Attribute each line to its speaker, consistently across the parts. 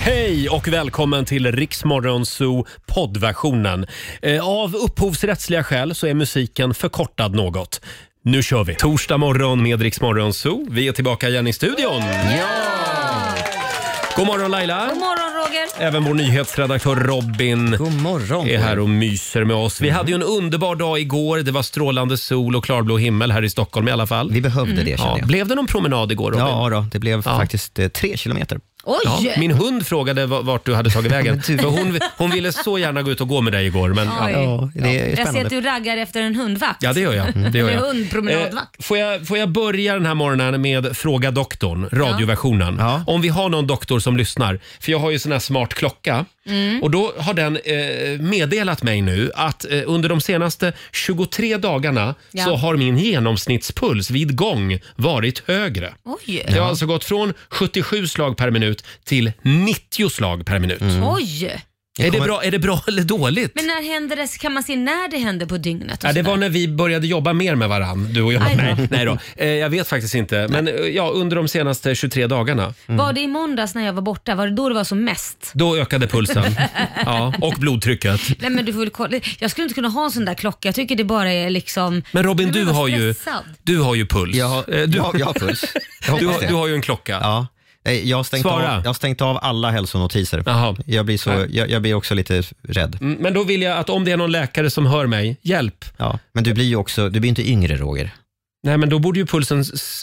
Speaker 1: Hej och välkommen till Riksmorgonzoo poddversionen. Eh, Av upphovsrättsliga skäl så är musiken förkortad något. Nu kör vi! Torsdag morgon med Riksmorgonzoo. Vi är tillbaka igen i studion. God morgon Laila!
Speaker 2: God morgon Roger.
Speaker 1: Även vår nyhetsredaktör Robin
Speaker 3: God morgon. Mm.
Speaker 1: är här och myser med oss. Vi hade ju en underbar dag igår. Det var strålande sol och klarblå himmel här i Stockholm i alla fall.
Speaker 3: Vi behövde det
Speaker 1: Mm. Ja,
Speaker 3: kände jag.
Speaker 1: blev det någon promenad igår Robin?
Speaker 3: Ja, då, det blev faktiskt eh, tre kilometer.
Speaker 2: Oj!
Speaker 1: Ja, min hund frågade va- vart du hade tagit vägen.
Speaker 3: Men du-
Speaker 1: För hon, hon ville så gärna gå ut och gå med dig igår. Men,
Speaker 2: Oj.
Speaker 1: ja.
Speaker 3: Ja, det är
Speaker 2: jag ser att
Speaker 3: spännande.
Speaker 2: du raggar efter en hundvakt.
Speaker 1: ja, det gör jag. Det gör
Speaker 2: Eller
Speaker 1: jag.
Speaker 2: hundpromenadvakt.
Speaker 1: Eh, får, jag, får jag börja den här morgonen med Fråga doktorn, radioversionen.
Speaker 3: Ja.
Speaker 1: Om vi har någon doktor som lyssnar, för jag har ju sån här smart klocka. Och då har den eh, meddelat mig nu att eh, under de senaste 23 dagarna
Speaker 2: Ja.
Speaker 1: så har min genomsnittspuls vid gång varit högre.
Speaker 2: Oj!
Speaker 1: Det har alltså gått från 77 slag per minut till 90 slag per minut.
Speaker 3: Mm.
Speaker 2: Oj!
Speaker 1: Är det,
Speaker 3: kommer-
Speaker 1: bra, är det bra eller dåligt?
Speaker 2: Men när händer det? Kan man se när det händer på dygnet? och
Speaker 1: Ja, det
Speaker 2: sådär?
Speaker 1: var när vi började jobba mer med varann, du och jag.
Speaker 2: Aj då.
Speaker 1: Nej, nej då. Eh, Jag vet faktiskt inte. Men eh, ja, under de senaste 23 dagarna,
Speaker 2: Var det i måndags när jag var borta? Var det då det var som mest?
Speaker 1: då ökade pulsen. Ja, och blodtrycket.
Speaker 2: Nej, men du får väl kolla. Jag skulle inte kunna ha en sån där klocka. Jag tycker det bara är liksom...
Speaker 1: Men Robin,
Speaker 2: Jag blir
Speaker 1: du
Speaker 2: bara
Speaker 1: har, ju,
Speaker 2: stressad.
Speaker 1: du har ju puls.
Speaker 3: Jag har,
Speaker 1: Eh, Du,
Speaker 3: jag, jag har puls. Jag
Speaker 1: du,
Speaker 3: hoppas
Speaker 1: har-
Speaker 3: det.
Speaker 1: du har ju en klocka.
Speaker 3: Ja. Nej, Jag har, stängt av,
Speaker 1: Svara.
Speaker 3: jag har stängt av alla hälsonotiser.
Speaker 1: Jaha.
Speaker 3: Jag blir, så,
Speaker 1: Nej.
Speaker 3: jag, jag blir också lite rädd.
Speaker 1: Mm, Men då vill jag att om det är någon läkare som hör mig, hjälp.
Speaker 3: Ja. Men du blir ju också, du blir inte yngre Roger.
Speaker 1: Nej, men då borde ju pulsen s- s-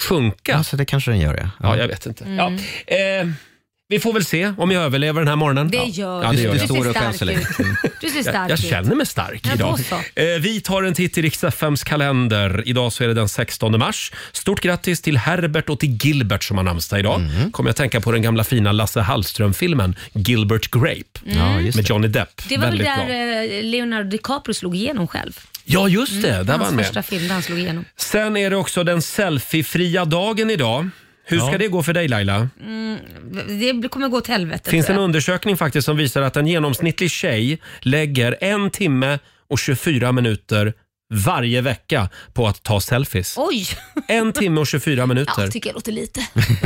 Speaker 1: sjunka.
Speaker 3: Ja, så det kanske den gör ja.
Speaker 1: Ja, jag vet inte.
Speaker 2: Mm.
Speaker 1: Ja. Eh, vi får väl se om jag överlever den här morgonen.
Speaker 2: Det
Speaker 1: Ja.
Speaker 2: gör
Speaker 1: ja,
Speaker 2: du.
Speaker 1: det gör
Speaker 3: du
Speaker 1: jag. Mm.
Speaker 3: står upp än
Speaker 2: ser
Speaker 3: så
Speaker 2: stark
Speaker 3: länge.
Speaker 2: ut. Du ser stark
Speaker 1: Jag, jag
Speaker 2: ut.
Speaker 1: känner mig stark
Speaker 2: Ja,
Speaker 1: idag.
Speaker 2: då så.
Speaker 1: Eh, vi tar en titt i Riks-FMs kalender. Idag så är det den 16 mars. Stort grattis till Herbert och till Gilbert som har namnsdag idag. Kommer jag tänka på den gamla fina Lasse Hallström-filmen Gilbert Grape
Speaker 3: Ja, just
Speaker 1: med Johnny Depp.
Speaker 2: Mm. Det var väl
Speaker 1: Väldigt
Speaker 2: där
Speaker 1: bra.
Speaker 2: eh, Leonardo DiCaprio slog igenom själv.
Speaker 1: Ja, just det. där var
Speaker 2: mm, Hans
Speaker 1: han med.
Speaker 2: första film där han slog igenom.
Speaker 1: Sen är det också den selfiefria dagen idag. Hur ska det gå för dig Laila?
Speaker 2: Det kommer gå åt helvete.
Speaker 1: finns
Speaker 2: tror
Speaker 1: en
Speaker 2: jag.
Speaker 1: undersökning faktiskt som visar att en genomsnittlig tjej lägger en timme och 24 minuter varje vecka på att ta selfies.
Speaker 2: Oj!
Speaker 1: En timme och 24
Speaker 2: Ja, typ.
Speaker 1: minuter.
Speaker 2: tycker jag låter lite.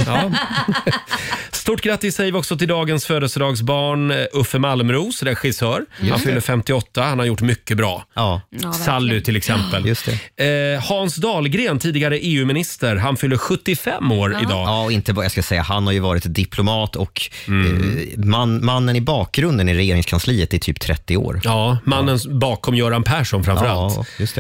Speaker 1: Ja. Stort grattis säger vi också till dagens födelsedagsbarn eh, Uffe Malmros, regissör. Han fyller 58, han har gjort mycket bra.
Speaker 3: Ja,
Speaker 2: Ja,
Speaker 1: Sally till exempel.
Speaker 3: just det.
Speaker 1: Eh, Hans Dahlgren, tidigare EU-minister, han fyller 75 år idag.
Speaker 3: Ja, och inte bara, jag ska säga, han har ju varit diplomat och
Speaker 1: Mm.
Speaker 3: eh, man, mannen i bakgrunden i regeringskansliet i typ 30 år.
Speaker 1: Ja, mannen bakom Göran Persson framförallt.
Speaker 3: Ja, just det.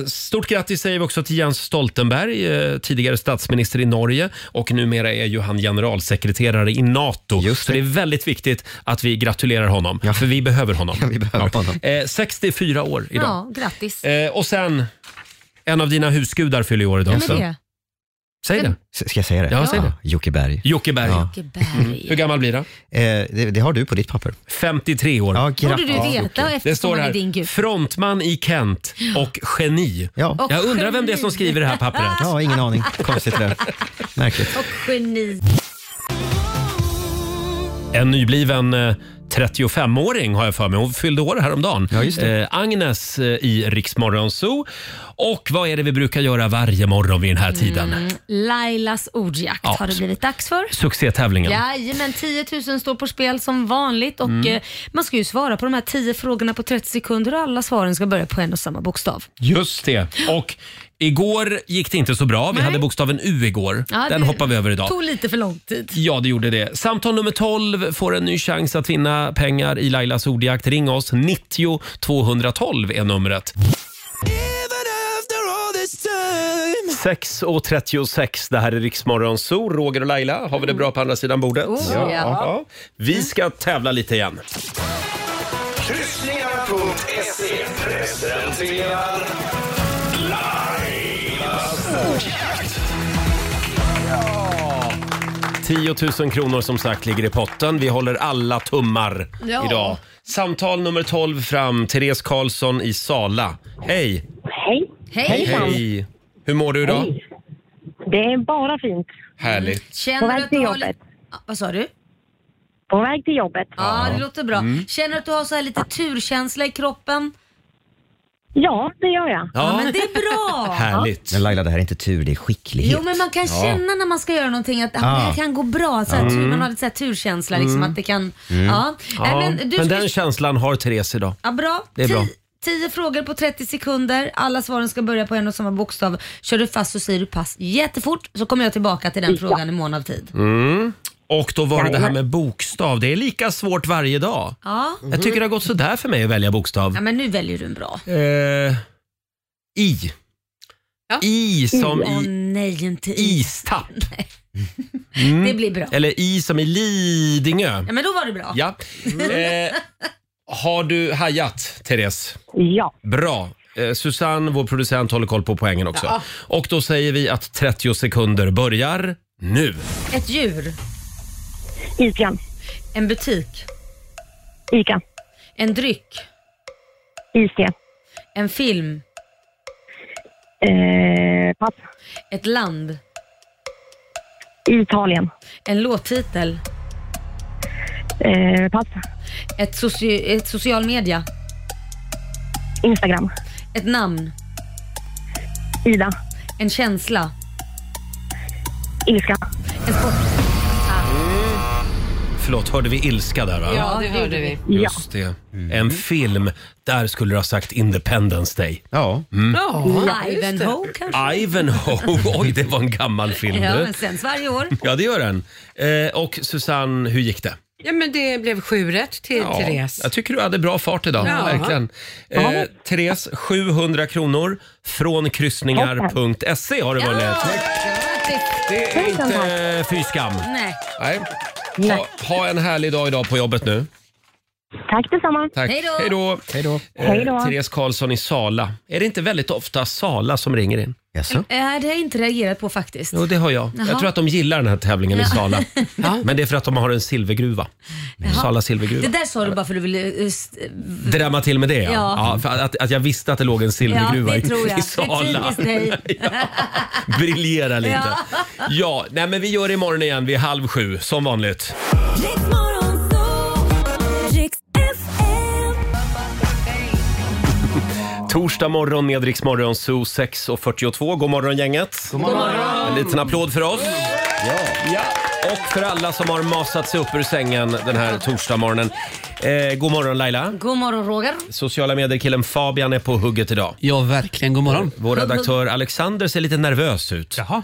Speaker 1: Eh, Stort grattis säger vi också till Jens Stoltenberg, eh, tidigare statsminister i Norge och numera är ju han generalsekreterare i NATO.
Speaker 3: Just
Speaker 1: Så
Speaker 3: det.
Speaker 1: det är väldigt viktigt att vi gratulerar honom, för vi behöver honom.
Speaker 3: Ja, vi behöver honom.
Speaker 1: Eh, 64 år idag.
Speaker 2: Ja, grattis.
Speaker 1: Eh, Och sen, en av dina husgudar fyller i år idag.
Speaker 2: Ja,
Speaker 1: också.
Speaker 2: men det.
Speaker 1: Säg det.
Speaker 3: S- Ska jag säga det?
Speaker 1: Ja, säg det.
Speaker 3: Jocke Berg.
Speaker 1: Jocke Berg.
Speaker 3: Ja.
Speaker 2: Åke
Speaker 1: Mm. Hur
Speaker 2: Berg.
Speaker 1: gammal blir han?
Speaker 3: Eh, det, det har du på ditt papper.
Speaker 1: 53 år.
Speaker 3: Ja, grattis.
Speaker 2: Borde du veta
Speaker 3: Jocke.
Speaker 1: Det
Speaker 2: eftersom
Speaker 1: står
Speaker 2: han är din
Speaker 1: här,
Speaker 2: gud.
Speaker 1: frontman i Kent och geni.
Speaker 3: Ja.
Speaker 2: Och
Speaker 1: Jag undrar vem det är som
Speaker 2: geni.
Speaker 1: skriver det här pappret.
Speaker 3: ja, ingen aning. Konstigt det där. Märkligt.
Speaker 2: Och geni.
Speaker 1: En nybliven eh, 35-åring har jag för mig. Hon fyllde år häromdagen.
Speaker 3: Ja, just det.
Speaker 1: Eh, Agnes eh, i Riksmorgon Zoo. Och vad är det vi brukar göra varje morgon vid den här tiden?
Speaker 2: Mm. Lailas ordjakt
Speaker 1: Ja.
Speaker 2: har det blivit dags för.
Speaker 1: Succétävlingen.
Speaker 2: Jajamän, 10 000 står på spel som vanligt och
Speaker 1: Mm.
Speaker 2: eh, man ska ju svara på de här 10 frågorna på 30 sekunder och alla svaren ska börja på en och samma bokstav.
Speaker 1: Just det. Och igår gick det inte så bra. Vi hade bokstaven U igår.
Speaker 2: Ja,
Speaker 1: den
Speaker 2: det
Speaker 1: hoppar vi över idag.
Speaker 2: tog lite för lång tid.
Speaker 1: Ja, det gjorde det. Samtal nummer 12 får en ny chans att vinna pengar i Lailas ordjakt. Ring oss. 90 212 är numret. 6.36, det här är Riksmorgon Zoo. Roger och Laila, har vi det bra på andra sidan bordet?
Speaker 2: Oh, ja.
Speaker 1: Vi ska tävla lite igen.
Speaker 4: Kryssningar.se presenterar Lailas ordjakt.
Speaker 1: 10 000 kronor som sagt ligger i potten. Vi håller alla tummar
Speaker 2: Ja.
Speaker 1: idag. Samtal nummer 12 fram, Therese Karlsson i Sala. Hej!
Speaker 5: Hej.
Speaker 2: Hej!
Speaker 1: Hej! Hur mår du idag?
Speaker 5: Hej. Det är bara fint.
Speaker 1: Härligt.
Speaker 5: På
Speaker 2: Känner du
Speaker 5: väg
Speaker 2: att
Speaker 5: till
Speaker 2: du har
Speaker 5: jobbet.
Speaker 2: lite... Ja, Vad sa du?
Speaker 5: På väg till jobbet.
Speaker 1: Mm.
Speaker 2: Ja, det låter bra. Känner du att du har så här lite turkänsla i kroppen?
Speaker 5: Ja, det gör jag.
Speaker 2: Ja,
Speaker 1: Ja,
Speaker 2: men det är bra.
Speaker 1: härligt.
Speaker 3: Men Laila, det här är inte tur, det är skicklighet.
Speaker 2: Jo men man kan känna när man ska göra någonting att ah,
Speaker 3: Ah.
Speaker 2: det här kan gå bra. Så här, tur, man har lite så här turkänsla liksom att det kan... Ja. Nej,
Speaker 1: Mm. Ja,
Speaker 2: men du
Speaker 1: men
Speaker 2: ska-
Speaker 1: den känslan har Therese idag.
Speaker 2: Ja, bra.
Speaker 1: Det är bra.
Speaker 2: Ti- Tio frågor på 30 sekunder. Alla svaren ska börja på en och samma bokstav. Kör du fast så säger du pass jättefort så kommer jag tillbaka till den frågan i mån av tid.
Speaker 1: Mm. Och då var det det här med bokstav. Det är lika svårt varje dag.
Speaker 2: Ja.
Speaker 1: Jag tycker det har gått sådär för mig att välja bokstav.
Speaker 2: ja, men nu väljer du en bra.
Speaker 1: Eh, I.
Speaker 2: Ja.
Speaker 1: I som
Speaker 2: Åh
Speaker 1: i
Speaker 2: nej, inte is.
Speaker 1: istapp. Mm.
Speaker 2: Det blir bra.
Speaker 1: Eller I som i Lidingö.
Speaker 2: Ja, men då var det bra.
Speaker 1: Ja. Eh, har du hajat, Therese?
Speaker 5: Ja.
Speaker 1: Bra. Eh, Susanne, vår producent, håller koll på poängen också. Och då säger vi att 30 sekunder börjar nu.
Speaker 2: Ett djur,
Speaker 5: Ica.
Speaker 2: en butik,
Speaker 5: Ica.
Speaker 2: en dryck,
Speaker 5: Ic.
Speaker 2: en film,
Speaker 5: Eh, pass.
Speaker 2: ett land,
Speaker 5: Italien.
Speaker 2: en låttitel,
Speaker 5: Eh, pass.
Speaker 2: ett, soci- ett social media,
Speaker 5: Instagram.
Speaker 2: ett namn,
Speaker 5: Ida.
Speaker 2: en känsla,
Speaker 5: Ilska.
Speaker 2: en sport.
Speaker 1: Förlåt, hörde vi ilska där? Va?
Speaker 6: Ja, det hörde vi.
Speaker 5: Ja.
Speaker 1: Just det. En film. Där skulle du ha sagt Independence Day.
Speaker 3: Ja.
Speaker 6: Ja, just det.
Speaker 2: Ivanhoe kanske?
Speaker 1: Ivanhoe. Oj, det var en gammal film
Speaker 2: Ja,
Speaker 1: du.
Speaker 2: men sänds varje år.
Speaker 1: Ja, det gör den. Eh, och Susanne, hur gick det?
Speaker 6: Ja, men det blev sju rätt till
Speaker 1: Ja,
Speaker 6: Therese.
Speaker 1: Jag tycker du hade bra fart idag.
Speaker 6: Ja.
Speaker 1: Verkligen. Eh, Therese, 700 kronor från kryssningar.se har du vunnit.
Speaker 2: Grattis.
Speaker 1: Det är
Speaker 5: Tusen tack.
Speaker 1: inte fy skam.
Speaker 2: Nej.
Speaker 1: Nej. Ha, ha en härlig dag idag på jobbet nu.
Speaker 5: Tack detsamma.
Speaker 1: Tack.
Speaker 2: Hej då.
Speaker 1: då.
Speaker 3: Hej då.
Speaker 5: Hej då.
Speaker 1: Eh, Therese Karlsson i Sala. Är det inte väldigt ofta Sala som ringer in? Mm.
Speaker 3: Jaså?
Speaker 2: Eh, Det har jag inte reagerat på faktiskt.
Speaker 1: Jo, det har jag.
Speaker 2: Jaha.
Speaker 1: Jag tror att de gillar den här tävlingen i Sala. Men det är för att de har en silvergruva. Sala
Speaker 2: Det
Speaker 1: silvergruva.
Speaker 2: där sa du bara för du ville... eh, st-
Speaker 1: Drämma till med det ja.
Speaker 2: Ja.
Speaker 1: ja. för att, att jag visste att det låg en
Speaker 2: Ja,
Speaker 1: silvergruva
Speaker 2: det
Speaker 1: i,
Speaker 2: tror jag.
Speaker 1: i
Speaker 2: Det är
Speaker 1: Sala.
Speaker 2: typiskt dig.
Speaker 1: Briljera lite. Ja, nej, men vi gör det imorgon igen vid halv sju som vanligt. Torsdag morgon med Rix Morgon Zoo 6.42. God morgon gänget. God morgon. En liten applåd för oss. Ja. Och för alla som har masat sig upp ur sängen den här torsdagsmorgonen. Eh, god morgon Laila.
Speaker 2: God morgon Roger.
Speaker 1: Sociala medier-killen Fabian är på hugget idag.
Speaker 7: Ja, verkligen. God morgon.
Speaker 1: Vår redaktör Alexander ser lite nervös ut.
Speaker 7: Jaha.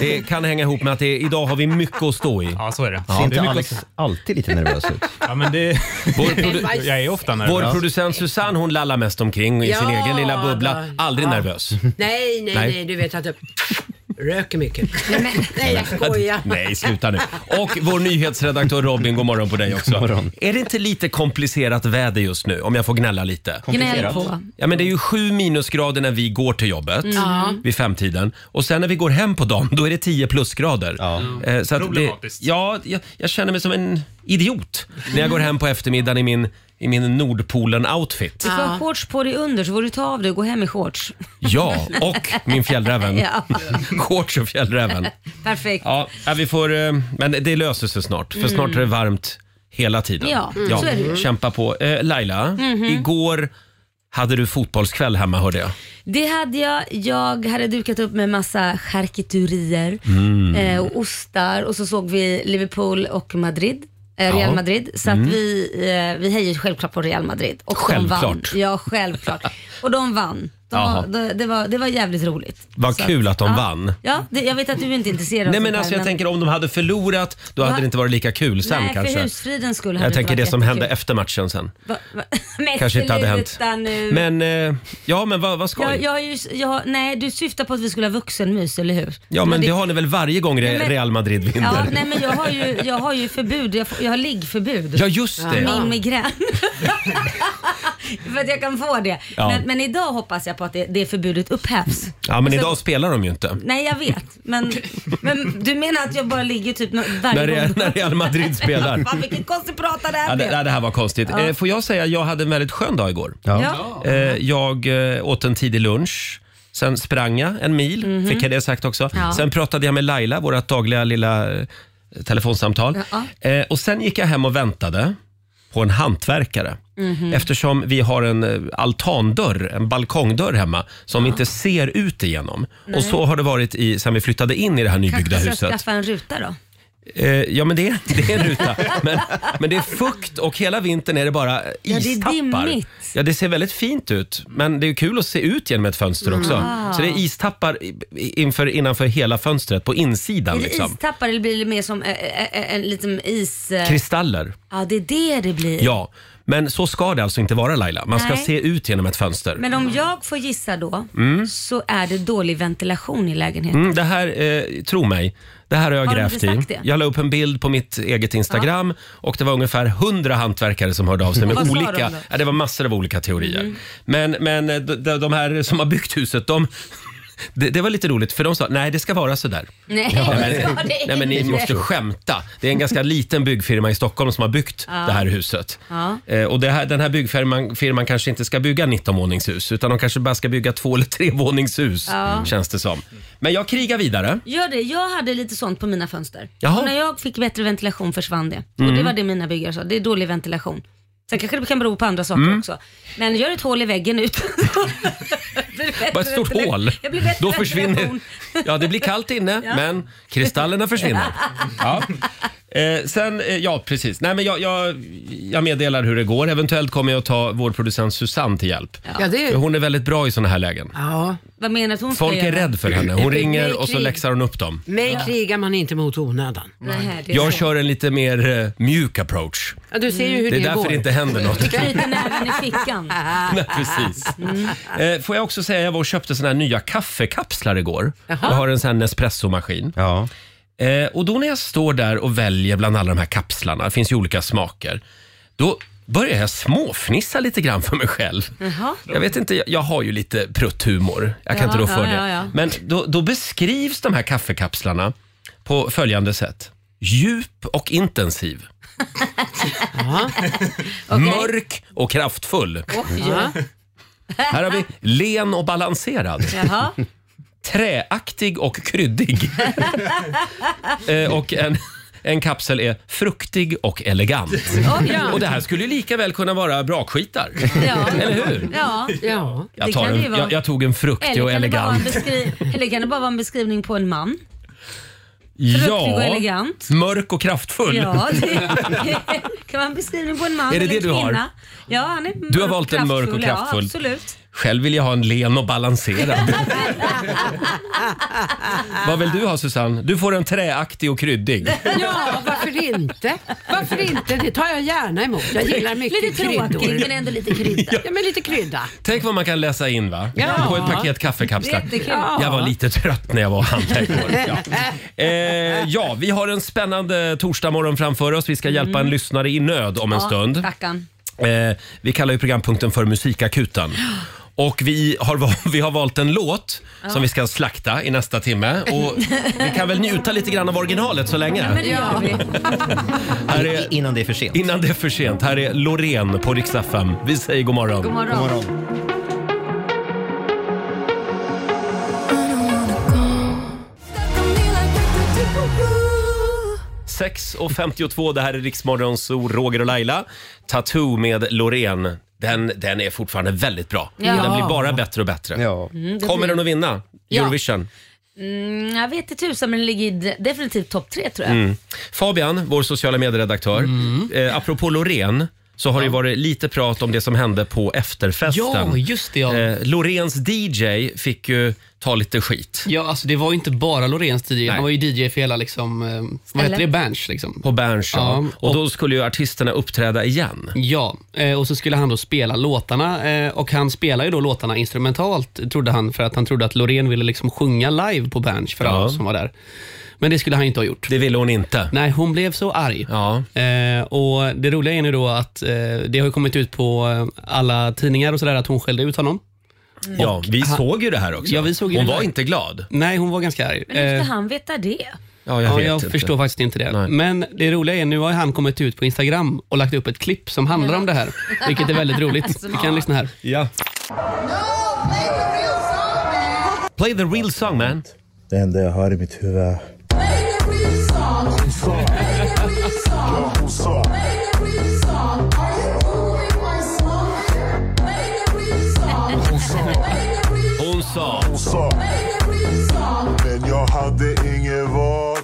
Speaker 1: Det kan hänga ihop med att det, idag har vi mycket att stå i.
Speaker 7: Ja, så är det.
Speaker 3: Ser
Speaker 7: det
Speaker 3: inte
Speaker 7: är
Speaker 3: Alex alltid lite nervös ut?
Speaker 7: Ja, men det...
Speaker 1: Vår, produ-
Speaker 7: Jag är ofta nervös.
Speaker 1: vår producent Susanne hon lallar mest omkring i sin
Speaker 6: Ja,
Speaker 1: egen lilla bubbla.
Speaker 6: då.
Speaker 1: Aldrig
Speaker 6: Ja.
Speaker 1: nervös.
Speaker 6: Nej, nej,
Speaker 1: Nej.
Speaker 6: nej, du vet att jag röker mycket. Nej, jag skojar.
Speaker 1: Nej, sluta nu. Och vår nyhetsredaktör Robin, god morgon på dig också.
Speaker 3: God morgon.
Speaker 1: Är det inte lite komplicerat väder just nu, om jag får gnälla lite?
Speaker 2: Gnäll på.
Speaker 1: Ja, men det är ju sju minusgrader när vi går till jobbet
Speaker 2: Mm.
Speaker 1: vid femtiden och sen när vi går hem på dagen då är det tio plusgrader.
Speaker 3: Ja.
Speaker 1: Eh, Så att
Speaker 7: Problematiskt.
Speaker 1: Det, ja, jag, jag känner mig som en idiot när jag går hem på eftermiddagen i min, i min Nordpolen-outfit.
Speaker 2: Du får ha shorts på dig under så får du ta av dig och gå hem i shorts.
Speaker 1: Ja, och min fjällräven.
Speaker 2: Ja.
Speaker 1: Shorts och fjällräven.
Speaker 2: Perfekt.
Speaker 1: Ja, ja, vi får, eh, men det löser sig snart, för snart är det varmt hela tiden.
Speaker 2: Mm. Ja, mm. så är det ju. Mhm.
Speaker 1: Kämpa på. Eh, Laila, igår hade du fotbollskväll hemma hörde jag.
Speaker 2: Det hade jag. Jag hade dukat upp med massa charkuterier
Speaker 1: Mm.
Speaker 2: eh, och ostar och så såg vi Liverpool och Madrid. eh, Real
Speaker 1: Ja. Mm.
Speaker 2: Madrid. Så att vi, eh, vi hejar ju självklart på Real Madrid. Och De vann.
Speaker 1: Självklart.
Speaker 2: Ja, självklart. Och de vann. De
Speaker 1: Jaha.
Speaker 2: var, det, det, var, det var jävligt roligt.
Speaker 1: Vad
Speaker 2: Så
Speaker 1: kul att de
Speaker 2: ja.
Speaker 1: vann.
Speaker 2: Ja, det, jag vet att du är inte är intresserad
Speaker 1: Nej
Speaker 2: av
Speaker 1: men
Speaker 2: sånt
Speaker 1: alltså
Speaker 2: här,
Speaker 1: jag tänker om de hade förlorat, då hade
Speaker 2: Va?
Speaker 1: det inte varit lika kul sen
Speaker 2: Nej,
Speaker 1: kanske.
Speaker 2: för husfridens skull hade
Speaker 1: Jag
Speaker 2: det
Speaker 1: tänker
Speaker 2: inte
Speaker 1: det
Speaker 2: varit
Speaker 1: som hände
Speaker 2: jättekul.
Speaker 1: efter matchen sen.
Speaker 2: Va- va- Men
Speaker 1: Kanske inte hade hänt.
Speaker 2: sluta Nu.
Speaker 1: Men, eh, ja men vad vad skoj.
Speaker 2: jag, jag, har ju- jag, har- nej, du syftar på att vi skulle ha vuxenmys, eller hur?
Speaker 1: ja men det har ni väl varje gång Re-
Speaker 2: Nej, men-
Speaker 1: Real Madrid vinner?
Speaker 2: Ja, nej men jag har ju, jag har ju förbud, jag, får- jag har liggförbud.
Speaker 1: Ja, just det.
Speaker 2: Min migrän. För att jag kan få det.
Speaker 1: Ja.
Speaker 2: Men, men idag hoppas jag på att det, det förbudet upphävs.
Speaker 1: Ja men
Speaker 2: Så-
Speaker 1: idag spelar de ju inte.
Speaker 2: Nej jag vet, men, men du menar att jag bara ligger typ nå-
Speaker 1: När,
Speaker 2: varje
Speaker 1: Re-
Speaker 2: gång?
Speaker 1: när Real Madrid spelar.
Speaker 2: Fan vilket konstigt prata det
Speaker 1: Ja,
Speaker 2: här
Speaker 1: det,
Speaker 2: blev.
Speaker 1: ja, det här var konstigt. Eh, får jag säga, jag hade en väldigt skön dag igår.
Speaker 2: Ja.
Speaker 1: Eh, jag eh, åt en tidig lunch. Sen sprang jag en mil, fick jag det sagt också.
Speaker 2: Mhm. Ja.
Speaker 1: Sen pratade jag med Laila, vårt dagliga lilla eh, telefonsamtal.
Speaker 2: Ja.
Speaker 1: Eh, och sen gick jag hem och väntade. på en hantverkare.
Speaker 2: Mhm.
Speaker 1: Eftersom vi har en eh, altandörr, en balkongdörr hemma som vi inte ser ut igenom.
Speaker 2: Nej.
Speaker 1: Och så har det varit i, sen vi flyttade in i det här nybyggda
Speaker 2: Kanske ska
Speaker 1: huset.
Speaker 2: jag skaffa en ruta då?
Speaker 1: Eh, ja men det, det är en ruta. Men, men det är fukt och hela vintern är det bara
Speaker 2: det är
Speaker 1: istappar.
Speaker 2: dimmigt.
Speaker 1: Ja det ser väldigt fint ut. Men det är ju kul att se ut genom ett fönster också.
Speaker 2: Ah.
Speaker 1: Så det är istappar i- inför, innanför hela fönstret på insidan.
Speaker 2: Är det
Speaker 1: liksom.
Speaker 2: istappar eller blir det mer som eh, eh, eh, en liten is... eh,
Speaker 1: Kristaller.
Speaker 2: Ja, det är det det blir.
Speaker 1: Ja, men så ska det alltså inte vara Laila. Man ska
Speaker 2: Nej.
Speaker 1: se ut genom ett fönster.
Speaker 2: Men om jag får gissa då,
Speaker 1: Mm.
Speaker 2: så är det dålig ventilation i lägenheten.
Speaker 1: Mm, det här, eh, tro mig, det här har jag
Speaker 2: Har de
Speaker 1: grävt
Speaker 2: inte
Speaker 1: i.
Speaker 2: sagt det?
Speaker 1: Jag la upp en bild på mitt eget Instagram och det var ungefär 100 hantverkare som hörde av sig med
Speaker 8: Vad sa de
Speaker 1: olika,
Speaker 8: då?
Speaker 1: ja, det var massor av olika teorier. Men, men eh, de, de de här som har byggt huset, de det, det var lite roligt för de sa nej det ska vara sådär.
Speaker 2: Nej,
Speaker 1: Ja,
Speaker 2: det
Speaker 1: men-
Speaker 2: ska det
Speaker 1: nej men ni
Speaker 2: inte.
Speaker 1: måste skämta. Det är en ganska liten byggfirma i Stockholm som har byggt
Speaker 2: Ja.
Speaker 1: det här huset.
Speaker 2: Ja.
Speaker 1: Eh, och det här, den här byggfirman firman kanske inte ska bygga 19-våningshus utan de kanske bara ska bygga två eller trevåningshus
Speaker 2: Ja.
Speaker 1: känns det som. Men jag krigar vidare.
Speaker 2: Gör det. Jag hade lite sånt på mina fönster.
Speaker 1: Jaha.
Speaker 2: Och när jag fick bättre ventilation försvann det. Och det
Speaker 1: Mm.
Speaker 2: var det mina byggare sa. Det är dålig ventilation. Sen kanske det kan bero på andra saker
Speaker 1: Mm.
Speaker 2: också. Men gör ett hål i väggen ut.
Speaker 1: Bara ett stort hål. Då försvinner... Ja, det blir kallt inne,
Speaker 2: Ja.
Speaker 1: men kristallerna försvinner. Ja. Eh, sen, eh, ja precis. Nej, men jag, jag, jag meddelar hur det går. Eventuellt kommer jag att ta vår producent Susanne till hjälp.
Speaker 2: Ja, det är-
Speaker 1: Hon är väldigt bra i såna här lägen.
Speaker 6: Ja.
Speaker 2: Vad menar du att hon ska
Speaker 1: Folk är
Speaker 2: göra?
Speaker 1: rädd för henne. Hon ringer och så läxar hon upp dem.
Speaker 6: Mig krigar man inte mot onödan.
Speaker 2: Nej, det är
Speaker 1: Jag
Speaker 2: så.
Speaker 1: kör en lite mer eh, mjuk approach.
Speaker 6: Ja, du ser ju hur
Speaker 1: det är
Speaker 6: det
Speaker 1: därför
Speaker 6: går.
Speaker 1: det inte händer något.
Speaker 2: Knyter näven i fickan.
Speaker 1: Nej, precis. Eh, får jag också säga, jag var och köpte såna här nya kaffekapslar igår.
Speaker 2: Jaha.
Speaker 1: Jag har en sån här Nespresso-maskin. Eh, och då när jag står där och väljer bland alla de här kapslarna, det finns ju olika smaker, då börjar jag småfnissa lite grann för mig själv.
Speaker 2: Jaha.
Speaker 1: Jag vet inte, jag, jag har ju lite prutthumor. Jag kan
Speaker 2: Ja,
Speaker 1: inte rå för
Speaker 2: ja,
Speaker 1: det.
Speaker 2: ja, ja.
Speaker 1: Men då, då beskrivs de här kaffekapslarna på följande sätt. Djup och intensiv. Mörk och kraftfull.
Speaker 2: Oj, ja.
Speaker 1: Här har vi len och balanserad.
Speaker 2: Jaha.
Speaker 1: Träaktig och kryddig. Eh, och en, en kapsel är fruktig och elegant.
Speaker 6: Oj, ja.
Speaker 1: Och det här skulle ju lika väl kunna vara brakskitar. Eller hur?
Speaker 2: Ja.
Speaker 6: ja.
Speaker 1: Jag, tar en, jag, jag tog en fruktig
Speaker 2: Eller
Speaker 1: och
Speaker 2: kan det bara vara en
Speaker 1: elegant.
Speaker 2: beskri- Eller kan det bara vara en beskrivning på en man? Fruktig och elegant.
Speaker 1: mörk och kraftfull.
Speaker 2: Ja, det kan vara en beskrivning på en man
Speaker 1: Är det
Speaker 2: eller
Speaker 1: det
Speaker 2: en
Speaker 1: du har?
Speaker 2: kvinna. Ja, han är
Speaker 1: Du har valt en mörk och
Speaker 2: Ja,
Speaker 1: kraftfull.
Speaker 2: absolut.
Speaker 1: Själv vill jag ha en len och balanserad. Vad vill du ha Susanne? Du får en träaktig och kryddig.
Speaker 6: Ja, varför inte? Varför inte? Det tar jag gärna emot. Jag gillar mycket
Speaker 2: Lite tråkigt, men ändå lite krydda.
Speaker 6: Ja, men lite krydda.
Speaker 1: Tänk vad man kan läsa in va?
Speaker 6: Ja.
Speaker 1: På ett paket kaffekapslar.
Speaker 6: Jättekul. Ja.
Speaker 1: Jag var lite trött när jag var och handlade igår. Ja. Eh, ja, vi har en spännande torsdagmorgon framför oss. Vi ska hjälpa en lyssnare i nöd om en
Speaker 2: Ja,
Speaker 1: stund.
Speaker 2: Stackarn.
Speaker 1: Eh, vi kallar ju programpunkten för Musikakuten. Och vi har, va- vi har valt en låt
Speaker 2: Ja.
Speaker 1: som vi ska slakta i nästa timme. Och vi kan väl njuta lite grann av originalet så länge.
Speaker 2: Men det gör vi.
Speaker 1: Här är, innan det är för sent. Innan det är för sent. Här är Loreen på Rix FM. Vi säger god morgon.
Speaker 2: God morgon. God morgon.
Speaker 1: Sex och 52, det här är Riksmorgon, så Roger och Laila. Tattoo med Loreen. Den, den är fortfarande väldigt bra.
Speaker 2: Ja.
Speaker 1: Den blir bara bättre och bättre.
Speaker 2: Mm, det
Speaker 1: Kommer
Speaker 2: blir-
Speaker 1: den att vinna
Speaker 2: Ja.
Speaker 1: Eurovision?
Speaker 2: Mm, jag vet inte tusan, men den ligger i de- definitivt topp tre tror jag.
Speaker 1: Mm. Fabian, vår sociala medieredaktör. Eh, apropå Loreen så har det varit lite prat om det som hände på efterfesten.
Speaker 7: Ja, just det. Ja.
Speaker 1: Eh, Loreens DJ fick ju ta lite skit.
Speaker 7: Ja, alltså det var ju inte bara Loreens DJ. Han var ju DJ för hela, liksom, eh, vad heter det, Berns liksom.
Speaker 1: På Berns, ja.
Speaker 7: Ja,
Speaker 1: och, då skulle ju artisterna uppträda igen.
Speaker 7: Ja, eh, och så skulle han då spela låtarna eh, och han spelar ju då låtarna instrumentalt trodde han för att han trodde att Loreen ville liksom sjunga live på Berns för alla som var där. Men det skulle han inte ha gjort.
Speaker 1: Det ville hon inte.
Speaker 7: Nej, hon blev så arg. Eh, och Det roliga är nu då att eh, det har ju kommit ut på eh, alla tidningar och sådär att hon skällde ut honom.
Speaker 1: Ja, vi
Speaker 7: han-
Speaker 1: såg ju det här också.
Speaker 7: Ja, vi såg ju
Speaker 1: hon
Speaker 7: det
Speaker 1: var
Speaker 7: där.
Speaker 1: inte glad.
Speaker 7: Nej, hon var ganska arg.
Speaker 2: Men hur
Speaker 7: Eh,
Speaker 2: ska han veta det?
Speaker 1: Ja, jag vet
Speaker 7: jag
Speaker 1: inte.
Speaker 7: förstår faktiskt inte det. Men det roliga är, nu har ju han kommit ut på Instagram och lagt upp ett klipp som handlar om det här, vilket är väldigt roligt. Vi kan lyssna här.
Speaker 1: Ja. Play the real song man.
Speaker 9: Det enda jag hör i mitt huvud
Speaker 10: Hon sa. Hon sa. Ja, hon sa.
Speaker 1: sa.
Speaker 8: Men jag hade inget val.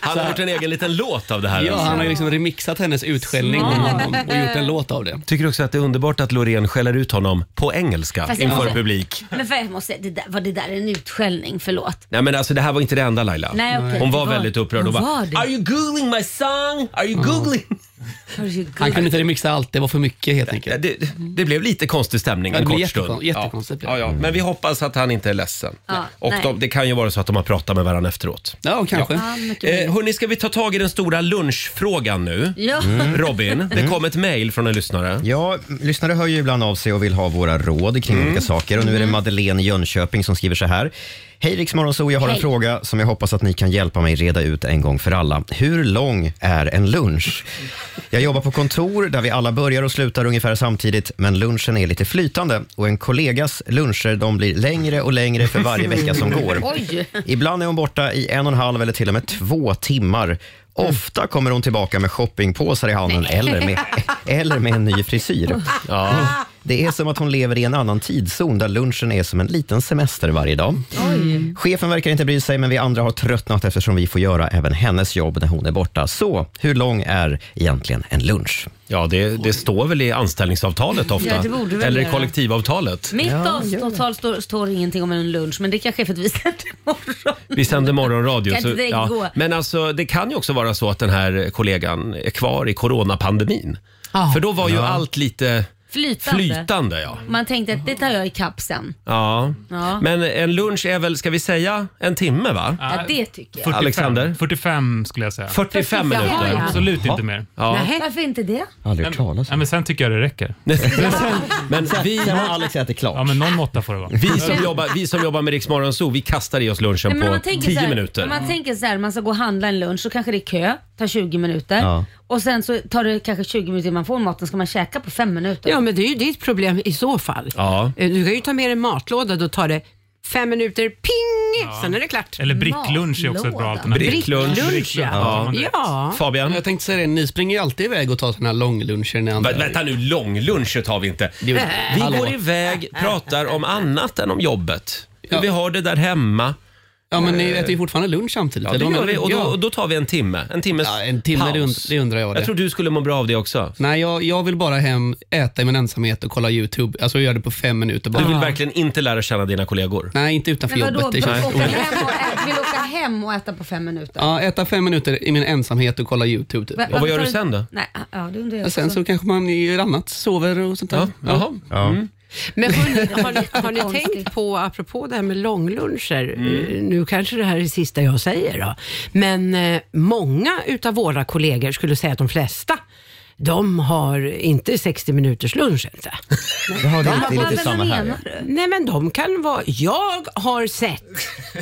Speaker 1: Han har gjort en egen liten låt av det här.
Speaker 7: Ja,
Speaker 1: alltså.
Speaker 7: han har ju liksom remixat hennes utskällning på honom och gjort en låt av det.
Speaker 1: Tycker också att det är underbart att Loreen skäller ut honom på engelska
Speaker 2: Fast jag
Speaker 1: inför
Speaker 2: måste-
Speaker 1: publik.
Speaker 2: Men för jag måste säga, det där, var det där en utskällning? Förlåt.
Speaker 1: Nej men alltså det här var inte det enda Laila.
Speaker 2: Nej, okej.
Speaker 1: Hon var
Speaker 2: Det var-
Speaker 1: väldigt upprörd.
Speaker 2: Hon
Speaker 1: bara,
Speaker 2: var det.
Speaker 1: Are you googling my song? Are you googling?
Speaker 2: Are you good?
Speaker 7: Han kunde inte remixa allt, det var för mycket helt enkelt.
Speaker 1: Ja, det, det blev lite konstig stämning
Speaker 7: Ja,
Speaker 1: en
Speaker 7: det blev
Speaker 1: kort stund.
Speaker 7: jättekon- jättekonstigt blev
Speaker 1: Ja,
Speaker 7: det.
Speaker 1: ja, men vi hoppas att han inte är ledsen.
Speaker 2: Ja,
Speaker 1: Och
Speaker 2: nej.
Speaker 1: de, det kan ju vara så att de har pratat med varandra efteråt.
Speaker 7: Ja, kanske.
Speaker 2: Ja, mycket
Speaker 1: Eh, hörni, ska vi ta tag i den stora lunchfrågan nu? Mm.
Speaker 2: Ja. Mm.
Speaker 1: Robin, det kom ett mejl från en lyssnare.
Speaker 3: Ja, lyssnare hör ju ibland av sig och vill ha våra råd kring
Speaker 2: Mm.
Speaker 3: olika saker. Och nu är det Madeleine i Jönköping som skriver så här. Hej Rix Morgonzoo, jag har en
Speaker 2: Hej.
Speaker 3: fråga som jag hoppas att ni kan hjälpa mig reda ut en gång för alla. Hur lång är en lunch? Jag jobbar på kontor där vi alla börjar och slutar ungefär samtidigt, men lunchen är lite flytande och en kollegas luncher de blir längre och längre för varje vecka som går.
Speaker 2: Oj.
Speaker 3: Ibland är hon borta i en och en halv eller till och med två timmar. Ofta kommer hon tillbaka med shoppingpåsar i handen eller med, eller med en ny frisyr. Det är som att hon lever i en annan tidszon där lunchen är som en liten semester varje dag. Chefen verkar inte bry sig, men vi andra har tröttnat eftersom vi får göra även hennes jobb när hon är borta. Så, hur lång är egentligen en lunch?
Speaker 1: Ja, det, det står väl i anställningsavtalet ofta.
Speaker 2: Ja, det borde väl
Speaker 1: Eller i
Speaker 2: göra.
Speaker 1: kollektivavtalet.
Speaker 2: Mitt avtal står, står ingenting om en lunch, men det kanske är för att vi sänder imorgon.
Speaker 1: Vi sänder morgonradio.
Speaker 2: Kan inte det gå?
Speaker 1: Men alltså, det kan ju också vara så att den här kollegan är kvar i coronapandemin.
Speaker 6: Ja.
Speaker 1: För då var ju allt lite
Speaker 2: Flytande.
Speaker 1: flytande. Ja.
Speaker 2: Man tänkte att det tar jag i kapp sen.
Speaker 1: Ja.
Speaker 2: Ja.
Speaker 1: Men en lunch är väl, ska vi säga, en timme va?
Speaker 2: Ja, det tycker jag.
Speaker 10: 45,
Speaker 1: Alexander?
Speaker 10: 45 skulle jag säga.
Speaker 1: 45, minuter.
Speaker 2: ja.
Speaker 10: Absolut inte mer.
Speaker 1: Ja.
Speaker 6: Nej.
Speaker 2: Varför inte det?
Speaker 3: Aldrig hört talas
Speaker 10: Ja, men sen tycker jag det räcker.
Speaker 1: Men vi,
Speaker 3: Sen har Alex ätit klart.
Speaker 10: Ja, men någon måtta får det vara.
Speaker 1: vi, som jobbar, vi som jobbar med Rix Morgonzoo, vi kastar i oss lunchen
Speaker 2: Nej, men
Speaker 1: på
Speaker 2: om man
Speaker 1: 10
Speaker 2: tänker så här,
Speaker 1: minuter.
Speaker 2: Om man tänker så här, man ska gå och handla en lunch så kanske det är kö, tar 20 minuter.
Speaker 3: Ja.
Speaker 2: Och sen så tar det kanske 20 minuter innan man får maten, ska man käka på 5 minuter?
Speaker 6: Ja, men det är ju ditt problem i så fall.
Speaker 1: Ja.
Speaker 6: Eh, Du kan ju ta med en matlåda, då tar det fem minuter, ping, sen är det klart.
Speaker 10: Eller bricklunch är också ett bra
Speaker 2: Matlåda.
Speaker 10: alternativ.
Speaker 1: Bricklunch.
Speaker 6: Bricklunch, ja.
Speaker 10: Ja.
Speaker 6: Ja.
Speaker 1: Fabian?
Speaker 7: Jag tänkte säga det, ni springer ju alltid iväg och tar såna här långluncher när andra...
Speaker 1: Vä vänta nu, långluncher tar vi inte.
Speaker 7: Jo.
Speaker 1: Vi
Speaker 7: Hallå.
Speaker 1: går iväg, pratar om annat än om jobbet. Hur
Speaker 7: Ja.
Speaker 1: vi har det där hemma.
Speaker 7: Ja, men ni äter ju fortfarande lunch samtidigt.
Speaker 1: Eh, Ja, det
Speaker 7: eller vad
Speaker 1: gör
Speaker 7: menar
Speaker 1: vi.
Speaker 7: du?
Speaker 1: Och då,
Speaker 7: Ja.
Speaker 1: och då tar vi en timme. En timmes
Speaker 7: Ja, en timme, det und-
Speaker 1: paus.
Speaker 7: det undrar jag det.
Speaker 1: Jag tror du skulle må bra av det också.
Speaker 7: Nej, jag, jag vill bara hem, äta i min ensamhet och kolla YouTube. Alltså jag gör det på fem minuter bara.
Speaker 1: Du vill verkligen inte lära känna dina kollegor.
Speaker 7: Nej, inte utanför
Speaker 2: Men vadå,
Speaker 7: jobbet. Det
Speaker 2: vill
Speaker 7: känns
Speaker 2: åka,
Speaker 7: onödigt.
Speaker 2: hem och äta, vill åka hem och äta på 5 minuter?
Speaker 7: Ja, äta fem minuter i min ensamhet och kolla YouTube. Typ.
Speaker 2: Va-
Speaker 1: vad
Speaker 2: varför
Speaker 1: gör
Speaker 2: tar
Speaker 1: du sen då?
Speaker 2: Nej, ja, det undrar jag
Speaker 7: Ja, sen
Speaker 2: också.
Speaker 7: så kanske man gör annat, sover och sånt där.
Speaker 1: Ja, jaha.
Speaker 6: Men hörni, har ni, har ni
Speaker 2: Konstigt.
Speaker 6: tänkt på, apropå det här med långluncher, eh, nu kanske det här är det sista jag säger då, men eh, många utav våra kollegor skulle säga att de flesta de har inte 60 minuters lunch inte.
Speaker 3: Jaha, det, är- det är
Speaker 2: Vad-
Speaker 3: lite
Speaker 2: vad
Speaker 3: samma här.
Speaker 2: menar
Speaker 3: ja.
Speaker 2: du?
Speaker 6: Nej men de kan vara, jag har sett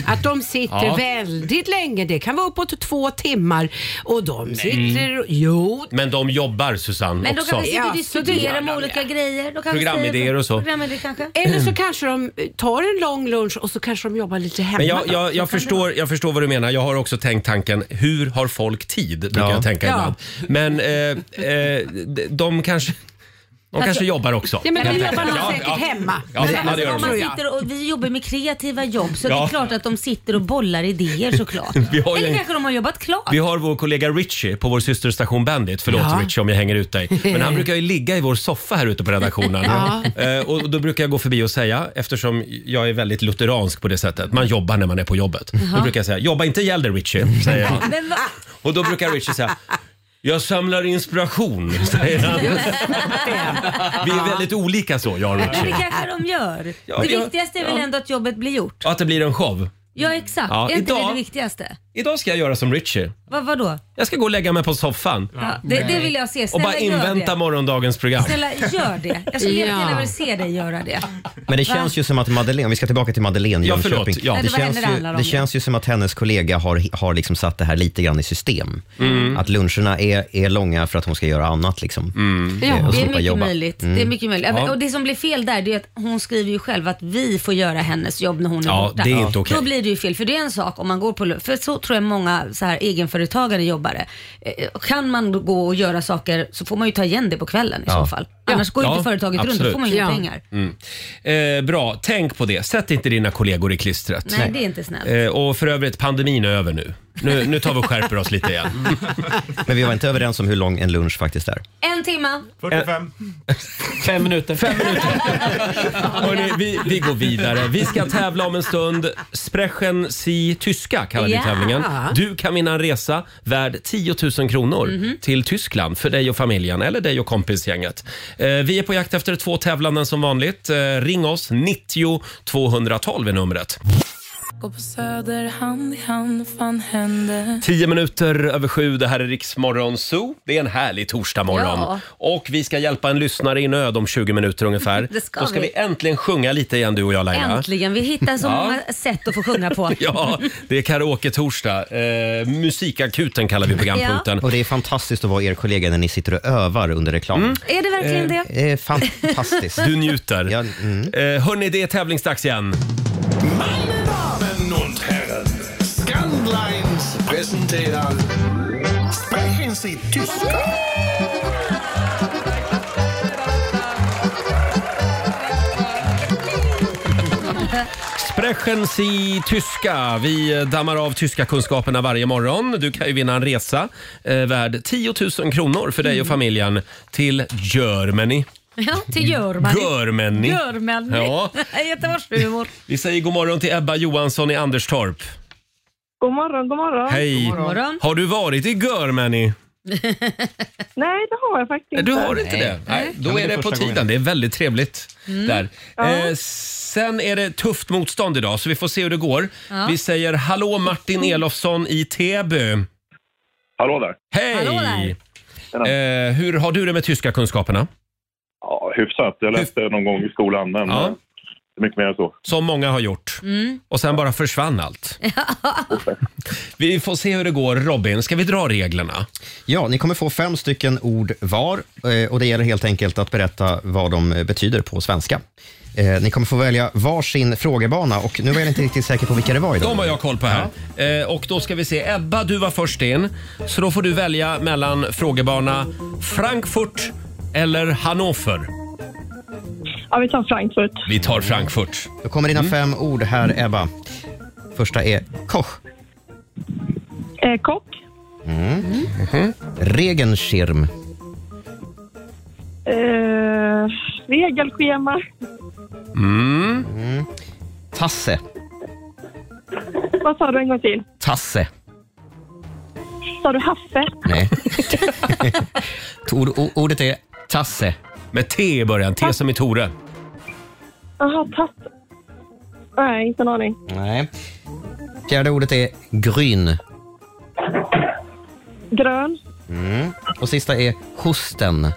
Speaker 6: att de sitter
Speaker 1: Ja.
Speaker 6: väldigt länge, det kan vara uppåt två timmar och de sitter, jo
Speaker 1: Men de jobbar Susanne
Speaker 2: Men då
Speaker 1: också.
Speaker 2: kan vi sitta och
Speaker 6: Ja, så det
Speaker 2: diskutera
Speaker 6: gör
Speaker 2: med
Speaker 6: de
Speaker 2: olika
Speaker 6: det.
Speaker 2: grejer. Då kan vi
Speaker 1: Programidéer
Speaker 2: säga,
Speaker 1: och så.
Speaker 2: Programidéer kanske.
Speaker 6: Eller så kanske de eh, tar en lång lunch och så kanske de jobbar lite hemma.
Speaker 1: Men jag,
Speaker 6: då.
Speaker 1: jag, jag, förstår, jag förstår vad du menar. Jag har också tänkt tanken, hur har folk tid? Brukar
Speaker 3: Ja.
Speaker 1: jag tänka
Speaker 6: Ja.
Speaker 1: ibland. Men eh, eh, de- de kanske, de kanske jobbar också.
Speaker 6: Ja, men
Speaker 1: kan
Speaker 6: de
Speaker 1: jag
Speaker 6: jobbar
Speaker 1: tänka.
Speaker 6: nog säkert hemma.
Speaker 1: Ja,
Speaker 6: Men-
Speaker 1: ja, det gör de.
Speaker 2: Om Alltså, man
Speaker 6: Tror jag.
Speaker 2: sitter och, vi jobbar med kreativa jobb så det
Speaker 1: Ja.
Speaker 2: är klart att de sitter och bollar idéer såklart.
Speaker 1: Vi har ju
Speaker 2: Eller
Speaker 1: en-
Speaker 2: kanske de har jobbat klart.
Speaker 1: Vi har vår kollega Richie på vår systerstation Bandit. Förlåt
Speaker 6: Ja.
Speaker 1: Richie om jag hänger ut dig. Men han brukar ju ligga i vår soffa här ute på redaktionen. Eh, och då brukar jag gå förbi och säga, eftersom jag är väldigt lutheransk på det sättet. Man jobbar när man är på jobbet. Då brukar jag säga, jobba inte ihjäl dig Richie, säger jag.
Speaker 2: Men va?
Speaker 1: Och då brukar Richie säga jag samlar inspiration, säger han. Vi är väldigt olika så, jag och
Speaker 2: Men det
Speaker 1: Richie.
Speaker 2: kanske de gör.
Speaker 1: Ja,
Speaker 2: det
Speaker 1: ja,
Speaker 2: viktigaste är väl ändå att jobbet blir gjort.
Speaker 1: Och att det blir en show.
Speaker 2: Ja exakt,
Speaker 1: Ja,
Speaker 2: är inte
Speaker 1: idag-
Speaker 2: det det viktigaste?
Speaker 1: Idag ska jag göra som Richie.
Speaker 2: Vad, vadå?
Speaker 1: Jag ska gå och lägga mig på soffan
Speaker 2: Ja, det, det vill jag se.
Speaker 1: och
Speaker 2: Snälla
Speaker 1: bara
Speaker 2: gör
Speaker 1: invänta
Speaker 2: det.
Speaker 1: morgondagens program.
Speaker 2: Snälla gör det. Jag skulle
Speaker 6: Ja.
Speaker 2: jättegärna vilja se dig göra det.
Speaker 3: Men det känns ju som att Madeleine, om vi ska tillbaka till Madeleine
Speaker 1: Ja, förlåt.
Speaker 3: Jönköping.
Speaker 1: Ja.
Speaker 2: Nej,
Speaker 3: Det,
Speaker 2: det var
Speaker 3: känns
Speaker 2: henne det
Speaker 3: ju,
Speaker 2: handlar om
Speaker 3: det
Speaker 2: nu.
Speaker 3: känns ju som att hennes kollega har, har liksom satt det här lite grann i system.
Speaker 1: Mm.
Speaker 3: Att luncherna är, är långa för att hon ska göra annat. Liksom.
Speaker 1: Mm.
Speaker 6: Ja.
Speaker 3: Och
Speaker 2: Det är
Speaker 3: slippa
Speaker 2: mycket
Speaker 3: jobba.
Speaker 2: möjligt. Det är mycket möjligt. Ja, men- Och det som blir fel där det är att hon skriver ju själv att vi får göra hennes jobb när hon är
Speaker 1: Ja,
Speaker 2: borta.
Speaker 1: det är inte okej.
Speaker 2: Då blir det ju fel. För det är en sak om man går på lunch. För så, tror jag många så här, egenföretagare jobbar. det. Eh, Kan man då gå och göra saker så får man ju ta igen det på kvällen i
Speaker 1: Ja.
Speaker 2: så fall. Annars går ju inte företaget runt, då
Speaker 1: absolut.
Speaker 2: får man ju inga pengar.
Speaker 1: Mm. Eh, bra, tänk på det. Sätt inte dina kollegor i klistret.
Speaker 2: Nej, det är inte snällt.
Speaker 1: Eh, och för övrigt, pandemin är över nu. Nu, nu tar vi och skärper oss lite igen.
Speaker 3: Men vi var inte överens om hur lång en lunch faktiskt är.
Speaker 2: En timma.
Speaker 10: 45.
Speaker 1: Fem minuter. Fem minuter. Hörrni, vi, vi går vidare. Vi ska tävla om en stund. Sprechen si tyska kallar vi
Speaker 4: Ja.
Speaker 1: tävlingen. Du kan vinna en resa värd 10 000 kronor
Speaker 4: Mhm.
Speaker 1: till Tyskland för dig och familjen eller dig och kompisgänget. Eh, vi är på jakt efter två tävlanden som vanligt. Eh, ring oss, 90 212 är numret.
Speaker 11: Gå på Söder hand i hand, fan händer?
Speaker 1: Tio minuter över sju, det här är Riksmorgon Zoo. Det är en härlig torsdagmorgon.
Speaker 11: Ja.
Speaker 1: Och vi ska hjälpa en lyssnare i nöd om 20 minuter ungefär.
Speaker 2: Det ska
Speaker 1: Då ska vi.
Speaker 2: vi.
Speaker 1: äntligen sjunga lite igen du och jag Laila.
Speaker 2: Äntligen, vi hittar så
Speaker 1: Ja.
Speaker 2: många sätt att få sjunga på.
Speaker 1: Ja, det är karaoke-torsdag. Eh, musikakuten kallar vi programpunkten.
Speaker 3: Och det är fantastiskt att vara er kollega när ni sitter och övar under reklam.
Speaker 2: Är det verkligen
Speaker 3: Eh,
Speaker 1: Mm.
Speaker 2: det?
Speaker 3: eh, fantastiskt.
Speaker 1: Du njuter.
Speaker 3: Ja,
Speaker 1: Eh, hörni, det är tävlingsdags igen.
Speaker 4: Damen und Herren, Scandlines presenterar Sprechen Sie Tyska?
Speaker 1: Sprechen si tyska. Vi dammar av tyska kunskaperna varje morgon. Du kan ju vinna en resa eh, värd 10 000 kronor för dig och familjen till Germany.
Speaker 2: Ja, till Görmani.
Speaker 1: Görmani.
Speaker 2: Görmani.
Speaker 1: Ja.
Speaker 2: Göteborgshumor.
Speaker 1: Vi säger god morgon till Ebba Johansson i Anderstorp.
Speaker 5: God morgon, god morgon.
Speaker 1: Hej! Har du varit i Görmani?
Speaker 5: Nej, det har jag faktiskt inte.
Speaker 1: Du har inte det? Nej, då är det på tiden. Det är väldigt trevligt
Speaker 5: Mm.
Speaker 1: där.
Speaker 5: Ja.
Speaker 1: Eh, sen är det tufft motstånd idag, så vi får se hur det går.
Speaker 4: Ja.
Speaker 1: Vi säger hallå Martin Elofsson i Täby.
Speaker 12: Hallå där.
Speaker 1: Hej! Eh, hur har du det med tyska kunskaperna?
Speaker 12: Ja, hyfsat. Jag läste någon gång i skolan, men
Speaker 1: Ja.
Speaker 12: eh, det är mycket mer än så.
Speaker 1: Som många har gjort.
Speaker 2: Mm.
Speaker 1: Och sen bara försvann allt. vi får se hur det går. Robin, ska vi dra reglerna?
Speaker 3: Ja, ni kommer få fem stycken ord var eh, och det gäller helt enkelt att berätta vad de eh, betyder på svenska. Eh, Ni kommer få välja varsin frågebana och nu var jag inte riktigt säker på vilka det var idag.
Speaker 1: De har jag koll på här. Eh, och då ska vi se. Ebba, du var först in. Så då får du välja mellan frågebana Frankfurt eller Hannover.
Speaker 5: Ja, vi tar Frankfurt.
Speaker 1: Vi tar Frankfurt.
Speaker 3: Då kommer
Speaker 1: Mm.
Speaker 3: dina fem ord här, Ebba. Första är koch.
Speaker 5: Eh, kock.
Speaker 3: Mm. Regenschirm.
Speaker 5: Eh, regelschema.
Speaker 1: Mm.
Speaker 3: Tasse.
Speaker 5: Vad sa du en gång till?
Speaker 3: Tasse.
Speaker 5: Sa du Haffe?
Speaker 3: Nej. Tor- o- ordet är tasse.
Speaker 1: Med T i början. T som i Tore.
Speaker 5: Jaha, Tasse. Nej, inte en aning.
Speaker 3: Nej. Fjärde ordet är gryn.
Speaker 5: Grön.
Speaker 3: Mm. Och sista är hosten.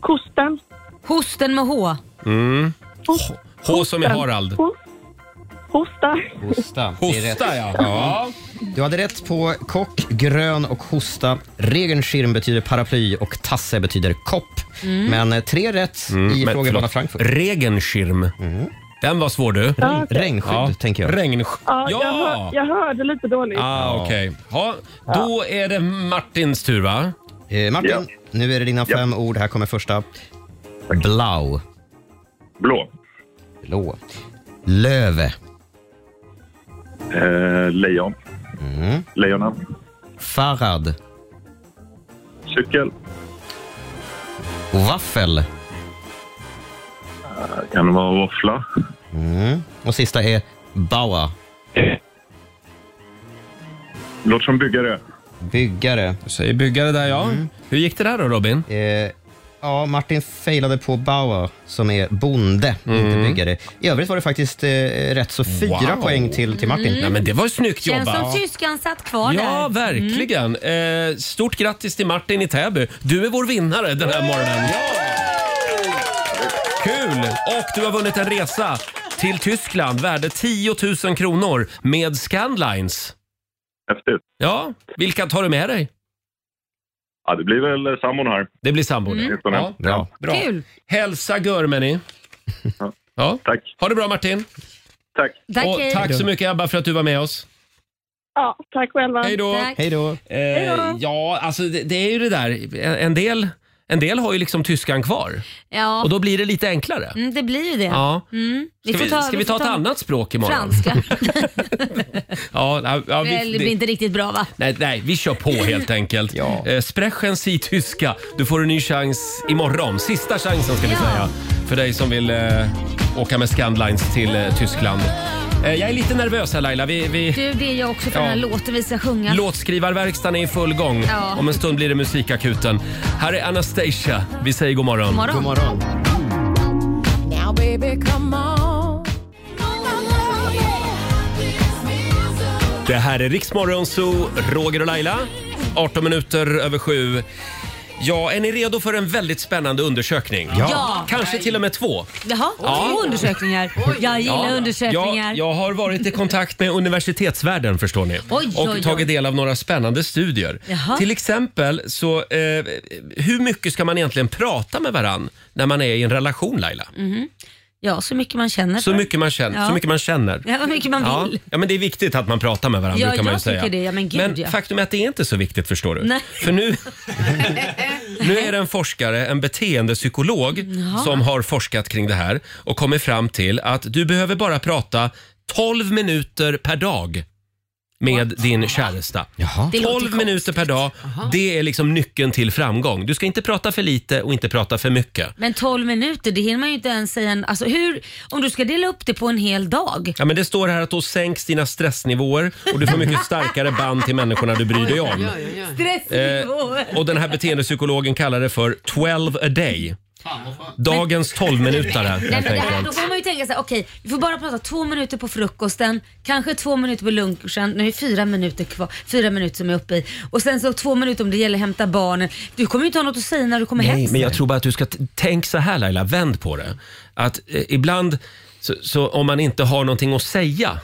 Speaker 5: Kosten.
Speaker 2: Hosten med H.
Speaker 1: Mm. H som i Harald.
Speaker 5: Hosta.
Speaker 3: Hosta.
Speaker 1: Det är rätt. Hosta, ja. Ja.
Speaker 3: Du hade rätt på kock, grön och hosta. Regenschirm betyder paraply och tasse betyder kopp.
Speaker 1: Mm.
Speaker 3: Men eh, tre rätt
Speaker 1: Mm,
Speaker 3: i
Speaker 1: men
Speaker 3: frågebana
Speaker 1: förlåt.
Speaker 3: Frankfurt.
Speaker 1: Regenschirm. Den var svår du.
Speaker 5: Ja, okej.
Speaker 3: regnskydd, tänker jag.
Speaker 1: Regnskydd.
Speaker 5: Ja,
Speaker 1: Ja!
Speaker 5: Jag, hör, jag hörde lite dåligt.
Speaker 1: Ah, Okej. Ja, då är det Martins tur, va?
Speaker 3: Eh, Martin,
Speaker 1: Ja.
Speaker 3: nu är det dina fem ord. Här kommer första. Blau.
Speaker 12: Blå.
Speaker 3: Blå. Löve.
Speaker 12: Eh, lejon. Lejonen.
Speaker 3: Farad.
Speaker 12: Cykel.
Speaker 3: Vaffel.
Speaker 12: Eh, kan det vara våffla?
Speaker 3: Mm. Och sista är Baua.
Speaker 12: Låter som byggare.
Speaker 3: Byggare.
Speaker 1: Du säger byggare där, ja. Mm. Hur gick det där då, Robin?
Speaker 3: Eh, ja, Martin failade på Baua som är bonde, inte byggare. I övrigt var det faktiskt eh, rätt, så fyra
Speaker 1: Mm. Wow.
Speaker 3: poäng till, till Martin.
Speaker 1: Mm. Nej, men det var ju snyggt
Speaker 2: Känns
Speaker 1: jobbat.
Speaker 2: som tyskan satt kvar där.
Speaker 1: Ja, verkligen. Eh, stort grattis till Martin i Täby. Du är vår vinnare den här morgonen. Kul! Och du har vunnit en resa till Tyskland värde 10 000 kronor med Scandlines.
Speaker 12: Häftigt.
Speaker 1: Ja, vilka tar du med dig?
Speaker 12: Ja, det blir väl sambon här.
Speaker 1: Det blir sambon.
Speaker 12: Mm.
Speaker 1: Ja, bra. bra.
Speaker 12: Kul.
Speaker 1: Hälsa Görmeni. Ja.
Speaker 12: Tack.
Speaker 1: Ha det bra Martin.
Speaker 12: Tack.
Speaker 1: Och tack så mycket Ebba för att du var med oss.
Speaker 5: Ja, tack själva.
Speaker 1: Hej då! Eh, ja, alltså det, det är ju det där. En- En del, en del har ju liksom tyskan kvar.
Speaker 2: Ja.
Speaker 1: Och då blir det lite enklare.
Speaker 2: Mm, det blir ju det.
Speaker 1: Ja.
Speaker 2: Mm.
Speaker 1: Ska vi, ska vi ta ett annat språk imorgon?
Speaker 2: Franska.
Speaker 1: Ja, ja, ja,
Speaker 2: Väl,
Speaker 1: vi,
Speaker 2: det blir
Speaker 1: det,
Speaker 2: inte riktigt bra va?
Speaker 1: nej, nej, vi kör på helt enkelt. ja. eh, sprechen si tyska. Du får en ny chans imorgon. Sista chansen ska vi
Speaker 2: Ja.
Speaker 1: säga. För dig som vill eh, åka med Scandlines till eh, Tyskland. Eh, jag är lite nervös här Laila. Vi, vi...
Speaker 2: Du, det är jag också för
Speaker 1: Ja.
Speaker 2: den här låten vi ska sjunga.
Speaker 1: Låtskrivarverkstan är i full gång.
Speaker 2: Ja.
Speaker 1: Om en stund blir det musikakuten. Här är Anastasia. Vi säger god morgon.
Speaker 13: God morgon. God morgon. Now baby come on
Speaker 1: Det här är Riksmorgon Zoo, Roger och Laila. 18 minuter över sju. Ja, är ni redo för en väldigt spännande undersökning?
Speaker 2: Ja. Ja.
Speaker 1: Kanske till och med två.
Speaker 2: Jaha,
Speaker 1: Ja.
Speaker 2: två undersökningar. Jag gillar
Speaker 1: Ja.
Speaker 2: undersökningar.
Speaker 1: Jag, jag har varit i kontakt med universitetsvärlden förstår ni.
Speaker 2: oj,
Speaker 1: och
Speaker 2: oj.
Speaker 1: tagit del av några spännande studier.
Speaker 2: Jaha.
Speaker 1: Till exempel så, eh, hur mycket ska man egentligen prata med varann när man är i en relation Laila?
Speaker 2: Mhm. Ja, så mycket man känner
Speaker 1: Så
Speaker 2: för.
Speaker 1: mycket man känner.
Speaker 2: Ja.
Speaker 1: Så mycket man, känner.
Speaker 2: Ja, vad mycket man
Speaker 1: Ja.
Speaker 2: vill.
Speaker 1: Ja, men det är viktigt att man pratar med varandra
Speaker 2: Ja,
Speaker 1: brukar man ju
Speaker 2: jag
Speaker 1: säga.
Speaker 2: tycker det. Ja, men gud, ja.
Speaker 1: faktum är att det är inte så viktigt förstår du.
Speaker 2: Nej.
Speaker 1: För nu, nu är det en forskare, en beteendepsykolog
Speaker 2: Ja.
Speaker 1: som har forskat kring det här och kommit fram till att du behöver bara prata 12 minuter per dag med din käresta.
Speaker 2: Det låter
Speaker 1: 12 minuter per dag, det är liksom nyckeln till framgång. Du ska inte prata för lite och inte prata för mycket.
Speaker 2: Men 12 minuter, det hinner man ju inte ens säga. En, alltså hur, om du ska dela upp det på en hel dag.
Speaker 1: Ja, men det står här att då sänks dina stressnivåer och du får mycket starkare band till människorna du bryr dig om. Eh, och den här beteendepsykologen kallar det för 12 a day. Dagens 12-minutare
Speaker 2: Nej,
Speaker 1: helt
Speaker 2: men det här, då
Speaker 1: enkelt.
Speaker 2: får man ju tänka så här, okej, vi får bara prata två minuter på frukosten, kanske två minuter på lunchen, nu är det fyra minuter kvar, fyra minuter som jag är uppe i. Och sen så två minuter om det gäller att hämta barnen. Du kommer ju inte ha något att säga när du kommer hem
Speaker 1: Nej,
Speaker 2: sen.
Speaker 1: men jag tror bara att du ska t- tänk så här Laila, vänd på det. Att eh, ibland så, så om man inte har någonting att säga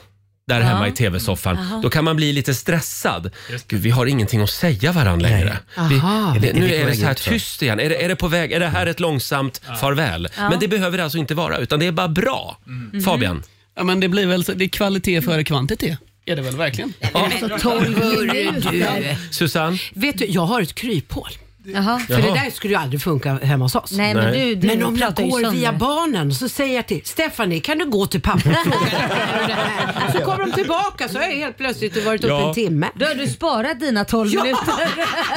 Speaker 1: där
Speaker 2: Ja.
Speaker 1: hemma i tv-soffan,
Speaker 2: Jaha.
Speaker 1: då kan man bli lite stressad. Gud, vi har ingenting att säga varandra längre. Vi,
Speaker 6: Aha. Är vi- är vi
Speaker 1: nu
Speaker 6: på
Speaker 1: är det
Speaker 6: väg
Speaker 1: så här
Speaker 6: ut för?
Speaker 1: tyst igen. Är det, är det på väg? Är det här ett långsamt farväl?
Speaker 7: Ja.
Speaker 1: Men det behöver det alltså inte vara, utan det är bara bra.
Speaker 2: Mm.
Speaker 1: Fabian?
Speaker 7: Ja, men det blir väl så- det är kvalitet före kvantitet. Är det väl verkligen?
Speaker 6: Alltså, 12 minuter.
Speaker 1: Susanne?
Speaker 6: Vet du, jag har ett kryphål.
Speaker 2: Jaha.
Speaker 6: För det där skulle ju aldrig funka hemma hos oss.
Speaker 2: Nej, men Nej. du- du
Speaker 6: Men om jag
Speaker 2: pratar ju
Speaker 6: går
Speaker 2: sönder.
Speaker 6: via barnen så säger jag till Stephanie, kan du gå till pappa och fråga hur det här är?" Så kommer de tillbaka så har jag helt plötsligt varit uppe
Speaker 1: Ja.
Speaker 6: en timme.
Speaker 2: Då har du sparat dina 12 minuter.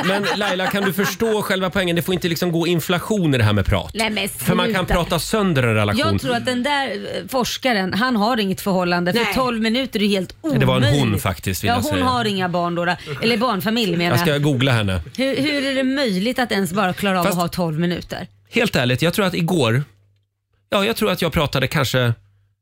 Speaker 1: Men Laila, kan du förstå själva poängen? Det får inte liksom gå inflation i det här med prat.
Speaker 2: Nej, men
Speaker 1: För man kan
Speaker 2: sluta.
Speaker 1: prata sönder en relation.
Speaker 2: Jag tror att den där eh, forskaren, han har inget förhållande för 12 minuter är helt
Speaker 1: Nej,
Speaker 2: omöjligt.
Speaker 1: det var en hon faktiskt, vill
Speaker 2: ja,
Speaker 1: jag
Speaker 2: hon
Speaker 1: säga.
Speaker 2: har inga barn då, eller barnfamilj menar
Speaker 1: Jag ska googla henne.
Speaker 2: Hur, hur är det möjligt att ens bara klara av att ha 12 minuter?
Speaker 1: Helt ärligt, jag tror att igår, ja jag tror att jag pratade kanske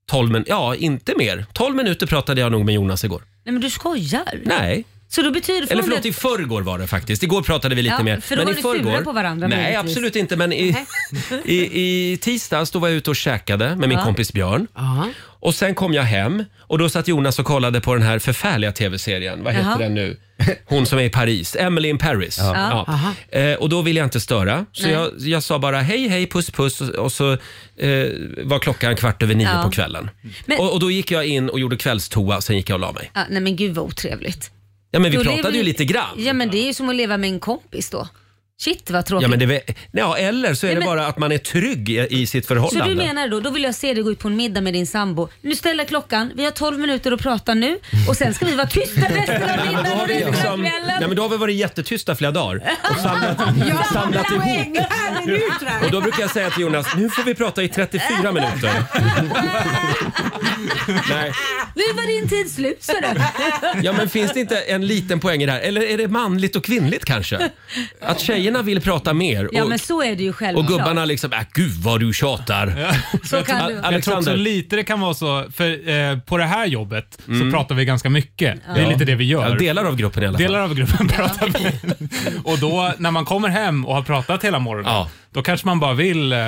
Speaker 1: 12 minuter, ja inte mer. 12 minuter pratade jag nog med Jonas igår.
Speaker 2: Nej men du skojar?
Speaker 1: Nej.
Speaker 2: Så då betyder
Speaker 1: Eller
Speaker 2: från
Speaker 1: förlåt, i förrgår var det faktiskt. Igår pratade vi lite
Speaker 2: Ja,
Speaker 1: mer.
Speaker 2: för då
Speaker 1: men
Speaker 2: var
Speaker 1: i
Speaker 2: ni sura
Speaker 1: förrgår,
Speaker 2: på varandra
Speaker 1: Nej,
Speaker 2: möjligtvis.
Speaker 1: absolut inte. Men i, i, i tisdags då var jag ute och käkade med min
Speaker 6: Ja.
Speaker 1: kompis Björn. Och sen kom jag hem och då satt Jonas och kollade på den här förfärliga tv-serien. Vad heter
Speaker 6: Jaha.
Speaker 1: den nu? Hon som är i Paris. Emily in Paris.
Speaker 6: Ja. Ja.
Speaker 1: Eh, och då ville jag inte störa. Så
Speaker 6: Nej.
Speaker 1: jag, jag sa bara hej, hej, puss, puss. Och, och så eh, var klockan kvart över nio
Speaker 2: Ja.
Speaker 1: på kvällen.
Speaker 2: Men-
Speaker 1: Och, och då gick jag in och gjorde kvällstoa, sen gick jag och la mig.
Speaker 2: Ja, nej men gud vad otrevligt.
Speaker 1: Ja, men vi
Speaker 2: Då
Speaker 1: pratade
Speaker 2: lever-
Speaker 1: ju lite grann.
Speaker 2: Ja men det är ju som att leva med en kompis då. Shit vad tråkigt.
Speaker 1: Ja, men det, är väl- ja, eller så är
Speaker 2: Nej,
Speaker 1: det
Speaker 2: men-
Speaker 1: bara att man är trygg i, i sitt förhållande.
Speaker 2: så du menar då, då vill jag se dig gå ut på en middag med din sambo. Nu ställer jag klockan, vi har 12 minuter att prata nu och sen ska vi vara tysta resten av
Speaker 1: Men då
Speaker 2: middagen
Speaker 1: har
Speaker 2: och
Speaker 1: vi
Speaker 2: resten av
Speaker 1: liksom,
Speaker 2: kvällen.
Speaker 1: nej men då har vi varit jättetysta flera dagar och samlat,
Speaker 2: Ja,
Speaker 1: samlat
Speaker 2: men
Speaker 1: ihop. Och då brukar jag säga till Jonas, nu får vi prata i 34 minuter. Nej.
Speaker 2: Nu var din tid slut så du.
Speaker 1: Ja men finns det inte en liten poäng i det här? Eller är det manligt och kvinnligt kanske? Att tjejerna vill prata mer
Speaker 2: Ja
Speaker 1: och,
Speaker 2: men så är det ju
Speaker 1: och
Speaker 2: självklart.
Speaker 1: gubbarna liksom, äh, gud vad du tjatar.
Speaker 2: Så kan
Speaker 1: Al-
Speaker 2: du.
Speaker 10: Jag tror också
Speaker 1: Alexander.
Speaker 10: lite det kan vara så, för eh, på det här jobbet
Speaker 1: Mm.
Speaker 10: så pratar vi ganska mycket. Det
Speaker 1: Ja.
Speaker 10: är lite det vi gör.
Speaker 1: Ja, delar av gruppen i alla fall.
Speaker 10: Delar av gruppen pratar vi. Och då när man kommer hem och har pratat hela morgonen, då kanske man bara vill eh,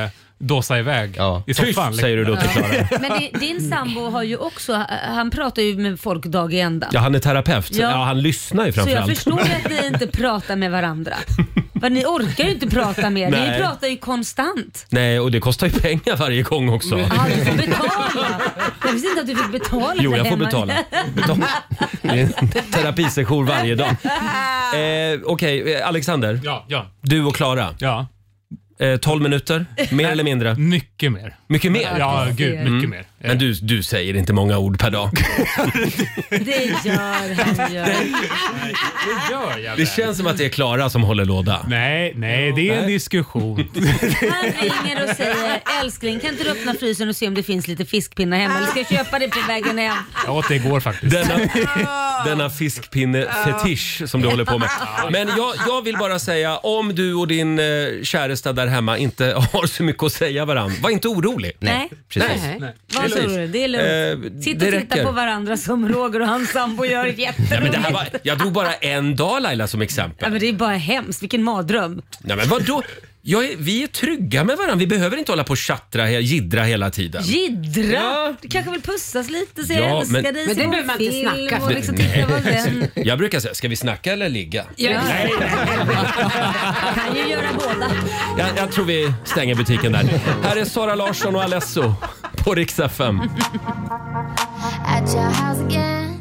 Speaker 10: dåsa iväg i
Speaker 1: Tyst,
Speaker 10: soffan. liksom.
Speaker 1: säger du då till Klara.
Speaker 2: Men di- din sambo har ju också, han pratar ju med folk dag i ända.
Speaker 1: Ja han är terapeut, ja,
Speaker 2: Ja.
Speaker 1: han lyssnar ju
Speaker 2: så jag
Speaker 1: framförallt.
Speaker 2: förstår ju att ni inte pratar med varandra. Vad, ni orkar ju inte prata mer. Ni
Speaker 1: Nej.
Speaker 2: pratar ju konstant.
Speaker 1: Nej, och det kostar ju pengar varje gång också.
Speaker 2: Ja, du får betala. Jag visste inte att du fick betala
Speaker 1: Jo,
Speaker 2: för
Speaker 1: jag får
Speaker 2: den.
Speaker 1: betala. Betala. Det är en terapisession varje dag. Eh, Okej, eh, Alexander.
Speaker 10: Ja, ja.
Speaker 1: Du och Klara.
Speaker 10: Ja.
Speaker 1: Eh, 12 minuter, mer eller mindre?
Speaker 10: Mycket mer.
Speaker 1: Mycket mer?
Speaker 10: Ja, gud, mycket
Speaker 2: Mm.
Speaker 10: mer.
Speaker 1: Men du, du säger inte många ord per dag.
Speaker 2: Det gör han ju.
Speaker 10: Det gör jag
Speaker 1: Det
Speaker 10: väl.
Speaker 1: känns som att det är Klara som håller låda.
Speaker 10: Nej, nej, det är en diskussion.
Speaker 2: Han ringer och säger älskling kan inte du öppna frysen och se om det finns lite fiskpinnar hemma eller ska jag köpa det på vägen hem?
Speaker 10: Jag åt det igår faktiskt.
Speaker 1: Denna, denna fiskpinne-fetisch som du håller på med. Men jag, jag vill bara säga, om du och din eh, käresta där hemma inte har så mycket att säga varandra, var inte orolig.
Speaker 2: Nej.
Speaker 1: precis.
Speaker 2: Nej.
Speaker 1: Nej.
Speaker 2: Vad
Speaker 1: Precis.
Speaker 2: tror du? Det är lugnt.
Speaker 1: Eh,
Speaker 2: Sitt och
Speaker 1: det
Speaker 2: titta
Speaker 1: räcker.
Speaker 2: på varandra som Roger och hans sambo gör. Jätteroligt.
Speaker 1: Ja, men det här var, jag drog bara en dag Laila som exempel.
Speaker 2: Ja, men det är bara hemskt. Vilken mardröm.
Speaker 1: Nej, men vadå? Jag är, vi är trygga med varandra. Vi behöver inte hålla på och tjattra, he- jiddra hela tiden.
Speaker 2: Jiddra!
Speaker 1: Ja.
Speaker 2: Du kanske vill pussas lite, säga
Speaker 1: Ja,
Speaker 2: jag älskar
Speaker 1: men-
Speaker 2: dig,
Speaker 6: Men
Speaker 2: se
Speaker 6: det
Speaker 2: på
Speaker 6: behöver man inte
Speaker 2: film
Speaker 6: snacka.
Speaker 2: och liksom titta på vän.
Speaker 1: Jag brukar säga, ska vi snacka eller ligga?
Speaker 2: Ja. Kan ju göra båda.
Speaker 1: Jag, jag tror vi stänger butiken där. Här är Sara Larsson och Alesso på Rix FM.
Speaker 13: At your house again.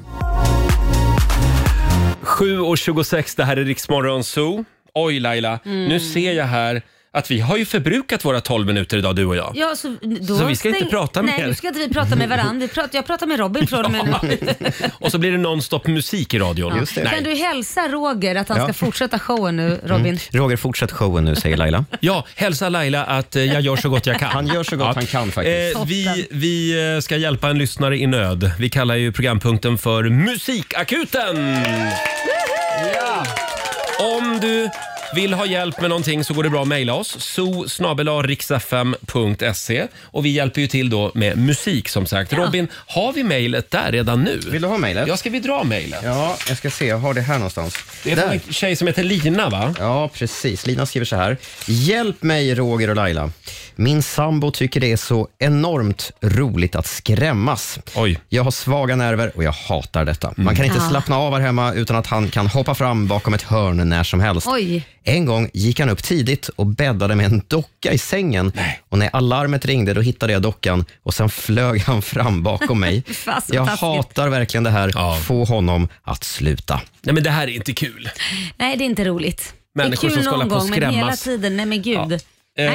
Speaker 1: 7.26, det här är Rix Morgon Zoo. Oj Laila,
Speaker 2: Mm.
Speaker 1: nu ser jag här att vi har ju förbrukat våra 12 minuter idag du och jag.
Speaker 2: Ja, så, då
Speaker 1: Så vi ska inte
Speaker 2: stäng-
Speaker 1: prata
Speaker 2: Nej,
Speaker 1: mer.
Speaker 2: nu ska inte vi prata med varandra. Vi pratar, jag pratar med Robin från och med nu.
Speaker 1: Och så blir det nonstop musik i radion.
Speaker 2: Kan du hälsa Roger att han
Speaker 1: Ja. Mm.
Speaker 2: ska fortsätta showen nu, Robin?
Speaker 1: Roger, fortsätt showen nu säger Laila. ja, hälsa Laila att eh, jag gör så gott jag kan.
Speaker 3: Han gör så gott han kan faktiskt.
Speaker 1: Eh, vi, vi eh, ska hjälpa en lyssnare i nöd. Vi kallar ju programpunkten för Musikakuten! Ja. Om du vill ha hjälp med någonting så går det bra att mejla oss. so och vi hjälper ju till då med musik som sagt. Robin, har vi mejlet där redan nu? Vill
Speaker 3: du ha mejlet?
Speaker 1: Ja, ska vi dra mejlet?
Speaker 3: Ja, jag ska se. Jag har det här någonstans.
Speaker 1: Det är från en tjej som heter Lina, va?
Speaker 3: Ja, precis. Lina skriver så här. Hjälp mig, Roger och Laila. Min sambo tycker det är så enormt roligt att skrämmas.
Speaker 1: Oj.
Speaker 3: Jag har svaga nerver och jag hatar detta. Man
Speaker 1: Mm.
Speaker 3: kan inte
Speaker 1: Ah.
Speaker 2: Ja.
Speaker 3: slappna av här hemma utan att han kan hoppa fram bakom ett hörn när som helst.
Speaker 2: Oj.
Speaker 3: En gång gick han upp tidigt och bäddade med en docka i sängen. Och när alarmet ringde då hittade jag dockan och sen flög han fram bakom mig.
Speaker 2: Fan, så
Speaker 3: jag
Speaker 2: taskigt.
Speaker 3: hatar verkligen det här. Få honom att sluta.
Speaker 1: Nej, men det här är inte kul.
Speaker 2: Nej, det är inte roligt.
Speaker 1: Människor
Speaker 2: det är kul
Speaker 1: som ska hålla
Speaker 2: någon
Speaker 1: på och
Speaker 2: gång, men hela
Speaker 1: skrämmas.
Speaker 2: tiden. Nej men gud.
Speaker 1: Eh,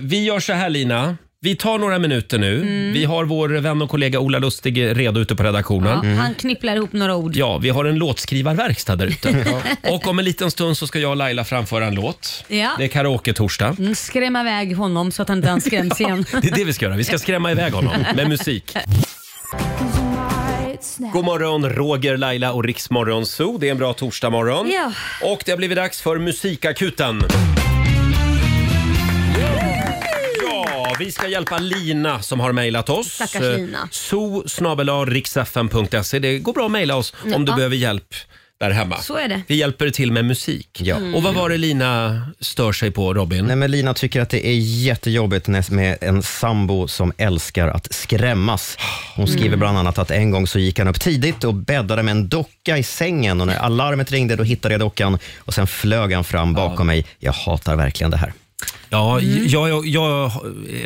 Speaker 1: vi gör så här Lina. Vi tar några minuter nu.
Speaker 2: Mm.
Speaker 1: Vi har vår vän och kollega Ola Lustig redo ute på redaktionen.
Speaker 2: Ja, Han knipplar ihop några ord.
Speaker 1: Mm. Ja, vi har en låtskrivarverkstad där ute. och om en liten stund så ska jag och Laila framföra en låt.
Speaker 2: Ja.
Speaker 1: Det är karaoke-torsdag.
Speaker 2: Mm, Skrämma iväg honom så att han inte ens skräms igen.
Speaker 1: Det är det vi ska göra. Vi ska skrämma iväg honom med musik. God morgon, Roger, Laila och Riksmorgon Zoo. Det är en bra torsdagmorgon.
Speaker 2: Ja.
Speaker 1: Och det har blivit dags för Musikakuten. Ja, Vi ska hjälpa Lina som har mejlat oss. Eh,
Speaker 2: Stackars Lina.
Speaker 1: so Det går bra att mejla oss om du
Speaker 2: Ja.
Speaker 1: behöver hjälp där hemma.
Speaker 2: Så är det.
Speaker 1: Vi hjälper till med musik.
Speaker 2: Mm.
Speaker 1: Och vad var det Lina stör sig på, Robin?
Speaker 3: Nej, men Lina tycker att det är jättejobbigt när- med en sambo som älskar att skrämmas. Hon skriver
Speaker 2: Mm.
Speaker 3: bland annat att en gång så gick han upp tidigt och bäddade med en docka i sängen och när alarmet ringde då hittade jag dockan och sen flög han fram bakom mig. Jag hatar verkligen det här.
Speaker 1: Ja,
Speaker 2: Mm.
Speaker 1: jag, jag, jag är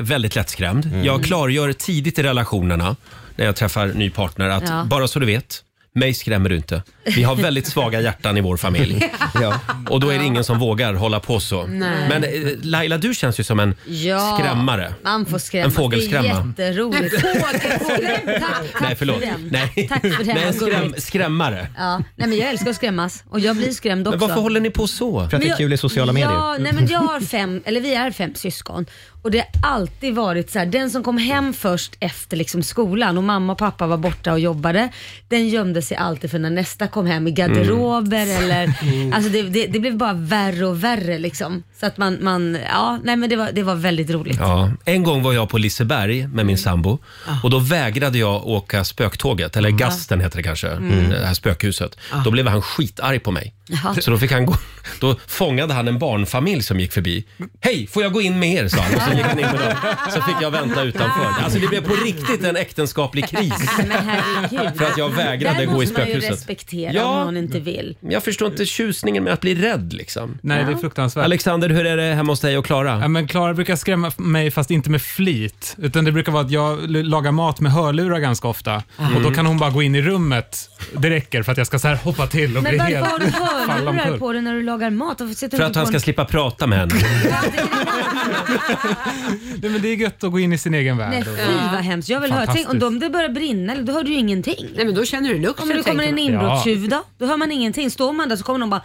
Speaker 1: väldigt lättskrämd. Jag klargör tidigt i relationerna när jag träffar ny partner att
Speaker 2: Ja.
Speaker 1: bara så du vet, mig skrämmer du inte. Vi har väldigt svaga hjärtan i vår familj.
Speaker 3: Ja.
Speaker 1: Och då är det ingen som vågar hålla på så.
Speaker 2: Nej.
Speaker 1: Men eh, Laila, du känns ju som en
Speaker 2: Ja,
Speaker 1: skrämmare.
Speaker 2: Man får skrämma.
Speaker 1: En fågelskrämma.
Speaker 2: Det är jätteroligt. Fågelskräm, tack, tack
Speaker 1: Nej, förlåt.
Speaker 2: för den.
Speaker 1: Nej.
Speaker 2: Tack för den,
Speaker 1: Nej,
Speaker 2: vad gulligt.
Speaker 1: skräm, skrämmare.
Speaker 2: Ja, nej men jag älskar att skrämmas och jag blir skrämd också.
Speaker 1: Men varför håller ni på så?
Speaker 3: För att det är
Speaker 2: Men jag-
Speaker 3: kul i sociala
Speaker 2: Ja,
Speaker 3: medier.
Speaker 2: nej men jag har fem, eller vi är fem syskon. Och det har alltid varit så här, den som kom hem först efter liksom skolan och mamma och pappa var borta och jobbade, den gömde sig alltid för när nästa kom hem i garderober eller,
Speaker 14: Mm.
Speaker 2: alltså det, det, det blev bara värre och värre liksom. Så att man, man ja, nej men det var, det var väldigt roligt.
Speaker 1: Ja, en gång var jag på Liseberg med min sambo
Speaker 2: Ah.
Speaker 1: och då vägrade jag åka spöktåget, eller Gasten heter det kanske,
Speaker 2: Mm.
Speaker 1: det här spökhuset.
Speaker 2: Ah.
Speaker 1: Då blev han skitarg på mig.
Speaker 2: Jaha.
Speaker 1: Så då, fick han gå, då fångade han en barnfamilj som gick förbi. Hej, får jag gå in med er? sa han. Och så gick han in med dem. Så fick jag
Speaker 2: Ah.
Speaker 1: vänta utanför. Alltså det blev på riktigt en äktenskaplig kris
Speaker 2: Äh, Men herregud.
Speaker 1: för att jag vägrade
Speaker 2: Däremot
Speaker 1: bo i
Speaker 2: måste man ju
Speaker 1: spökhuset.
Speaker 2: respektera
Speaker 1: Ja.
Speaker 2: om någon inte vill.
Speaker 1: Jag förstår inte tjusningen med att bli rädd liksom.
Speaker 10: Nej, det är fruktansvärt.
Speaker 1: Alexander, hur är det hemma hos dig och Klara?
Speaker 10: Ja, men Klara brukar skrämma mig, fast inte med flit. Utan det brukar vara att jag l- lagar mat med hörlurar ganska ofta.
Speaker 1: Mm.
Speaker 10: Och då kan hon bara gå in i rummet. Det räcker för att jag ska så här hoppa till och
Speaker 2: Men
Speaker 10: bli
Speaker 2: varför
Speaker 10: helt...
Speaker 2: har du
Speaker 10: falla
Speaker 2: hörlurar
Speaker 10: omkull.
Speaker 2: på dig när du lagar mat? Varför sätter du
Speaker 1: För
Speaker 2: inte
Speaker 1: att han
Speaker 2: på
Speaker 1: ska
Speaker 2: en-
Speaker 1: slippa prata med henne.
Speaker 10: Nej, men det är gött att gå in i sin egen värld.
Speaker 2: Nej
Speaker 10: och-
Speaker 2: fy vad hemskt. Jag vill höra. Tänk om de- det börjar brinna, eller då hör du ju ingenting.
Speaker 6: Nej men då känner du lukten.
Speaker 2: Om det kommer en
Speaker 6: tänker man.
Speaker 2: inbrottstjuv då? Då hör man ingenting. Står man där så kommer någon bara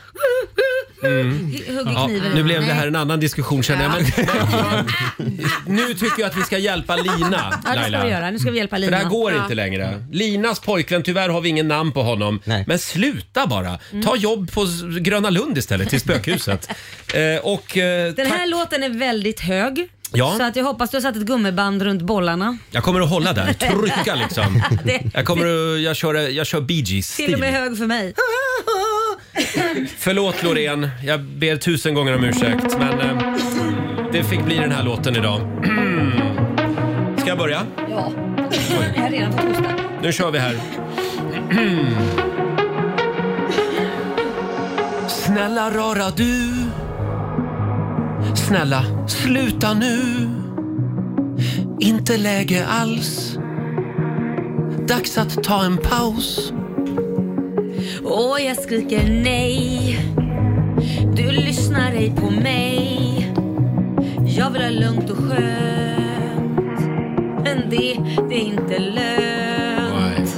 Speaker 1: Mm.
Speaker 2: hugger
Speaker 1: Ja,
Speaker 2: kniven.
Speaker 1: nu blev det här
Speaker 2: Nej.
Speaker 1: en annan diskussion känner jag. Men, nu tycker jag att vi ska hjälpa Lina,
Speaker 2: Ja det ska vi göra. Nu ska vi hjälpa Lina.
Speaker 1: För det här går
Speaker 2: Ja.
Speaker 1: inte längre. Linas pojkvän, tyvärr har vi ingen namn på honom. Men sluta bara!
Speaker 2: Mm.
Speaker 1: Ta jobb på s- Gröna Lund istället, till spökhuset. eh, och eh,
Speaker 2: Den
Speaker 1: tack-
Speaker 2: här låten är väldigt hög.
Speaker 1: Ja.
Speaker 2: Så att jag hoppas du har satt ett gummiband runt bollarna.
Speaker 1: jag kommer att hålla där, trycka liksom.
Speaker 2: Det-
Speaker 1: Jag, kommer att, jag, kör, eh, jag kör Bee
Speaker 2: Till och
Speaker 1: Gees-stil.
Speaker 2: med hög för mig.
Speaker 1: Förlåt Loreen, jag ber tusen gånger om ursäkt. Men eh, det fick bli den här låten idag. Ska jag börja?
Speaker 2: Ja. Jag har redan fått hosta.
Speaker 1: Nu kör vi här. Snälla rara du Snälla sluta nu Inte läge alls Dags att ta en paus
Speaker 2: Och jag skriker nej. Du lyssnar ej på mig. Jag vill ha lugnt och skönt. Men det, det är inte lönt.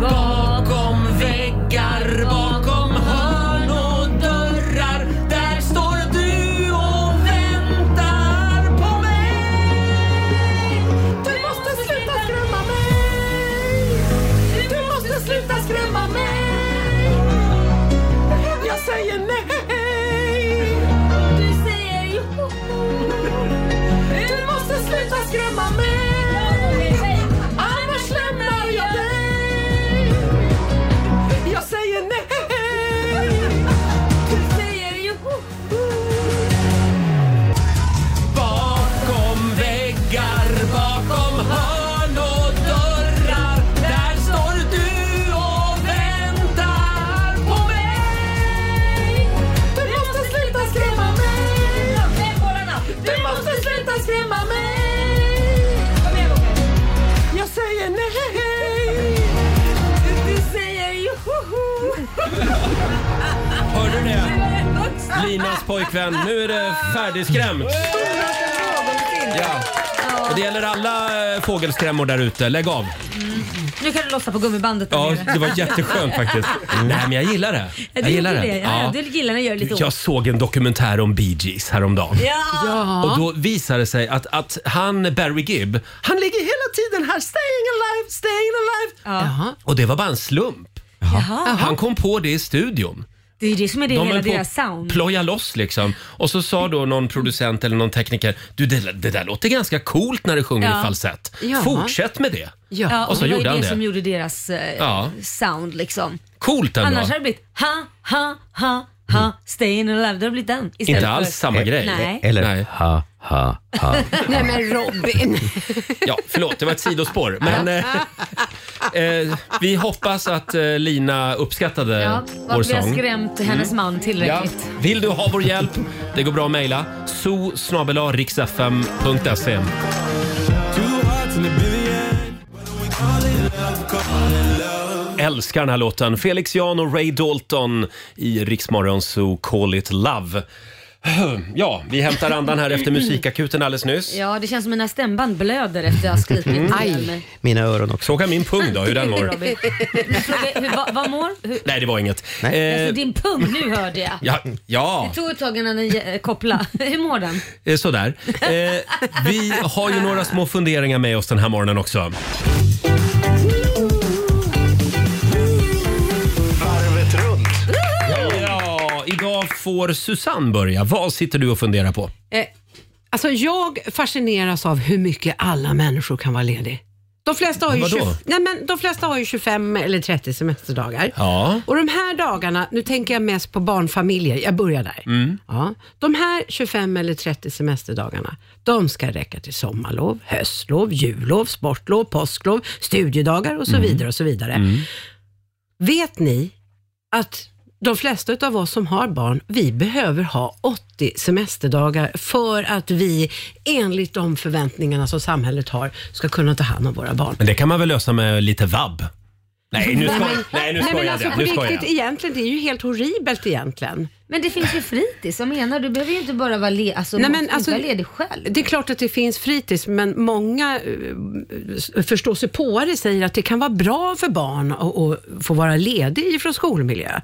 Speaker 2: Bakom väggar, bakom hörn och dörrar. Där står du och väntar på mig. Du måste sluta skrämma mig. Du måste sluta skrämma mig. Jag säger nej. Du säger jo. Du måste sluta skrämma mig. Annars lämnar jag dig. Jag säger nej. Du säger jo.
Speaker 1: Bakom väggar, bakom hörn och dörrar Där står du och väntar på mig
Speaker 2: Du måste sluta skrämma mig. Du måste sluta skrämma mig. Jag säger nej. Du säger jo.
Speaker 1: Hörde du det? Linas pojkvän, nu är det färdigskrämt. Ja. Och det gäller alla eh, fågelskrämmor där ute. Lägg av.
Speaker 2: Nu kan du lossa på gummibandet där
Speaker 1: Ja,
Speaker 2: nere.
Speaker 1: det var jätteskönt faktiskt. Nej, men jag gillar det.
Speaker 2: Ja,
Speaker 1: Jag gillar det.
Speaker 2: Ja,
Speaker 1: Ja.
Speaker 2: Du gillar när jag gör lite
Speaker 1: Jag såg en dokumentär om Bee Gees häromdagen.
Speaker 2: Ja.
Speaker 1: Och då visade det sig att, att han, Barry Gibb,
Speaker 4: Han ligger hela tiden här, staying alive, staying alive.
Speaker 1: Jaha. och det var bara en slump.
Speaker 2: Jaha.
Speaker 1: Han kom på det i studion.
Speaker 2: Det är ju det som är det hela
Speaker 1: höll på att
Speaker 2: deras sound.
Speaker 1: ploja loss liksom. Och så sa då någon producent eller någon tekniker, du det, det där låter ganska coolt när du sjunger
Speaker 2: Ja.
Speaker 1: i falsett.
Speaker 2: Ja.
Speaker 1: Fortsätt med det.
Speaker 2: Ja,
Speaker 1: Och så
Speaker 2: det var ju
Speaker 1: gjorde han
Speaker 2: det
Speaker 1: det.
Speaker 2: som gjorde deras eh,
Speaker 1: Ja.
Speaker 2: sound liksom.
Speaker 1: Coolt ändå. Mm.
Speaker 2: Annars hade det blivit ha, ha, ha, ha, stay in alive. Det hade blivit den istället
Speaker 1: Inte alls
Speaker 2: för-
Speaker 1: samma grej.
Speaker 2: Nej.
Speaker 1: Eller ha, ha, ha.
Speaker 6: Nej men Robin.
Speaker 1: Ja, förlåt, det var ett sidospår. Men eh, eh, vi hoppas att eh, Lina uppskattade
Speaker 2: Ja,
Speaker 1: vår
Speaker 2: varför vi
Speaker 1: sång.
Speaker 2: har skrämt hennes
Speaker 1: Mm.
Speaker 2: man tillräckligt.
Speaker 1: Ja. Vill du ha vår hjälp? Det går bra att mejla. so riksfm.se Älskar den här låten. Felix Jan och Ray Dalton i Riksmorgon Zoo Call It Love. Ja, vi hämtar andan här efter musikakuten alldeles nyss.
Speaker 2: Ja, det känns som mina stämband blöder efter jag har skrikit
Speaker 1: Mm.
Speaker 2: ihjäl mig.
Speaker 1: Mina öron också. Fråga min pung då, hur den mår.
Speaker 2: Robin. Men fråga, hur, vad, vad mår? Hur,
Speaker 1: Nej, det var inget.
Speaker 2: alltså,
Speaker 1: Eh,
Speaker 2: din pung, nu hörde jag.
Speaker 1: ja, ja.
Speaker 2: Det tog ett tag innan den eh, kopplade. Hur mår den?
Speaker 1: Eh, Sådär. Eh, vi har ju några små funderingar med oss den här morgonen också.
Speaker 4: Varvet runt.
Speaker 1: Ja, idag får Susanne börja. Vad sitter du och funderar på?
Speaker 6: Eh, alltså jag fascineras av hur mycket alla människor kan vara ledig. De flesta har ju,
Speaker 1: Vadå?
Speaker 6: 20, nej men de flesta har ju 25 eller 30 semesterdagar.
Speaker 1: Ja.
Speaker 6: Och de här dagarna, nu tänker jag mest på barnfamiljer, jag börjar där. Ja, de här 25 eller 30 semesterdagarna, de ska räcka till sommarlov, höstlov, jullov, sportlov, påsklov, studiedagar och så vidare. och så vidare. Vet ni att de flesta av oss som har barn, vi behöver ha 80 semesterdagar för att vi enligt de förväntningarna som samhället har ska kunna ta hand om våra barn.
Speaker 1: Men det kan man väl lösa med lite vabb? Nej, nu, skoj, nej, nu
Speaker 6: men
Speaker 1: skojar
Speaker 6: alltså,
Speaker 1: jag.
Speaker 6: på
Speaker 1: Nu skojar
Speaker 6: riktigt,
Speaker 1: jag.
Speaker 6: egentligen, det är ju helt horribelt egentligen.
Speaker 2: Men det finns ju fritids, vad menar du? Du behöver ju inte bara vara, le- alltså,
Speaker 6: Nej,
Speaker 2: Nej,
Speaker 6: men alltså-
Speaker 2: vara ledig själv.
Speaker 6: Det är klart att det finns fritids, men många eh, förståsigpåare säger att det kan vara bra för barn att, att få vara ledig från skolmiljö.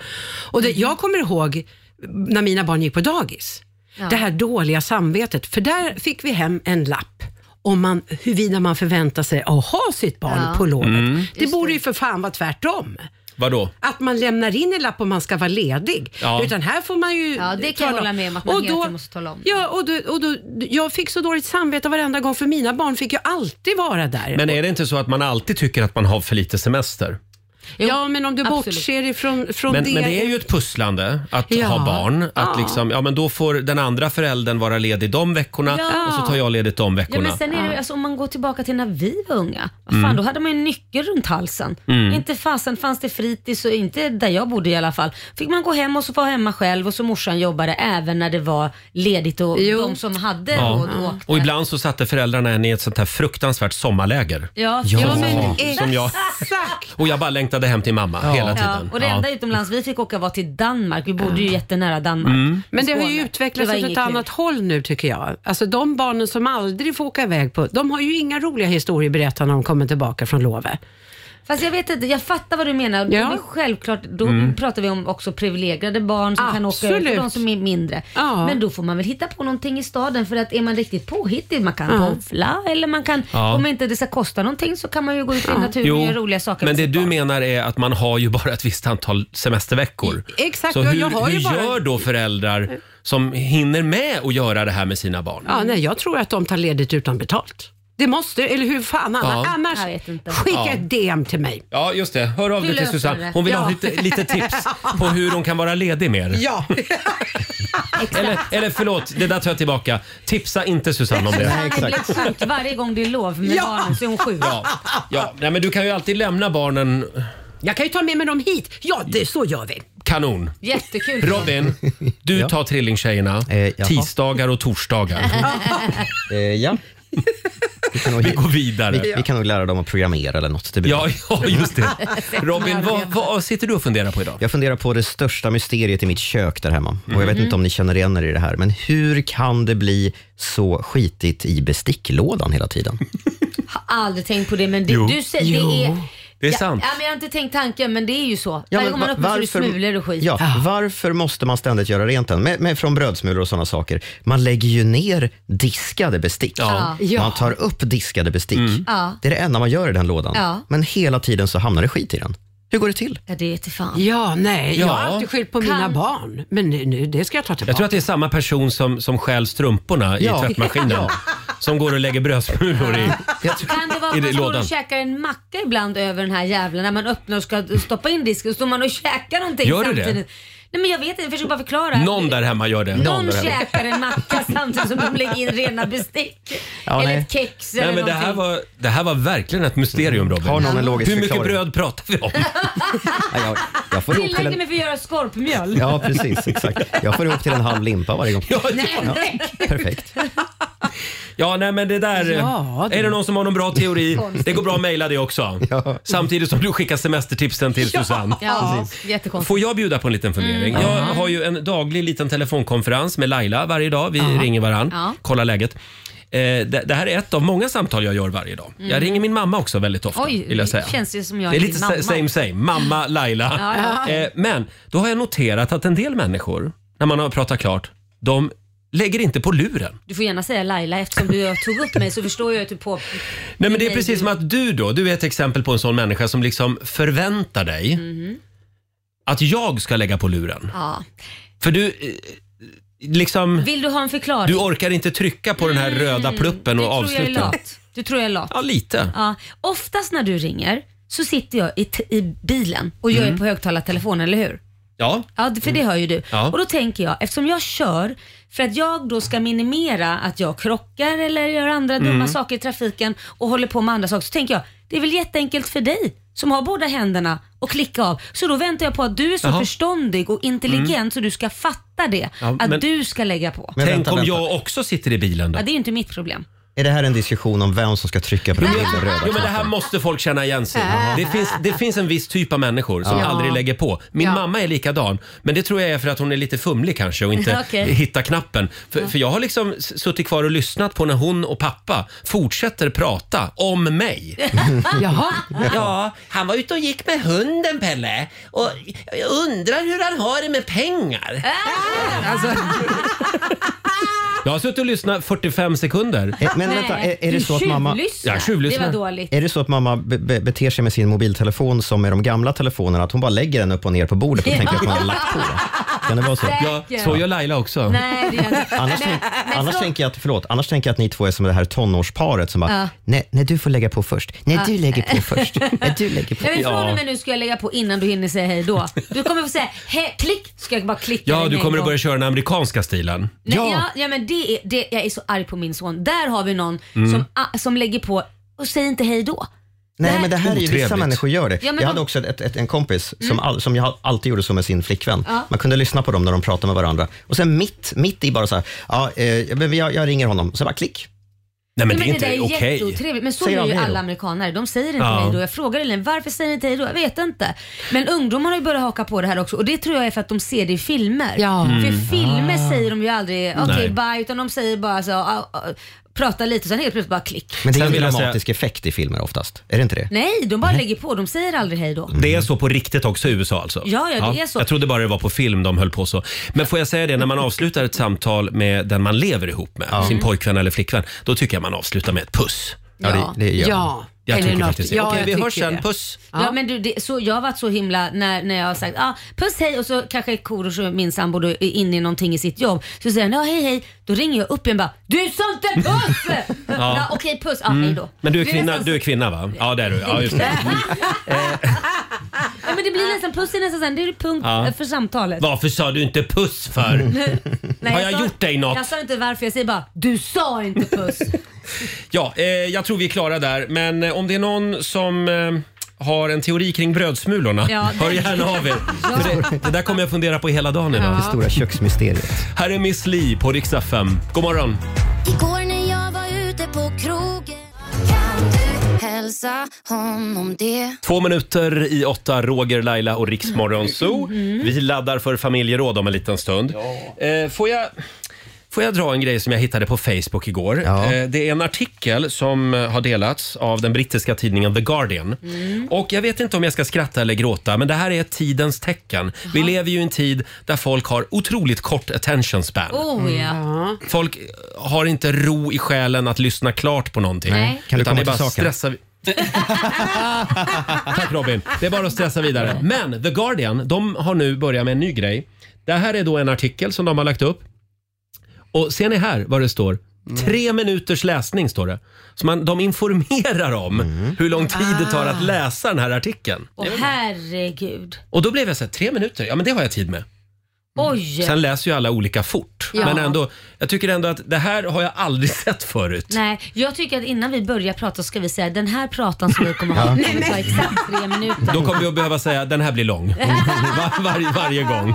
Speaker 6: Och det, jag kommer ihåg när mina barn gick på dagis.
Speaker 14: Ja.
Speaker 6: Det här dåliga samvetet, för där fick vi hem en lapp om man, huruvida man förväntar sig att ha sitt barn
Speaker 1: Ja.
Speaker 6: på lovet.
Speaker 1: Mm.
Speaker 6: Det borde ju för fan vara tvärtom.
Speaker 1: Vadå?
Speaker 6: Att man lämnar in en lapp om man ska vara ledig.
Speaker 1: Ja.
Speaker 6: Utan här får man ju
Speaker 2: Ja, det kan jag
Speaker 6: tala
Speaker 2: hålla med om att man
Speaker 6: Och
Speaker 2: helt
Speaker 6: då-
Speaker 2: måste tala om.
Speaker 6: Ja, och, då, och då, jag fick så dåligt samvete varenda gång för mina barn fick ju alltid vara där.
Speaker 1: Men är det inte så att man alltid tycker att man har för lite semester?
Speaker 6: ja, men om du bortser ifrån från
Speaker 1: Men,
Speaker 6: det.
Speaker 1: men det är ju ett pusslande att
Speaker 6: Ja.
Speaker 1: ha barn. Att
Speaker 6: Ja.
Speaker 1: Liksom, ja, men då får den andra föräldern vara ledig de veckorna
Speaker 2: Ja.
Speaker 1: och så tar jag ledigt de
Speaker 2: Ja,
Speaker 1: veckorna.
Speaker 2: men sen är det, ju- alltså, om man går tillbaka till när vi var unga, vad fan,
Speaker 1: Mm.
Speaker 2: då hade man ju en nyckel runt halsen.
Speaker 1: Mm.
Speaker 2: Inte fasen fanns det fritids, och inte där jag bodde i alla fall. Fick man gå hem och så vara hemma själv och så morsan jobbade även när det var ledigt och de som hade
Speaker 1: Ja.
Speaker 2: råd åkte.
Speaker 1: Och ibland så satte föräldrarna en i ett sånt här fruktansvärt sommarläger.
Speaker 2: Ja,
Speaker 1: Ja,
Speaker 2: men-
Speaker 1: som jag-
Speaker 2: Exakt.
Speaker 1: Och jag bara längtade hem till mamma hela tiden.
Speaker 2: Ja, och det
Speaker 1: Ja.
Speaker 2: enda utomlands vi fick åka var till Danmark. Vi bodde ju jättenära Danmark.
Speaker 1: Mm.
Speaker 6: Men det har ju
Speaker 2: Skåne.
Speaker 6: utvecklats
Speaker 2: Det var
Speaker 6: åt
Speaker 2: inget
Speaker 6: ett
Speaker 2: kul.
Speaker 6: annat håll nu tycker jag. Alltså de barnen som aldrig får åka iväg på, de har ju inga roliga historier att berätta när de kommer tillbaka från lovet.
Speaker 2: Fast jag vet inte, jag fattar vad du menar. Det är självklart, då
Speaker 6: Mm.
Speaker 2: pratar vi om också privilegierade barn som kan åka ut
Speaker 6: Absolut.
Speaker 2: och de som är mindre.
Speaker 6: Ja.
Speaker 2: Men då får man väl hitta på någonting i staden för att är man riktigt påhittig, man kan
Speaker 1: Ja.
Speaker 2: toffla eller man kan,
Speaker 1: Ja.
Speaker 2: om inte det ska kosta någonting så kan man ju gå ut i naturen och göra roliga saker.
Speaker 1: men
Speaker 2: med
Speaker 1: det
Speaker 2: sitt
Speaker 1: du
Speaker 2: barn.
Speaker 1: menar är att man har ju bara ett visst antal semesterveckor.
Speaker 6: Exakt,
Speaker 1: Så
Speaker 6: jag-
Speaker 1: hur,
Speaker 6: jag har ju
Speaker 1: hur
Speaker 6: bara-
Speaker 1: gör då föräldrar som hinner med att göra det här med sina barn?
Speaker 6: Ja, nej, jag tror att de tar ledigt utan betalt. Det måste, eller hur fan
Speaker 1: Ja.
Speaker 6: annars? annars
Speaker 2: Jag vet inte.
Speaker 6: skicka
Speaker 1: Ja.
Speaker 6: ett DM till mig.
Speaker 1: Ja, just det. Hör av
Speaker 6: Vi
Speaker 1: dig till
Speaker 6: löser
Speaker 1: Susanne.
Speaker 6: det.
Speaker 1: Hon vill ha
Speaker 6: Ja.
Speaker 1: lite, lite tips på hur hon kan vara ledig mer.
Speaker 6: Ja.
Speaker 1: Eller, eller förlåt, det där tar jag tillbaka. Tipsa inte Susanne om det.
Speaker 2: Susanne blir sjuk varje gång det är lov med barnen så är hon sjuk.
Speaker 1: Ja, ja. Nej, men du kan ju alltid lämna barnen
Speaker 6: Jag kan ju ta med mig dem hit. Ja, det, så gör vi.
Speaker 1: kanon.
Speaker 2: Jättekul.
Speaker 1: Robin, du tar Trillingtjejerna
Speaker 3: Eh,
Speaker 1: tisdagar och torsdagar.
Speaker 3: ja. Vi, kan nog, vi
Speaker 1: går vidare.
Speaker 3: Vi, kan nog lära dem att programmera eller något. Det blir
Speaker 1: Ja,
Speaker 3: bra.
Speaker 1: ja, just det. Robin, vad, vad sitter du och funderar på idag?
Speaker 3: Jag funderar på det största mysteriet i mitt kök där hemma. Och jag vet
Speaker 1: Mhm.
Speaker 3: inte om ni känner igen er i det här, men hur kan det bli så skitigt i besticklådan hela tiden?
Speaker 2: Har aldrig tänkt på det men det,
Speaker 3: Jo.
Speaker 2: du säger
Speaker 3: Jo.
Speaker 2: det är...
Speaker 3: Det är
Speaker 2: Ja,
Speaker 3: sant.
Speaker 2: Ja, men jag har inte tänkt tanken men det är ju så.
Speaker 3: Ja, men
Speaker 2: Varje gång man
Speaker 3: va-
Speaker 2: öppnar så är det smulor och skit.
Speaker 3: Ja, varför måste man ständigt göra rent den? Med, med, från brödsmulor och sådana saker. Man lägger ju ner diskade bestick.
Speaker 2: Ja. Ja.
Speaker 3: Man tar upp diskade bestick.
Speaker 2: Ja.
Speaker 3: Det är det enda man gör i den lådan.
Speaker 2: Ja.
Speaker 3: Men hela tiden så hamnar det skit i den. Hur går det till?
Speaker 2: Ja, det vete fan.
Speaker 6: Ja, nej, jag har
Speaker 1: Ja.
Speaker 6: alltid skyllt på mina barn. Men nu, nu, det ska jag ta tillbaka.
Speaker 1: Jag tror att det är samma person som, som stjäl strumporna
Speaker 6: Ja.
Speaker 1: i tvättmaskinen.
Speaker 6: Ja.
Speaker 1: Som går och lägger brödsmulor i,
Speaker 2: Kan det vara
Speaker 1: i
Speaker 2: att
Speaker 1: det-
Speaker 2: man står
Speaker 1: lådan.
Speaker 2: och käkar en macka ibland över den här jävlen när man öppnar och ska stoppa in disken? Står man och käkar någonting
Speaker 1: Gör du det?
Speaker 2: samtidigt? Nej men jag vet inte, jag försöker bara förklara.
Speaker 1: Någon där hemma gör det.
Speaker 2: Någon
Speaker 1: där hemma.
Speaker 2: käkar en macka samtidigt som de lägger in rena bestick.
Speaker 1: Ja,
Speaker 2: eller
Speaker 1: nej.
Speaker 2: ett kex
Speaker 1: Nej,
Speaker 2: eller
Speaker 1: men det,
Speaker 2: någonting.
Speaker 1: här var, det här var verkligen ett mysterium Robin.
Speaker 3: Har någon en logisk
Speaker 1: Hur mycket
Speaker 3: förklaring?
Speaker 1: bröd pratar vi om?
Speaker 3: Nej, jag, jag får ihop till
Speaker 2: Tillräckligt
Speaker 3: en...
Speaker 2: med för att göra skorpmjöl.
Speaker 3: Ja, precis. Exakt. Jag får ihop till en halv limpa varje gång.
Speaker 1: Ja,
Speaker 2: Nej.
Speaker 3: Perfekt.
Speaker 1: Ja, nej men det där...
Speaker 3: Ja, det-
Speaker 1: Är det någon som har någon bra teori?
Speaker 2: Konstigt.
Speaker 1: Det går bra att mejla det också. Samtidigt som du skickar semestertipsen till Susanne.
Speaker 2: Ja, jättekonstigt.
Speaker 1: Får jag bjuda på en liten fundering?
Speaker 2: Mm.
Speaker 1: Jag
Speaker 2: Ja.
Speaker 1: har ju en daglig liten telefonkonferens med Laila varje dag. Vi ringer varann,
Speaker 2: Ja.
Speaker 1: kollar läget. Eh, det, det här är ett av många samtal jag gör varje dag.
Speaker 2: Mm.
Speaker 1: Jag ringer min mamma också väldigt ofta.
Speaker 2: Oj,
Speaker 1: vill jag säga.
Speaker 2: känns ju som jag
Speaker 1: det är
Speaker 2: är
Speaker 1: lite
Speaker 2: din mamma.
Speaker 1: sa- same same. Mamma, Laila.
Speaker 2: Ja, ja.
Speaker 1: Eh, men då har jag noterat att en del människor, när man har pratat klart, de lägger inte på luren.
Speaker 2: Du får gärna säga Laila eftersom du tog upp mig så förstår jag att du på...
Speaker 1: Nej, men det är precis som att du då, du är ett exempel på en sån människa som liksom förväntar dig
Speaker 2: Mhm.
Speaker 1: att jag ska lägga på luren.
Speaker 2: Ja.
Speaker 1: För du, eh, liksom...
Speaker 2: Vill du ha en förklaring?
Speaker 1: Du orkar inte trycka på den här röda pluppen och
Speaker 2: Du Mm, tror jag är
Speaker 1: avsluta.
Speaker 2: lat. Du tror jag är lat.
Speaker 1: Ja, lite.
Speaker 2: Ja. Oftast när du ringer så sitter jag i, t- i bilen och jag
Speaker 1: Mm.
Speaker 2: är på högtalartelefon, eller hur?
Speaker 1: Ja.
Speaker 2: Ja, för det hör ju du.
Speaker 1: Ja.
Speaker 2: Och då tänker jag, eftersom jag kör, för att jag då ska minimera att jag krockar eller gör andra
Speaker 1: Mm.
Speaker 2: dumma saker i trafiken och håller på med andra saker, så tänker jag, det är väl jätteenkelt för dig som har båda händerna och klicka av. Så då väntar jag på att du är så
Speaker 1: Jaha.
Speaker 2: förståndig och intelligent
Speaker 1: Mm.
Speaker 2: så du ska fatta det.
Speaker 1: Ja,
Speaker 2: att
Speaker 1: men-
Speaker 2: du ska lägga på.
Speaker 1: Tänk om jag också sitter i bilen då?
Speaker 2: Ja, det är ju inte mitt problem.
Speaker 3: Är det här en diskussion om vem som ska trycka på den
Speaker 1: Jo,
Speaker 3: lilla röda
Speaker 1: men det här
Speaker 3: knappen?
Speaker 1: måste folk känna igen sig i. det finns, det finns en viss typ av människor som
Speaker 3: Ja.
Speaker 1: aldrig lägger på. Min
Speaker 2: Ja.
Speaker 1: mamma är likadan, men det tror jag är för att hon är lite fumlig kanske och inte
Speaker 2: Okej.
Speaker 1: hittar knappen. För, för jag har liksom s- suttit kvar och lyssnat på när hon och pappa fortsätter prata om mig.
Speaker 6: Jaha.
Speaker 14: Ja, han var ute och gick med hunden, Pelle. Och jag undrar hur han har det med pengar.
Speaker 2: Ah.
Speaker 14: Alltså,
Speaker 1: Jag har suttit och lyssnat 45 sekunder.
Speaker 3: Eh, Men vänta, är, är det så att mamma...
Speaker 1: Ja, tjuvlyssnar.
Speaker 3: Är det så att mamma be- be- beter sig med sin mobiltelefon som med de gamla telefonerna, att hon bara lägger den upp och ner på bordet och
Speaker 2: Ja.
Speaker 3: tänker att man har lagt på? Kan det vara så?
Speaker 2: Säkert. Ja, så gör
Speaker 1: Laila också.
Speaker 2: Ah, Nej, det gör jag inte.
Speaker 3: Annars,
Speaker 2: Men-
Speaker 3: tänk,
Speaker 2: men
Speaker 3: annars
Speaker 2: förlåt.
Speaker 3: tänker jag att, förlåt, annars tänker jag att ni två är som det här tonårsparet som bara,
Speaker 2: Ja.
Speaker 3: nej, nej du får lägga på först, nej
Speaker 2: Ja.
Speaker 3: du lägger på först, nej du lägger på
Speaker 2: Nej, men
Speaker 3: först.
Speaker 2: från och med nu ska jag lägga på innan du hinner säga hej då. Du kommer få säga hej, klick, ska jag bara klicka
Speaker 1: Ja,
Speaker 2: den
Speaker 1: du
Speaker 2: en
Speaker 1: kommer att
Speaker 2: gång.
Speaker 1: börja köra den amerikanska stilen.
Speaker 2: Nej, ja. Ja, men det är, det, jag är så arg på min son. Där har vi någon
Speaker 1: Mm.
Speaker 2: som, ah, som lägger på och säger inte hej då.
Speaker 3: Nej, men det här är ju vissa
Speaker 2: Otrevligt.
Speaker 3: människor gör det.
Speaker 2: Ja, men
Speaker 3: jag
Speaker 2: de-
Speaker 3: hade också ett, ett, en kompis som,
Speaker 2: Mm.
Speaker 3: all, som jag alltid gjorde så med sin flickvän.
Speaker 2: Ja.
Speaker 3: Man kunde lyssna på dem när de pratade med varandra. Och sen mitt, mitt i bara så här, ja, eh, men jag, jag ringer honom, så bara klick.
Speaker 1: Nej,
Speaker 2: Ja, det där är jätteotrevligt. Men så
Speaker 3: Säger
Speaker 2: gör
Speaker 3: de
Speaker 2: ju
Speaker 3: hej
Speaker 2: alla
Speaker 3: då?
Speaker 2: amerikaner. De säger inte
Speaker 3: Ja.
Speaker 2: hej då. Jag frågar Elin, varför säger ni inte hej då? Jag vet inte. Men ungdomar har ju börjat haka på det här också och det tror jag är för att de ser det i filmer.
Speaker 6: Mm.
Speaker 2: För i filmer
Speaker 6: Ah.
Speaker 2: säger de ju aldrig okej
Speaker 3: Nej.
Speaker 2: bye utan de säger bara så, ah, ah, prata lite och sen helt plötsligt bara klick.
Speaker 3: Men det är
Speaker 1: Sen
Speaker 3: en
Speaker 1: vill jag säga-
Speaker 3: dramatisk effekt i filmer oftast, är det inte det?
Speaker 2: Nej, de bara lägger på. De säger aldrig hej då.
Speaker 1: Det är så på riktigt också i USA alltså?
Speaker 2: Ja, ja, det är så.
Speaker 1: Jag trodde bara det var på film de höll på så. Men får jag säga det, när man avslutar ett samtal med den man lever ihop med,
Speaker 2: Mm.
Speaker 1: sin pojkvän eller flickvän, då tycker jag man avslutar med ett puss.
Speaker 3: Ja, det- det gör man. Ja.
Speaker 1: Jag
Speaker 2: Eller
Speaker 1: tycker
Speaker 2: något.
Speaker 1: faktiskt det.
Speaker 2: Ja,
Speaker 1: Okej,
Speaker 2: jag
Speaker 1: vi
Speaker 2: tycker
Speaker 1: hörs sen.
Speaker 2: det.
Speaker 1: Puss!
Speaker 2: Ja, men du, det, så, jag har varit så himla när, när jag har sagt ah, puss hej och så kanske Korosh och min sambo då är inne i någonting i sitt jobb. Så säger han ja hej hej. Då ringer jag upp igen bara du sa inte puss! ja. okej puss, ja hej då.
Speaker 1: Mm. Men du är,
Speaker 2: Det
Speaker 1: kvinna,
Speaker 2: nästan-
Speaker 1: du är kvinna va? Ja det är du. Ja, just det.
Speaker 2: Ja, men det blir nästan puss är nästan sen, det är punkt
Speaker 1: Ja.
Speaker 2: för samtalet.
Speaker 1: Varför sa du inte puss för?
Speaker 2: Nej,
Speaker 1: Har jag
Speaker 2: sa-
Speaker 1: gjort dig något? Mm.
Speaker 2: Jag sa inte varför, jag säger bara du sa inte puss.
Speaker 1: Ja, eh, jag tror vi är klara där. Men eh, om det är någon som eh, har en teori kring brödsmulorna,
Speaker 2: Ja,
Speaker 1: hör
Speaker 2: det-
Speaker 1: gärna av er. För det, det där kommer jag fundera på hela dagen idag.
Speaker 3: Det stora köksmysteriet.
Speaker 1: Här är Miss Li på riksdag 5. God morgon!
Speaker 13: Igår när jag var ute på krogen Kan du hälsa honom det?
Speaker 1: Två minuter i åtta, Roger, Laila och Riksmorgon Zoo. Vi laddar för familjeråd om en liten stund. Eh, får, jag, får jag dra en grej som jag hittade på Facebook igår? Eh, det är en artikel som eh, har delats av den brittiska tidningen The Guardian. Och jag vet inte om jag ska skratta eller gråta, men det här är ett tidens tecken. Vi lever ju i en tid där folk har otroligt kort attention span.
Speaker 2: Oh ja.
Speaker 1: Folk har inte ro i själen att lyssna klart på någonting.
Speaker 2: Nej.
Speaker 3: Kan du
Speaker 1: Utan
Speaker 3: komma
Speaker 1: det är
Speaker 3: till
Speaker 1: bara
Speaker 3: saken?
Speaker 1: stressa... Tack Robin. Det är bara att stressa vidare. Men The Guardian, de har nu börjat med en ny grej. Det här är då en artikel som de har lagt upp. Och ser ni här vad det står?
Speaker 3: Mm.
Speaker 1: Tre minuters läsning står det. Så man, de informerar om
Speaker 3: Mm.
Speaker 1: hur lång tid det tar
Speaker 3: Ah.
Speaker 1: att läsa den här artikeln.
Speaker 2: Åh herregud.
Speaker 1: Och då blev jag så här, tre minuter, ja men det har jag tid med.
Speaker 2: Oj.
Speaker 1: Sen läser ju alla olika fort.
Speaker 2: Ja.
Speaker 1: Men ändå, jag tycker ändå att det här har jag aldrig sett förut.
Speaker 2: Nej, jag tycker att innan vi börjar prata ska vi säga den här pratan som vi kommer
Speaker 1: Ja.
Speaker 2: ha kommer ta exakt tre minuter.
Speaker 1: Då kommer vi att behöva säga den här blir lång. Var, varje- varje gång. Men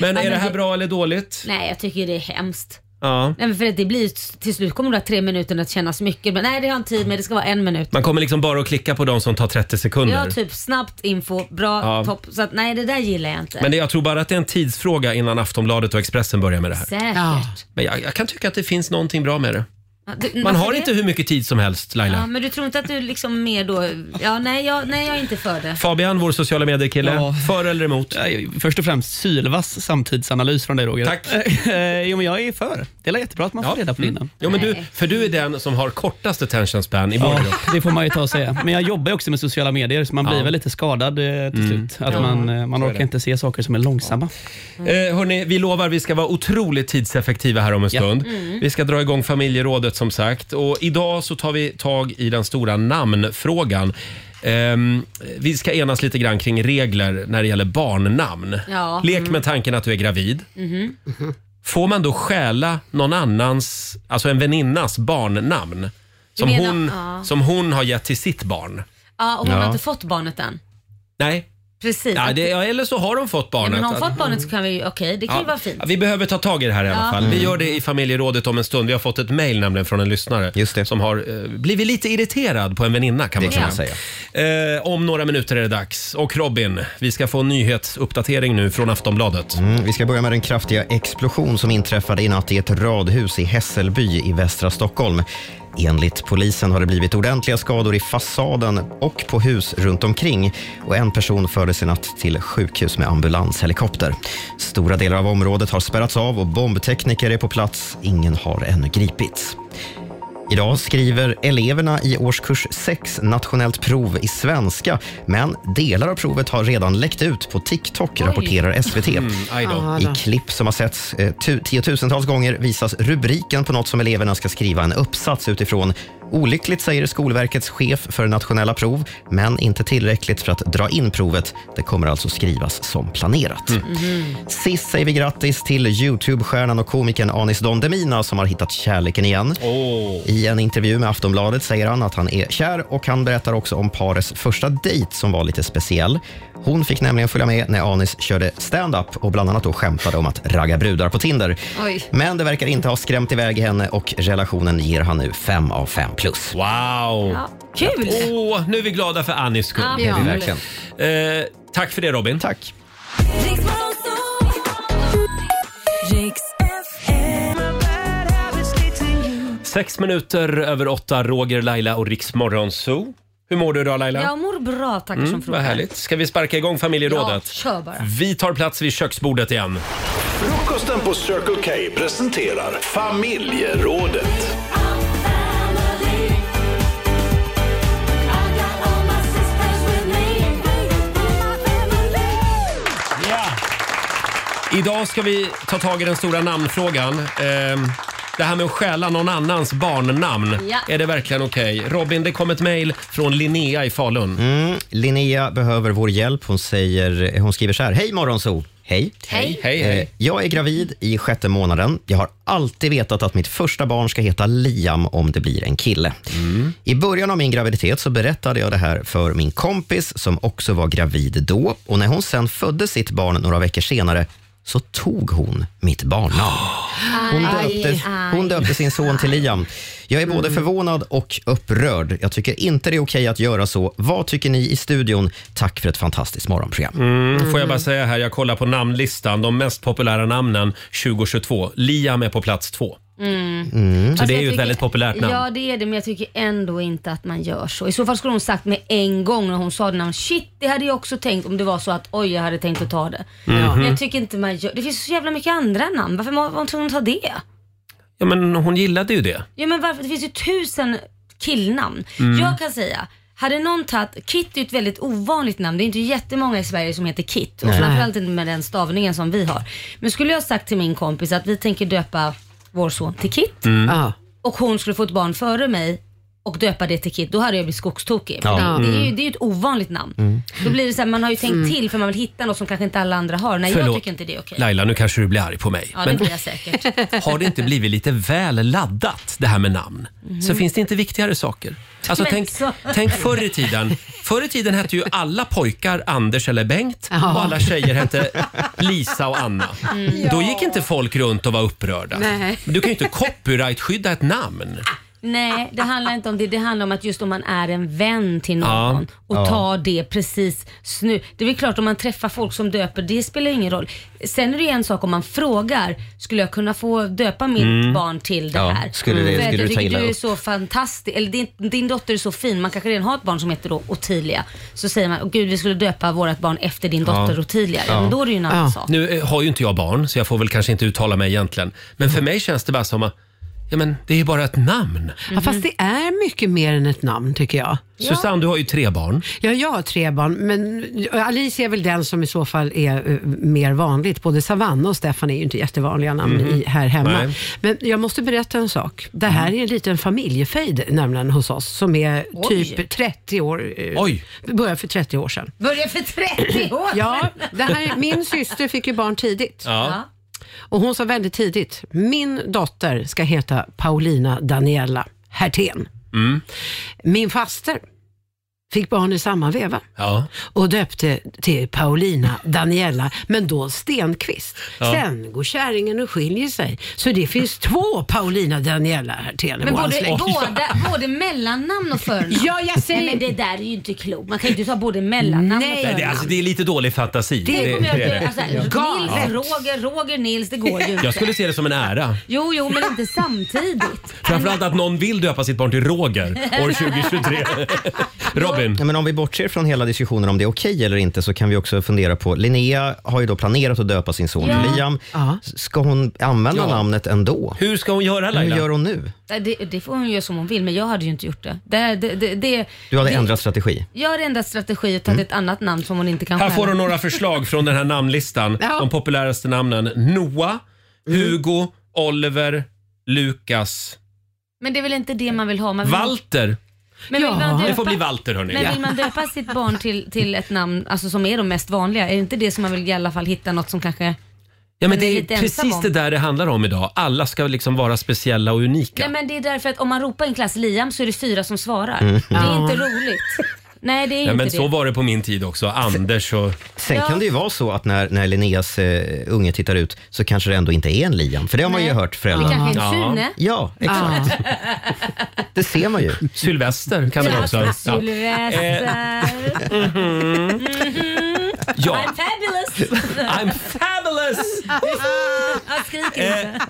Speaker 2: Ja,
Speaker 1: är
Speaker 2: men
Speaker 1: det här
Speaker 2: det-
Speaker 1: bra eller dåligt?
Speaker 2: Nej, jag tycker det är hemskt.
Speaker 1: Ja.
Speaker 2: Nej, men för att det blir, till slut kommer de där tre minuterna att kännas mycket. Men nej, det har jag inte tid med. Det ska vara en minut.
Speaker 1: Man kommer liksom bara att klicka på de som tar 30 sekunder.
Speaker 2: Jag har typ snabbt info, bra
Speaker 1: Ja.
Speaker 2: topp. Så att, nej, det där gillar jag inte.
Speaker 1: Men det, jag tror bara att det är en tidsfråga innan Aftonbladet och Expressen börjar med det här.
Speaker 2: Säkert.
Speaker 1: Men jag, jag kan tycka att det finns någonting bra med det.
Speaker 2: Ja, du-
Speaker 1: Man
Speaker 2: varför
Speaker 1: har
Speaker 2: det?
Speaker 1: inte hur mycket tid som helst Laila.
Speaker 2: Ja, men du tror inte att du liksom mer då... Ja, nej, jag, nej, jag är inte för det.
Speaker 1: Fabian, vår sociala medier-kille.
Speaker 7: Ja.
Speaker 1: För eller emot?
Speaker 7: Först och främst Sylvas samtidsanalys från dig Roger. Eh,
Speaker 1: Tack. Mm.
Speaker 7: jo, men jag är för. Det är jättebra att man får reda på det innan.
Speaker 1: Jo, men du, för du är den som har kortast attention span i vår
Speaker 7: Ja,
Speaker 1: grupp.
Speaker 7: det får man ju ta och säga. Men jag jobbar ju också med sociala medier, så man
Speaker 1: Ja.
Speaker 7: blir väl lite skadad eh, till
Speaker 1: Mm.
Speaker 7: slut. Att
Speaker 1: Ja.
Speaker 7: man, eh, man
Speaker 1: Så är
Speaker 7: orkar
Speaker 1: det.
Speaker 7: inte se saker som är långsamma.
Speaker 2: Mm.
Speaker 1: Eh, hörni, vi lovar vi ska vara otroligt tidseffektiva här om en
Speaker 7: Ja.
Speaker 1: stund.
Speaker 7: Mm.
Speaker 1: Vi ska dra igång familjerådet som sagt. Och idag så tar vi tag i den stora namnfrågan. Ehm, vi ska enas lite grann kring regler när det gäller barnnamn.
Speaker 2: Ja.
Speaker 1: Lek
Speaker 2: Mm.
Speaker 1: med tanken att du är gravid.
Speaker 2: Mhm.
Speaker 1: Får man då stjäla någon annans, alltså en väninnas barnnamn? Som
Speaker 2: menar-
Speaker 1: hon,
Speaker 2: ja.
Speaker 1: som hon har gett till sitt barn.
Speaker 2: Ja, och hon
Speaker 1: Ja.
Speaker 2: har inte fått barnet än.
Speaker 1: Nej.
Speaker 2: Precis.
Speaker 1: Ja, det, ja, eller så har de fått
Speaker 2: Nej,
Speaker 1: barnet.
Speaker 2: men har hon
Speaker 1: Att-
Speaker 2: fått barnet så kan vi, okej det kan ju
Speaker 1: Ja.
Speaker 2: vara fint.
Speaker 1: Ja, Vi behöver ta tag i det här i alla
Speaker 2: Ja.
Speaker 1: fall. Vi
Speaker 2: Mm.
Speaker 1: gör det i familjerådet om en stund. Vi har fått ett mejl nämligen från en lyssnare som har eh, blivit lite irriterad på en väninna kan man
Speaker 3: Det kan
Speaker 1: säga. Eh, om några minuter är det dags. Och Robin, vi ska få en nyhetsuppdatering nu från Aftonbladet.
Speaker 3: Mm, vi ska börja med den kraftiga explosion som inträffade i natt i ett radhus i Hässelby i västra Stockholm. Enligt polisen har det blivit ordentliga skador i fasaden och på hus runt omkring. Och en person fördes i natt till sjukhus med ambulanshelikopter. Stora delar av området har spärrats av och bombtekniker är på plats. Ingen har ännu gripits. Idag skriver eleverna i årskurs 6 nationellt prov i svenska, men delar av provet har redan läckt ut på TikTok, rapporterar SVT.
Speaker 1: Mm, aj då. Ah, då.
Speaker 3: I klipp som har setts eh, tu- tiotusentals gånger visas rubriken på något som eleverna ska skriva en uppsats utifrån. Olyckligt säger Skolverkets chef för nationella prov, men inte tillräckligt för att dra in provet. Det kommer alltså skrivas som planerat. Mm-hmm. Sist säger vi grattis till Youtube-stjärnan och komikern Anis Don Demina som har hittat kärleken igen. I en intervju med Aftonbladet säger han att han är kär och han berättar också om parets första dejt som var lite speciell. Hon fick nämligen följa med när Anis körde stand-up och bland annat då skämtade om att ragga brudar på Tinder.
Speaker 2: Oj.
Speaker 3: Men det verkar inte ha skrämt iväg henne och relationen ger han nu 5 av 5 plus.
Speaker 1: Wow!
Speaker 2: Ja, kul!
Speaker 1: Åh, nu är vi glada för Annis skull.
Speaker 2: Ja, Ja. verkligen.
Speaker 1: Eh, tack för det Robin. Tack. Sex minuter över åtta, Roger, Laila och Riksmorgon Zoo. Hur mår du idag Laila?
Speaker 2: Jag mår bra, tackar som frågar.
Speaker 1: Mm, vad härligt. Ska vi sparka igång
Speaker 2: Ja,
Speaker 1: familjerådet?
Speaker 2: kör bara.
Speaker 1: Vi tar plats vid köksbordet igen.
Speaker 15: Frukosten på Circle K presenterar familjerådet.
Speaker 1: Idag ska vi ta tag i den stora namnfrågan. Ehm, det här med att stjäla någon annans barnnamn,
Speaker 3: Ja.
Speaker 1: är det verkligen okej? Robin, det kom ett mejl från Linnea i Falun.
Speaker 3: Mm, Linnea behöver vår hjälp. Hon, säger, hon skriver så här. Hej Morgonzoo! Hej.
Speaker 1: Hej. Hej, hej.
Speaker 3: Eh, Jag är gravid i sjätte månaden. Jag har alltid vetat att mitt första barn ska heta Liam om det blir en kille. I början av min graviditet så berättade jag det här för min kompis som också var gravid då. Och när hon sen födde sitt barn några veckor senare så tog hon mitt barnnamn. Hon döpte, hon döpte sin son till Liam. Jag är både förvånad och upprörd. Jag tycker inte det är okej att göra så. Vad tycker ni i studion? Tack för ett fantastiskt morgonprogram.
Speaker 1: Mm, får jag bara säga här, jag kollar på namnlistan, de mest populära namnen 2022. Liam är på plats två.
Speaker 2: Mm.
Speaker 1: Så
Speaker 2: Alltså,
Speaker 1: det är
Speaker 2: jag
Speaker 1: ju ett
Speaker 2: tycker-
Speaker 1: väldigt populärt namn.
Speaker 2: Ja det är det men jag tycker ändå inte att man gör så. I så fall skulle hon sagt med en gång när hon sa det namnet. Shit det hade jag också tänkt om det var så att oj jag hade tänkt att ta det.
Speaker 1: Mhm.
Speaker 2: Men jag tycker inte man gör Det finns så jävla mycket andra namn. Varför må- var hon ta det?
Speaker 1: Ja, men hon gillade ju det.
Speaker 2: Ja men varför? Det finns ju tusen killnamn.
Speaker 1: Mm.
Speaker 2: Jag kan säga hade någon tagit, Kit är ju ett väldigt ovanligt namn. Det är inte jättemånga i Sverige som heter Kit. Och
Speaker 16: Nej.
Speaker 2: framförallt inte med den stavningen som vi har. Men skulle jag sagt till min kompis att vi tänker döpa vår son till Kit
Speaker 6: Mm. Ja.
Speaker 2: och hon skulle få ett barn före mig och döpa det till Kid, då hade jag blivit skogstokig. För
Speaker 6: Ja.
Speaker 2: Det, det, är ju,
Speaker 6: Mm.
Speaker 2: det är ju ett ovanligt namn. Då blir det så här, man har ju tänkt till för man vill hitta något som kanske inte alla andra har. Nej, jag
Speaker 1: Förlåt.
Speaker 2: tycker inte det är okej.
Speaker 1: Laila, nu kanske du blir arg på mig.
Speaker 2: Ja, det
Speaker 1: men
Speaker 2: blir jag säkert.
Speaker 1: har det inte blivit lite väl laddat det här med namn? Så
Speaker 2: Mhm.
Speaker 1: finns det inte viktigare saker? Alltså
Speaker 2: Men
Speaker 1: tänk,
Speaker 2: så-
Speaker 1: tänk förr i tiden. Förr i tiden hette ju alla pojkar Anders eller Bengt
Speaker 6: Ja.
Speaker 1: och alla tjejer hette Lisa och Anna.
Speaker 2: Mm.
Speaker 1: Då gick inte folk runt och var upprörda.
Speaker 2: Nej.
Speaker 1: Men du kan ju inte copyrightskydda ett namn.
Speaker 2: Nej, det handlar inte om det. Det handlar om att just om man är en vän till någon
Speaker 1: Ja.
Speaker 2: och
Speaker 1: Ja.
Speaker 2: tar det precis nu. Det är väl klart om man träffar folk som döper, det spelar ingen roll. Sen är det ju en sak om man frågar, skulle jag kunna få döpa mitt
Speaker 3: Mm.
Speaker 2: barn till det
Speaker 3: Ja,
Speaker 2: här?
Speaker 3: skulle det-
Speaker 2: För att
Speaker 3: skulle
Speaker 2: jag
Speaker 3: du ta
Speaker 2: tycker
Speaker 3: illa
Speaker 2: du är
Speaker 3: upp?
Speaker 2: så fantastisk, eller din, din dotter är så fin, man kanske redan har ett barn som heter då Ottilia. Så säger man, "Åh, gud vi skulle döpa vårt barn efter din dotter Ottilia. Ja. Men då är det ju en annan sak.
Speaker 1: Nu eh, har ju inte jag barn, så jag får väl kanske inte uttala mig egentligen. Men för mig känns det bara som att ja, men det är ju bara ett namn.
Speaker 6: Ja, fast det är mycket mer än ett namn tycker jag.
Speaker 1: Susanne, du har ju tre barn.
Speaker 6: Ja, jag har tre barn, men Alicia är väl den som i så fall är eh, mer vanligt. Både Savanna och Stefan är ju inte jättevanliga namn
Speaker 16: Mhm.
Speaker 6: i, här hemma.
Speaker 16: Nej.
Speaker 6: Men jag måste berätta en sak. Det här är en liten familjefejd nämligen hos oss som är
Speaker 2: Oj.
Speaker 6: typ 30 år. Oj. Började för 30 år sedan.
Speaker 2: Börja för 30 år
Speaker 6: Ja, det här, min syster fick ju barn tidigt.
Speaker 1: Ja.
Speaker 6: Och hon sa väldigt tidigt, min dotter ska heta Paulina Daniela Hertén.
Speaker 1: Mm.
Speaker 6: Min faster fick barn i samma veva.
Speaker 1: Ja.
Speaker 6: och döpte till Paulina Daniela, men då Stenqvist.
Speaker 1: Ja.
Speaker 6: Sen går kärringen och skiljer sig. Så det finns två Paulina Daniela Hertén i
Speaker 2: Men
Speaker 6: våran
Speaker 2: både,
Speaker 6: släkt.
Speaker 2: båda, både mellannamn och förnamn.
Speaker 6: Ja, jag säger-
Speaker 2: Nej, men det där är ju inte klokt. Man kan ju inte ta både mellannamn och
Speaker 1: Nej,
Speaker 2: förnamn.
Speaker 1: det, alltså, det är lite dålig fantasi.
Speaker 2: Det kommer jag att alltså, Nils,
Speaker 1: Ja.
Speaker 2: Roger, Roger, Nils, det går ju inte.
Speaker 1: Jag skulle se det som en ära.
Speaker 2: Jo, jo, men inte samtidigt.
Speaker 1: Framförallt att någon vill döpa sitt barn till Roger år 2023. Robin?
Speaker 3: Ja, men om vi bortser från hela diskussionen om det är okej eller inte så kan vi också fundera på, Linnea har ju då planerat att döpa sin son
Speaker 2: Ja.
Speaker 3: Liam. Ska hon använda namnet ändå?
Speaker 1: Hur ska hon göra
Speaker 2: Laila?
Speaker 3: Hur gör hon nu?
Speaker 2: Nej, eh, Det, det får hon göra som hon vill, men jag hade ju inte gjort det. det, det, det, det
Speaker 3: Du hade
Speaker 2: det,
Speaker 3: ändrat strategi.
Speaker 2: Jag har ändrat strategi och tagit ett annat namn som hon inte kan
Speaker 1: Mm. Här
Speaker 2: skära.
Speaker 1: får du några förslag från den här namnlistan.
Speaker 2: Ja. Mm.
Speaker 1: De populäraste namnen. Noah, Hugo, Oliver, Lukas,
Speaker 2: Men det är väl inte det man vill ha? Man vill...
Speaker 1: Walter.
Speaker 2: Men vill man döpa-
Speaker 1: Det får bli Walter hörni.
Speaker 2: Men vill man döpa sitt barn till, till ett namn alltså, som är de mest vanliga, är det inte det som man vill i alla fall hitta något som kanske
Speaker 1: Ja, men
Speaker 2: man
Speaker 1: det är
Speaker 2: lite ensam
Speaker 1: precis
Speaker 2: om?
Speaker 1: det där det handlar om idag. Alla ska liksom vara speciella och unika.
Speaker 2: Nej men det är därför att om man ropar i en klass Liam så är det fyra som svarar.
Speaker 1: Mm.
Speaker 2: Det är
Speaker 1: Ja.
Speaker 2: inte roligt. Nej det är
Speaker 1: Ja,
Speaker 2: inte
Speaker 1: men
Speaker 2: det.
Speaker 1: så var det på min tid också. Anders och...
Speaker 3: Sen
Speaker 2: Ja.
Speaker 3: kan det ju vara så att när, när Linneas eh, unge tittar ut så kanske det ändå inte är en Liam, för det har man ju
Speaker 2: Nej.
Speaker 3: hört föräldrar.
Speaker 2: Det kanske Ah. är en Sune.
Speaker 3: Ja, exakt. Det ser man ju.
Speaker 1: Sylvester kan det vara också. Ja. Eh.
Speaker 2: Sylvester.
Speaker 1: Mhm. Ja.
Speaker 2: I'm
Speaker 1: I'm
Speaker 2: fabulous.
Speaker 1: fabulous.
Speaker 2: Han skriker
Speaker 1: Eh.
Speaker 2: inte.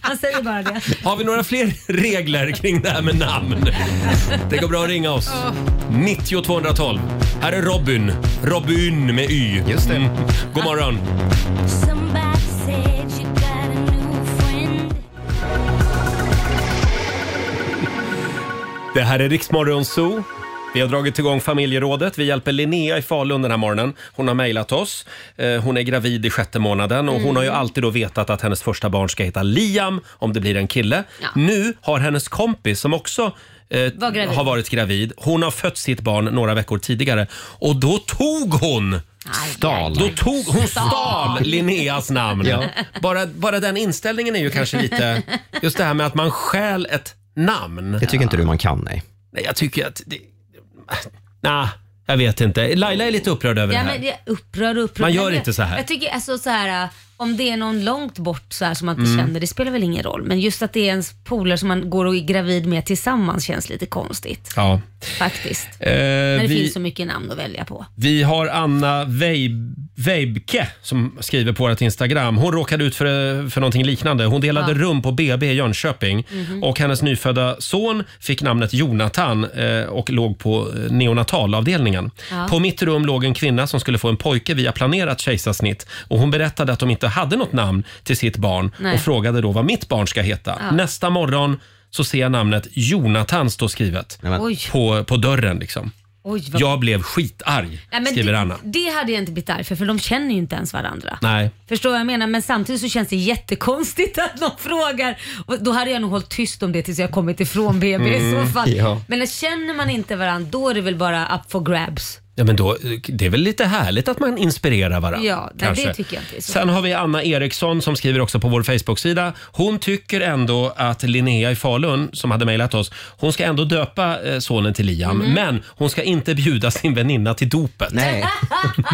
Speaker 2: Han säger bara det.
Speaker 1: Har vi några fler regler kring det här med namn? Det går bra att ringa oss. 90 212. Här är Robin. Robin med Y. Just det. Mm. God morgon.
Speaker 13: Somebody said you got a new friend.
Speaker 1: Det här är Riksmorgon Zoo. Vi har dragit igång familjerådet. Vi hjälper Linnea i Falun den här morgonen. Hon har mejlat oss. Eh, Hon är gravid i sjätte månaden och hon har ju
Speaker 2: Mm.
Speaker 1: alltid då vetat att hennes första barn ska heta Liam om det blir en kille. Nu har hennes kompis som också eh,
Speaker 2: Var gravid.
Speaker 1: har varit gravid. Hon har fött sitt barn några veckor tidigare och då tog hon
Speaker 3: Stal.
Speaker 1: Då tog hon stal
Speaker 3: Stal.
Speaker 1: Linneas namn.
Speaker 3: Ja.
Speaker 1: Bara, bara den inställningen är ju kanske lite... Just det här med att man stjäl ett namn.
Speaker 3: Det tycker inte du man kan, nej.
Speaker 1: Nej, jag tycker att... Det... Nej, jag vet inte. Laila är lite upprörd över
Speaker 2: Ja,
Speaker 1: det här.
Speaker 2: men jag upprör och upprör.
Speaker 1: Man gör
Speaker 2: Men jag-
Speaker 1: inte så här.
Speaker 2: Jag tycker alltså så här, äh, om det är någon långt bort så här som man inte
Speaker 1: Mm.
Speaker 2: känner, det spelar väl ingen roll. Men just att det är ens polare som man går och är gravid med tillsammans känns lite konstigt
Speaker 1: Ja.
Speaker 2: faktiskt.
Speaker 1: Eh,
Speaker 2: När det
Speaker 1: vi-
Speaker 2: finns så mycket namn att välja på.
Speaker 1: Vi har Anna Weib- Weibke som skriver på vårt Instagram. Hon råkade ut för, för någonting liknande. Hon delade
Speaker 2: Ja.
Speaker 1: rum på BB i Jönköping
Speaker 2: Mhm.
Speaker 1: och hennes nyfödda son fick namnet Jonathan eh, och låg på eh, neonatalavdelningen.
Speaker 16: Ja.
Speaker 1: På mitt rum låg en kvinna som skulle få en pojke via planerat kejsarsnitt och hon berättade att de inte hade något namn till sitt barn
Speaker 16: Nej.
Speaker 1: och frågade då vad mitt barn ska heta.
Speaker 16: Ja.
Speaker 1: Nästa morgon så ser jag namnet Jonathan stå skrivet
Speaker 2: Oj.
Speaker 1: på, på dörren. Liksom.
Speaker 2: Oj, vad...
Speaker 1: Jag blev skitarg,
Speaker 2: Nej, men
Speaker 1: skriver
Speaker 2: det,
Speaker 1: Anna.
Speaker 2: Det hade jag inte blivit arg för, för de känner ju inte ens varandra.
Speaker 1: Nej.
Speaker 2: Förstår vad jag menar? Men samtidigt så känns det jättekonstigt att någon frågar. Och då hade jag nog hållit tyst om det tills jag kommit ifrån BB i
Speaker 1: Mm,
Speaker 2: så fall.
Speaker 1: ja.
Speaker 2: Men när känner man inte varandra, då är det väl bara up for grabs.
Speaker 1: Ja, men då, det är väl lite härligt att man inspirerar varandra.
Speaker 2: Ja, nej, det tycker jag inte är så.
Speaker 1: Sen har vi Anna Eriksson som skriver också på vår Facebook-sida. Hon tycker ändå att Linnea i Falun, som hade mejlat oss, hon ska ändå döpa eh, sonen till Liam,
Speaker 2: Mhm.
Speaker 1: men hon ska inte bjuda sin väninna till dopet. Nej.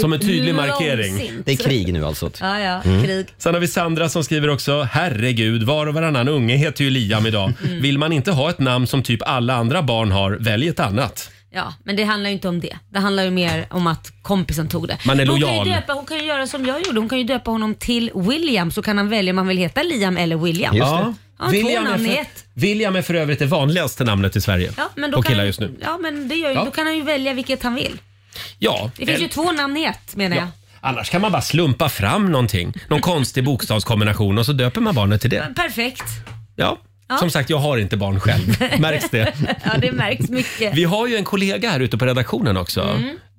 Speaker 1: Som en tydlig markering.
Speaker 2: långsint.
Speaker 1: nu alltså.
Speaker 2: Ja, ja,
Speaker 1: Mm.
Speaker 2: krig.
Speaker 1: Sen har vi Sandra som skriver också, herregud, var och varannan unge heter ju Liam idag.
Speaker 2: Mm.
Speaker 1: Vill man inte ha ett namn som typ alla andra barn har, välj ett annat.
Speaker 2: Ja, men det handlar ju inte om det. Det handlar ju mer om att kompisen tog det.
Speaker 1: Man är
Speaker 2: Hon
Speaker 1: lojal.
Speaker 2: kan ju, döpa, hon kan ju göra som jag gjorde. Hon kan ju döpa honom till William så kan han välja om han vill heta Liam eller William.
Speaker 1: Ja.
Speaker 2: Ja, William
Speaker 1: William,
Speaker 2: två
Speaker 1: är
Speaker 2: namn i
Speaker 1: för,
Speaker 2: ett.
Speaker 1: William är för övrigt det vanligaste namnet i Sverige
Speaker 2: Ja, men då
Speaker 1: på
Speaker 2: kan
Speaker 1: killar
Speaker 2: han-
Speaker 1: just nu.
Speaker 2: Ja, men det gör ju,
Speaker 1: Ja. Eh.
Speaker 2: då kan han ju välja vilket han vill.
Speaker 1: Ja,
Speaker 2: Det finns
Speaker 1: eller-
Speaker 2: ju två namn i ett menar jag.
Speaker 1: Annars kan man bara slumpa fram någonting, någon konstig bokstavskombination och så döper man barnet till det.
Speaker 2: Perfekt.
Speaker 1: Ja.
Speaker 2: Ja.
Speaker 1: Som sagt, jag har inte barn själv. Märks det?
Speaker 2: ja, det märks mycket.
Speaker 1: Vi har ju en kollega här ute på redaktionen också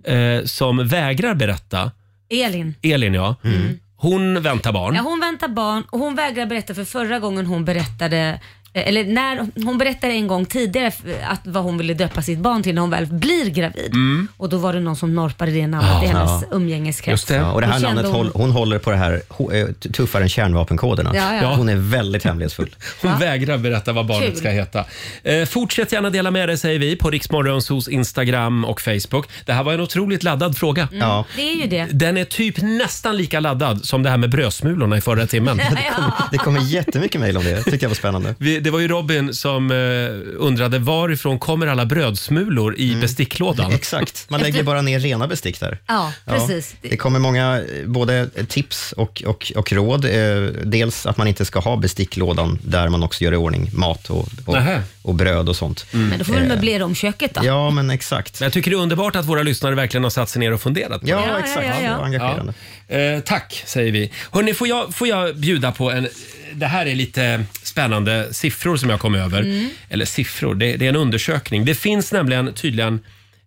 Speaker 2: Mm.
Speaker 1: eh, som vägrar berätta.
Speaker 2: Elin.
Speaker 1: Elin ja.
Speaker 2: Mm.
Speaker 1: Hon väntar barn.
Speaker 2: Ja, hon väntar barn och hon vägrar berätta för förra gången hon berättade eh, eller när hon berättade en gång tidigare att vad hon ville döpa sitt barn till när hon väl blir gravid.
Speaker 3: Mm.
Speaker 2: Och då var det någon som norpade det namnet i
Speaker 3: Ja.
Speaker 2: hennes
Speaker 3: Ja.
Speaker 2: umgängeskrets.
Speaker 3: Ja, och det här
Speaker 2: Då kände
Speaker 3: landet, hon... hon håller på det här ho- eh, t- tuffare än kärnvapenkoderna.
Speaker 2: Ja, ja.
Speaker 3: Hon är väldigt hemlighetsfull.
Speaker 1: Hon vägrar berätta vad barnet
Speaker 2: Kul.
Speaker 1: ska heta. Eh, fortsätt gärna dela med dig säger vi på Riksmorgonsos Instagram och Facebook. Det här var en otroligt laddad fråga.
Speaker 2: Mm, Det är ju det.
Speaker 1: Den är typ nästan lika laddad som det här med brödsmulorna i förra timmen.
Speaker 2: Ja, det kommer-
Speaker 3: det kommer jättemycket mejl om det. Det tyckte jag var spännande.
Speaker 1: Vi, det var ju Robin som eh, undrade varifrån kommer alla brödsmulor i besticklådan?
Speaker 3: Exakt. Man lägger bara ner rena bestick där.
Speaker 2: Ja, precis.
Speaker 3: Det kommer många eh, både tips och, och, och råd. Eh, Dels att man inte ska ha besticklådan där man också gör i ordning mat och, och,
Speaker 1: Nähä.
Speaker 3: och bröd och sånt.
Speaker 2: Men då får vi
Speaker 3: Eh,
Speaker 2: möblera om köket då.
Speaker 3: Ja, men exakt.
Speaker 1: Jag tycker det är underbart att våra lyssnare verkligen har satt sig ner och funderat. på
Speaker 3: Ja,
Speaker 1: det.
Speaker 3: Ja, exakt. ja, ja, ja. Det var engagerande.
Speaker 1: Ja. Eh, tack, säger vi. Hörrni, får jag, får jag bjuda på en... Det här är lite spännande siffror som jag kom över.
Speaker 16: Mm.
Speaker 1: Eller siffror, det, det är en undersökning. Det finns nämligen tydligen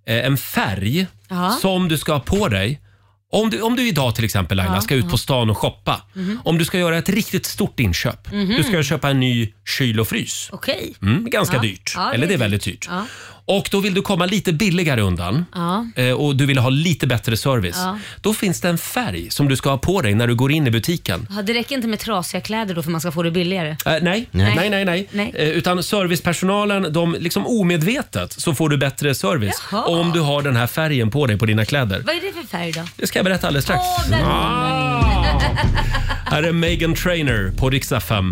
Speaker 1: eh, en färg
Speaker 16: Ja.
Speaker 1: som du ska ha på dig. Om du, om du idag till exempel Laila
Speaker 16: Ja,
Speaker 1: ska ut
Speaker 16: ja.
Speaker 1: på stan och shoppa.
Speaker 16: Mhm.
Speaker 1: Om du ska göra ett riktigt stort inköp.
Speaker 16: Mhm.
Speaker 1: Du ska köpa en ny kyl och frys.
Speaker 2: Okej.
Speaker 1: Mm, ganska
Speaker 2: Ja.
Speaker 1: dyrt.
Speaker 2: Ja,
Speaker 1: Eller
Speaker 2: det är
Speaker 1: det är
Speaker 2: dyrt.
Speaker 1: väldigt dyrt.
Speaker 2: Ja.
Speaker 1: Och då vill du komma lite billigare undan
Speaker 2: Ja.
Speaker 1: eh, och du vill ha lite bättre service.
Speaker 2: Ja.
Speaker 1: Då finns det en färg som du ska ha på dig när du går in i butiken.
Speaker 2: Ja, det räcker inte med trasiga kläder då för man ska få det billigare.
Speaker 1: Eh, nej.
Speaker 2: Nej.
Speaker 1: Nej. nej, nej,
Speaker 2: Nej.
Speaker 1: Eh, utan servicepersonalen, de liksom omedvetet så får du bättre service
Speaker 2: Jaha.
Speaker 1: om du har den här färgen på dig på dina kläder.
Speaker 2: Vad är det för färg då?
Speaker 1: Det ska jag berätta alldeles strax.
Speaker 2: Åh, där-
Speaker 1: Här är Megan Trainer på riksdag 5.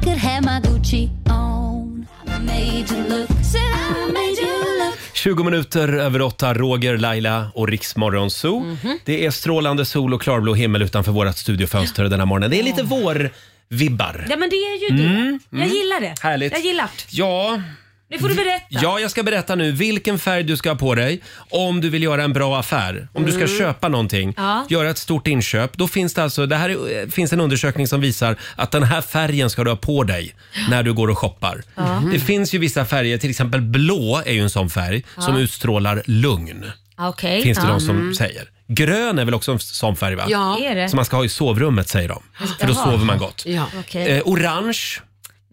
Speaker 13: I could have my Gucci on. I made you look. Said I made you look.
Speaker 1: 20 minuter över åtta, Roger, Laila och Riksmorgon Zoo.
Speaker 2: Mhm.
Speaker 1: Det är strålande sol och klarblå himmel utanför vårt studiofönster den här morgonen. Det är lite vårvibbar.
Speaker 2: Ja men det är ju det.
Speaker 1: Mm,
Speaker 2: Jag
Speaker 1: mm.
Speaker 2: gillar det.
Speaker 1: Härligt.
Speaker 2: Jag gillar det.
Speaker 1: Ja,
Speaker 2: Nu får du berätta.
Speaker 1: ja, jag ska berätta nu vilken färg du ska ha på dig om du vill göra en bra affär. Om du
Speaker 2: Mm.
Speaker 1: ska köpa någonting,
Speaker 2: Ja.
Speaker 1: göra ett stort inköp. Då finns det alltså, det här är, finns en undersökning som visar att den här färgen ska du ha på dig när du går och shoppar.
Speaker 16: Ja.
Speaker 1: Det finns ju vissa färger, till exempel blå är ju en sån färg som
Speaker 2: Ja.
Speaker 1: utstrålar lugn.
Speaker 2: Okej.
Speaker 1: Finns det
Speaker 2: ja.
Speaker 1: de som säger. Grön är väl också en sån färg va?
Speaker 2: mm. Ja. Är det?
Speaker 1: Som man ska ha i sovrummet säger de. För då
Speaker 2: Jaha.
Speaker 1: sover man gott.
Speaker 2: Ja. Okej.
Speaker 1: Eh, orange,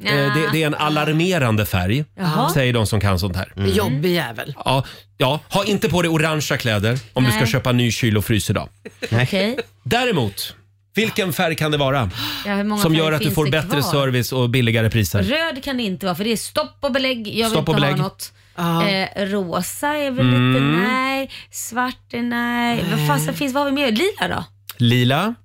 Speaker 1: eh, det, det är en alarmerande färg.
Speaker 6: Jaha.
Speaker 1: Säger de som kan sånt här.
Speaker 2: Mm.
Speaker 6: Jobbig jävel.
Speaker 1: Ja, ja, ha inte på dig orangea kläder om du
Speaker 6: Nej.
Speaker 1: ska köpa ny kyl och frys idag.
Speaker 2: Okej.
Speaker 1: Däremot, vilken färg kan det vara
Speaker 2: Ja, hur många
Speaker 1: som
Speaker 2: färger
Speaker 1: gör att du
Speaker 2: finns
Speaker 1: får
Speaker 2: det
Speaker 1: bättre
Speaker 2: kvar?
Speaker 1: service och billigare priser?
Speaker 2: Röd kan det inte vara för det är stopp och belägg. Jag vill
Speaker 1: Stopp
Speaker 2: inte
Speaker 1: och
Speaker 2: ha
Speaker 1: belägg.
Speaker 2: något. Eh, rosa är väl
Speaker 1: Mm.
Speaker 2: lite nej. Svart är nej. Vad fasen finns, vad har vi mer? Lila då?
Speaker 1: Lila?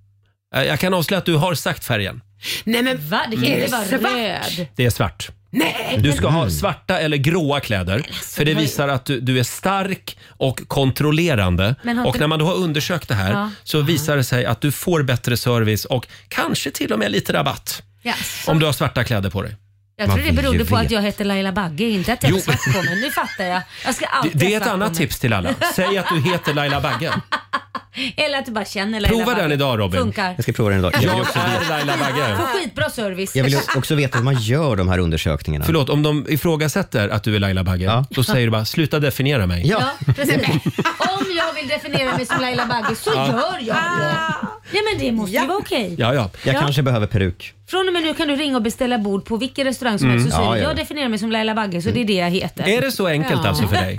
Speaker 1: Eh, Jag kan avslöja att du har sagt färgen.
Speaker 6: Nej men
Speaker 2: va? Det kan
Speaker 1: Är
Speaker 2: inte
Speaker 1: det
Speaker 2: vara
Speaker 1: svart?
Speaker 2: röd.
Speaker 1: Det är svart.
Speaker 6: Nej!
Speaker 1: Du ska ha svarta eller gråa kläder för det
Speaker 2: alltså, vad-
Speaker 1: visar att du, du är stark och kontrollerande.
Speaker 2: Men har
Speaker 1: Och
Speaker 2: inte-
Speaker 1: när man då har undersökt det här
Speaker 2: Ja.
Speaker 1: så visar det sig att du får bättre service och kanske till och med lite rabatt
Speaker 2: Ja.
Speaker 1: om du har svarta kläder på dig.
Speaker 2: Jag tror det berodde på att jag hette Laila Bagge, inte att jag
Speaker 1: Jo.
Speaker 2: hade svart på mig. Nu fattar jag. jag ska
Speaker 1: Det,
Speaker 2: alltid
Speaker 1: det är
Speaker 2: ha
Speaker 1: ett
Speaker 2: svart på
Speaker 1: annat
Speaker 2: mig.
Speaker 1: tips till alla. Säg att du heter Laila Bagge.
Speaker 2: Eller att du bara känner Laila
Speaker 1: Prova
Speaker 2: Bagge.
Speaker 1: den idag Robin.
Speaker 2: Funkar.
Speaker 3: Jag ska prova den idag. Jag vill
Speaker 1: Jag
Speaker 3: också
Speaker 1: är Laila Bagge.
Speaker 2: Får skitbra service.
Speaker 3: Jag vill ju också veta hur man gör de här undersökningarna.
Speaker 1: Förlåt, om de ifrågasätter att du är Laila Bagge, då säger du bara sluta definiera mig.
Speaker 2: Ja, precis. Om jag vill definiera mig som Laila Bagge så
Speaker 1: Ja. Ah.
Speaker 2: gör jag det. Ja, men det måste ju vara okej.
Speaker 1: Ja, ja.
Speaker 3: Jag
Speaker 2: Ja.
Speaker 3: kanske behöver peruk.
Speaker 2: Från och med nu kan du ringa och beställa bord på vilken restaurang som
Speaker 1: Mm.
Speaker 2: helst och säger
Speaker 1: Ja, ja, ja.
Speaker 2: jag definierar mig som Laila Bagge så det är det jag heter.
Speaker 1: Är det så enkelt alltså för dig?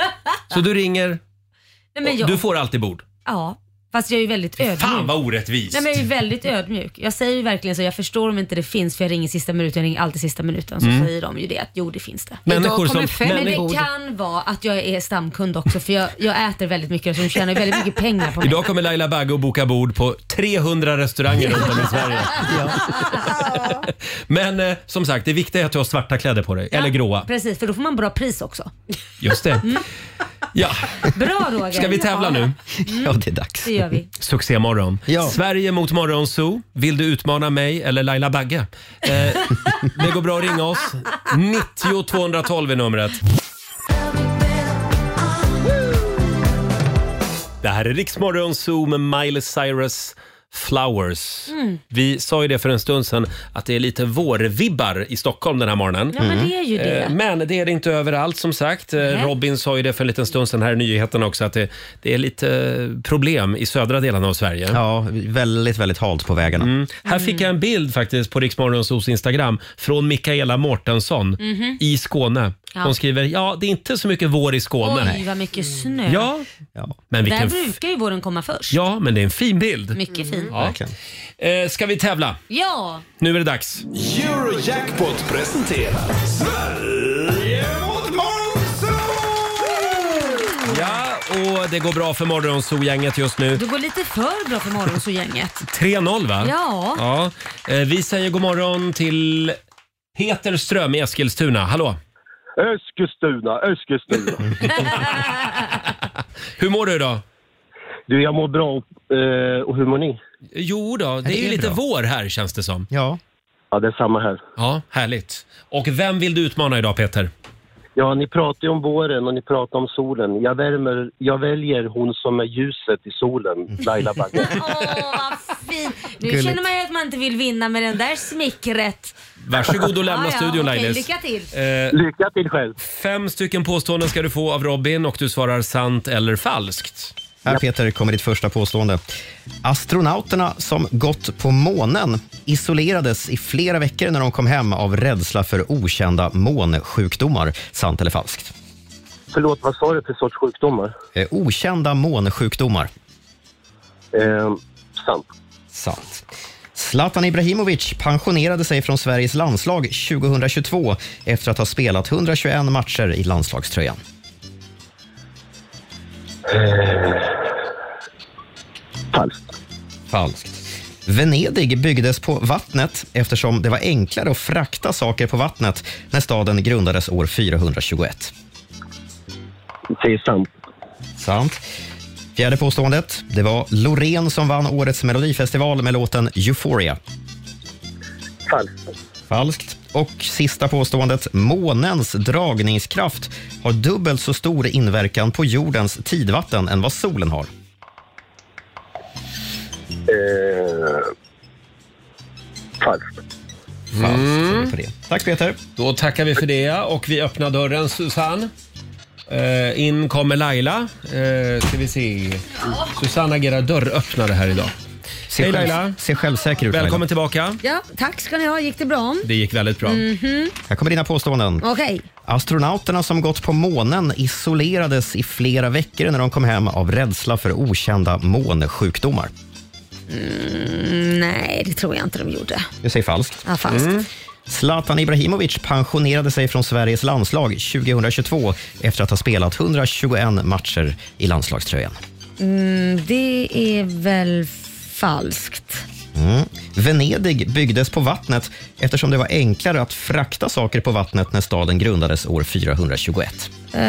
Speaker 1: Så du ringer,
Speaker 2: Nej, men jag,
Speaker 1: du får alltid bord.
Speaker 2: Ja, fast jag är ju väldigt ödmjuk.
Speaker 1: Fan vad orättvist.
Speaker 2: Nej, men jag är ju väldigt ödmjuk. Jag säger ju verkligen så, jag förstår om inte det finns för jag ringer sista minuten, jag ringer alltid sista minuten. Så
Speaker 1: Mm.
Speaker 2: säger de ju det att jo det finns det.
Speaker 1: Människor som-
Speaker 2: men
Speaker 1: människor-
Speaker 2: det kan vara att jag är stamkund också för jag, jag äter väldigt mycket och så tjänar jag väldigt mycket pengar på mig.
Speaker 1: Idag kommer Laila Bagge och boka bord på 300 restauranger runt om i Sverige. Men eh, som sagt, det viktiga är att du har svarta kläder på dig. Eller gråa.
Speaker 2: Precis, för då får man bra pris också.
Speaker 1: Just det. Ja,
Speaker 2: Bra Roger.
Speaker 1: ska vi tävla nu?
Speaker 2: Mm. Ja,
Speaker 1: det är dags.
Speaker 2: Det gör vi.
Speaker 1: Succémorgon. Sverige mot Morgonzoo. Vill du utmana mig eller Laila Bagge? Eh, det går bra att ringa oss. 90 212 är numret. Det här är Riksmorgon Zoo med Miley Cyrus Flowers.
Speaker 2: Mm.
Speaker 1: Vi sa ju det för en stund sedan att det är lite vårvibbar i Stockholm den här morgonen.
Speaker 2: Ja, men det är ju det.
Speaker 1: Eh, Men det är det inte överallt som sagt. Eh,
Speaker 2: Nej.
Speaker 1: Robin sa ju det för en liten stund sedan här i nyheterna också att det, det är lite eh, problem i södra delarna av Sverige.
Speaker 3: Ja, väldigt, väldigt halt på vägarna.
Speaker 1: Här fick jag en bild faktiskt på Riksmorgonsos Instagram från Mikaela Mårtensson
Speaker 2: Mhm.
Speaker 1: i Skåne.
Speaker 2: Ja.
Speaker 1: Hon skriver, ja det är inte så mycket vår i Skåne.
Speaker 2: Oj, vad mycket snö.
Speaker 1: Ja, men
Speaker 2: Där
Speaker 1: vilken... f-
Speaker 2: brukar Mm. ju våren komma först.
Speaker 1: Ja, men det är en fin bild.
Speaker 2: Mycket fin.
Speaker 1: Ja. Eh, ska vi tävla?
Speaker 2: Ja,
Speaker 1: Nu är det dags.
Speaker 15: Eurojackpot presenterar Sverige mot Morgonzoo!
Speaker 1: Ja, och det går bra för Morgonzoo-gänget just nu.
Speaker 2: du går lite för bra för morgonsågänget.
Speaker 1: 3-0 va?
Speaker 2: Ja.
Speaker 1: ja. Eh, Vi säger god morgon till Peter Ström i Eskilstuna. Hallå!
Speaker 16: Eskilstuna, Eskilstuna.
Speaker 1: Hur mår du idag?
Speaker 16: Du, jag mår bra. Eh, och hur mår ni?
Speaker 1: Jo då, det, är ju lite vår här känns det som.
Speaker 3: Ja.
Speaker 16: Ja, det är samma här.
Speaker 1: Ja, härligt. Och vem vill du utmana idag Peter?
Speaker 16: Ja, ni pratar ju om våren och ni pratar om solen. Jag, värmer, jag väljer hon som är ljuset i solen, Laila Bagge.
Speaker 2: Fin. Nu
Speaker 16: Gulligt.
Speaker 2: känner man ju att man inte vill vinna med den där smickret.
Speaker 1: Varsågod och lämna
Speaker 2: Ja, ja,
Speaker 1: studion
Speaker 2: okej,
Speaker 1: Lailis. Eh,
Speaker 2: lycka till.
Speaker 16: Lycka till själv.
Speaker 1: Fem stycken påståenden ska du få av Robin och du svarar sant eller falskt.
Speaker 3: Här Peter kommer ditt första påstående. Astronauterna som gått på månen isolerades i flera veckor när de kom hem av rädsla för okända månsjukdomar. Sant eller falskt?
Speaker 16: Förlåt, vad sa du för sorts sjukdomar?
Speaker 3: Eh, okända månsjukdomar.
Speaker 16: Eh, sant.
Speaker 3: Sant. Zlatan Ibrahimovic pensionerade sig från Sveriges landslag 2022 efter att ha spelat 121 matcher i landslagströjan.
Speaker 16: Eh, Falskt.
Speaker 3: Falskt. Venedig byggdes på vattnet eftersom det var enklare att frakta saker på vattnet när staden grundades år 421.
Speaker 16: Det är sant.
Speaker 3: Sant. Fjärde påståendet. Det var Loreen som vann årets melodifestival med låten Euphoria.
Speaker 16: Falskt.
Speaker 3: Falskt. Och sista påståendet. Månens dragningskraft har dubbelt så stor inverkan på jordens tidvatten än vad solen har.
Speaker 16: Eh, falskt.
Speaker 1: Mm.
Speaker 3: Tack Peter.
Speaker 1: Då tackar vi för det och vi öppnar dörren Susanne. Eh, in kommer Laila. Uh, ska vi se. Susanne agerar dörröppnare här idag. Hej
Speaker 3: själv-
Speaker 1: Laila.
Speaker 3: Ser självsäker ut
Speaker 1: Välkommen
Speaker 3: Laila.
Speaker 1: tillbaka.
Speaker 2: Ja, tack ska ni ha. Gick det bra?
Speaker 1: Det gick väldigt bra.
Speaker 2: Mhm.
Speaker 3: Här kommer dina påståenden.
Speaker 2: Okej.
Speaker 3: Astronauterna som gått på månen isolerades i flera veckor när de kom hem av rädsla för okända månsjukdomar.
Speaker 2: Mm, nej, det tror jag inte de gjorde.
Speaker 3: Du säger falskt.
Speaker 2: Ja, falskt.
Speaker 3: Zlatan Ibrahimovic pensionerade sig från Sveriges landslag 2022 efter att ha spelat 121 matcher i landslagströjan.
Speaker 2: Mm, det är väl falskt.
Speaker 3: Mm. Venedig byggdes på vattnet eftersom det var enklare att frakta saker på vattnet när staden grundades år 421.
Speaker 2: Eh,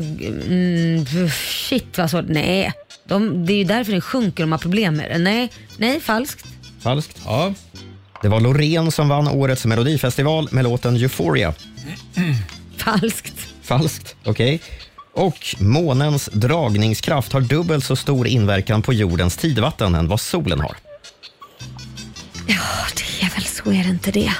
Speaker 2: g- mm, pff, shit vad svårt. Nej, de, det är ju därför den sjunker de har problem med det. Nej, nej falskt.
Speaker 3: Falskt. Det var Loreen som vann årets melodifestival med låten Euphoria.
Speaker 2: Falskt.
Speaker 3: Falskt. Okej. Och månens dragningskraft har dubbelt så stor inverkan på jordens tidvatten än vad solen har.
Speaker 2: Ja, det är väl så, är det inte det?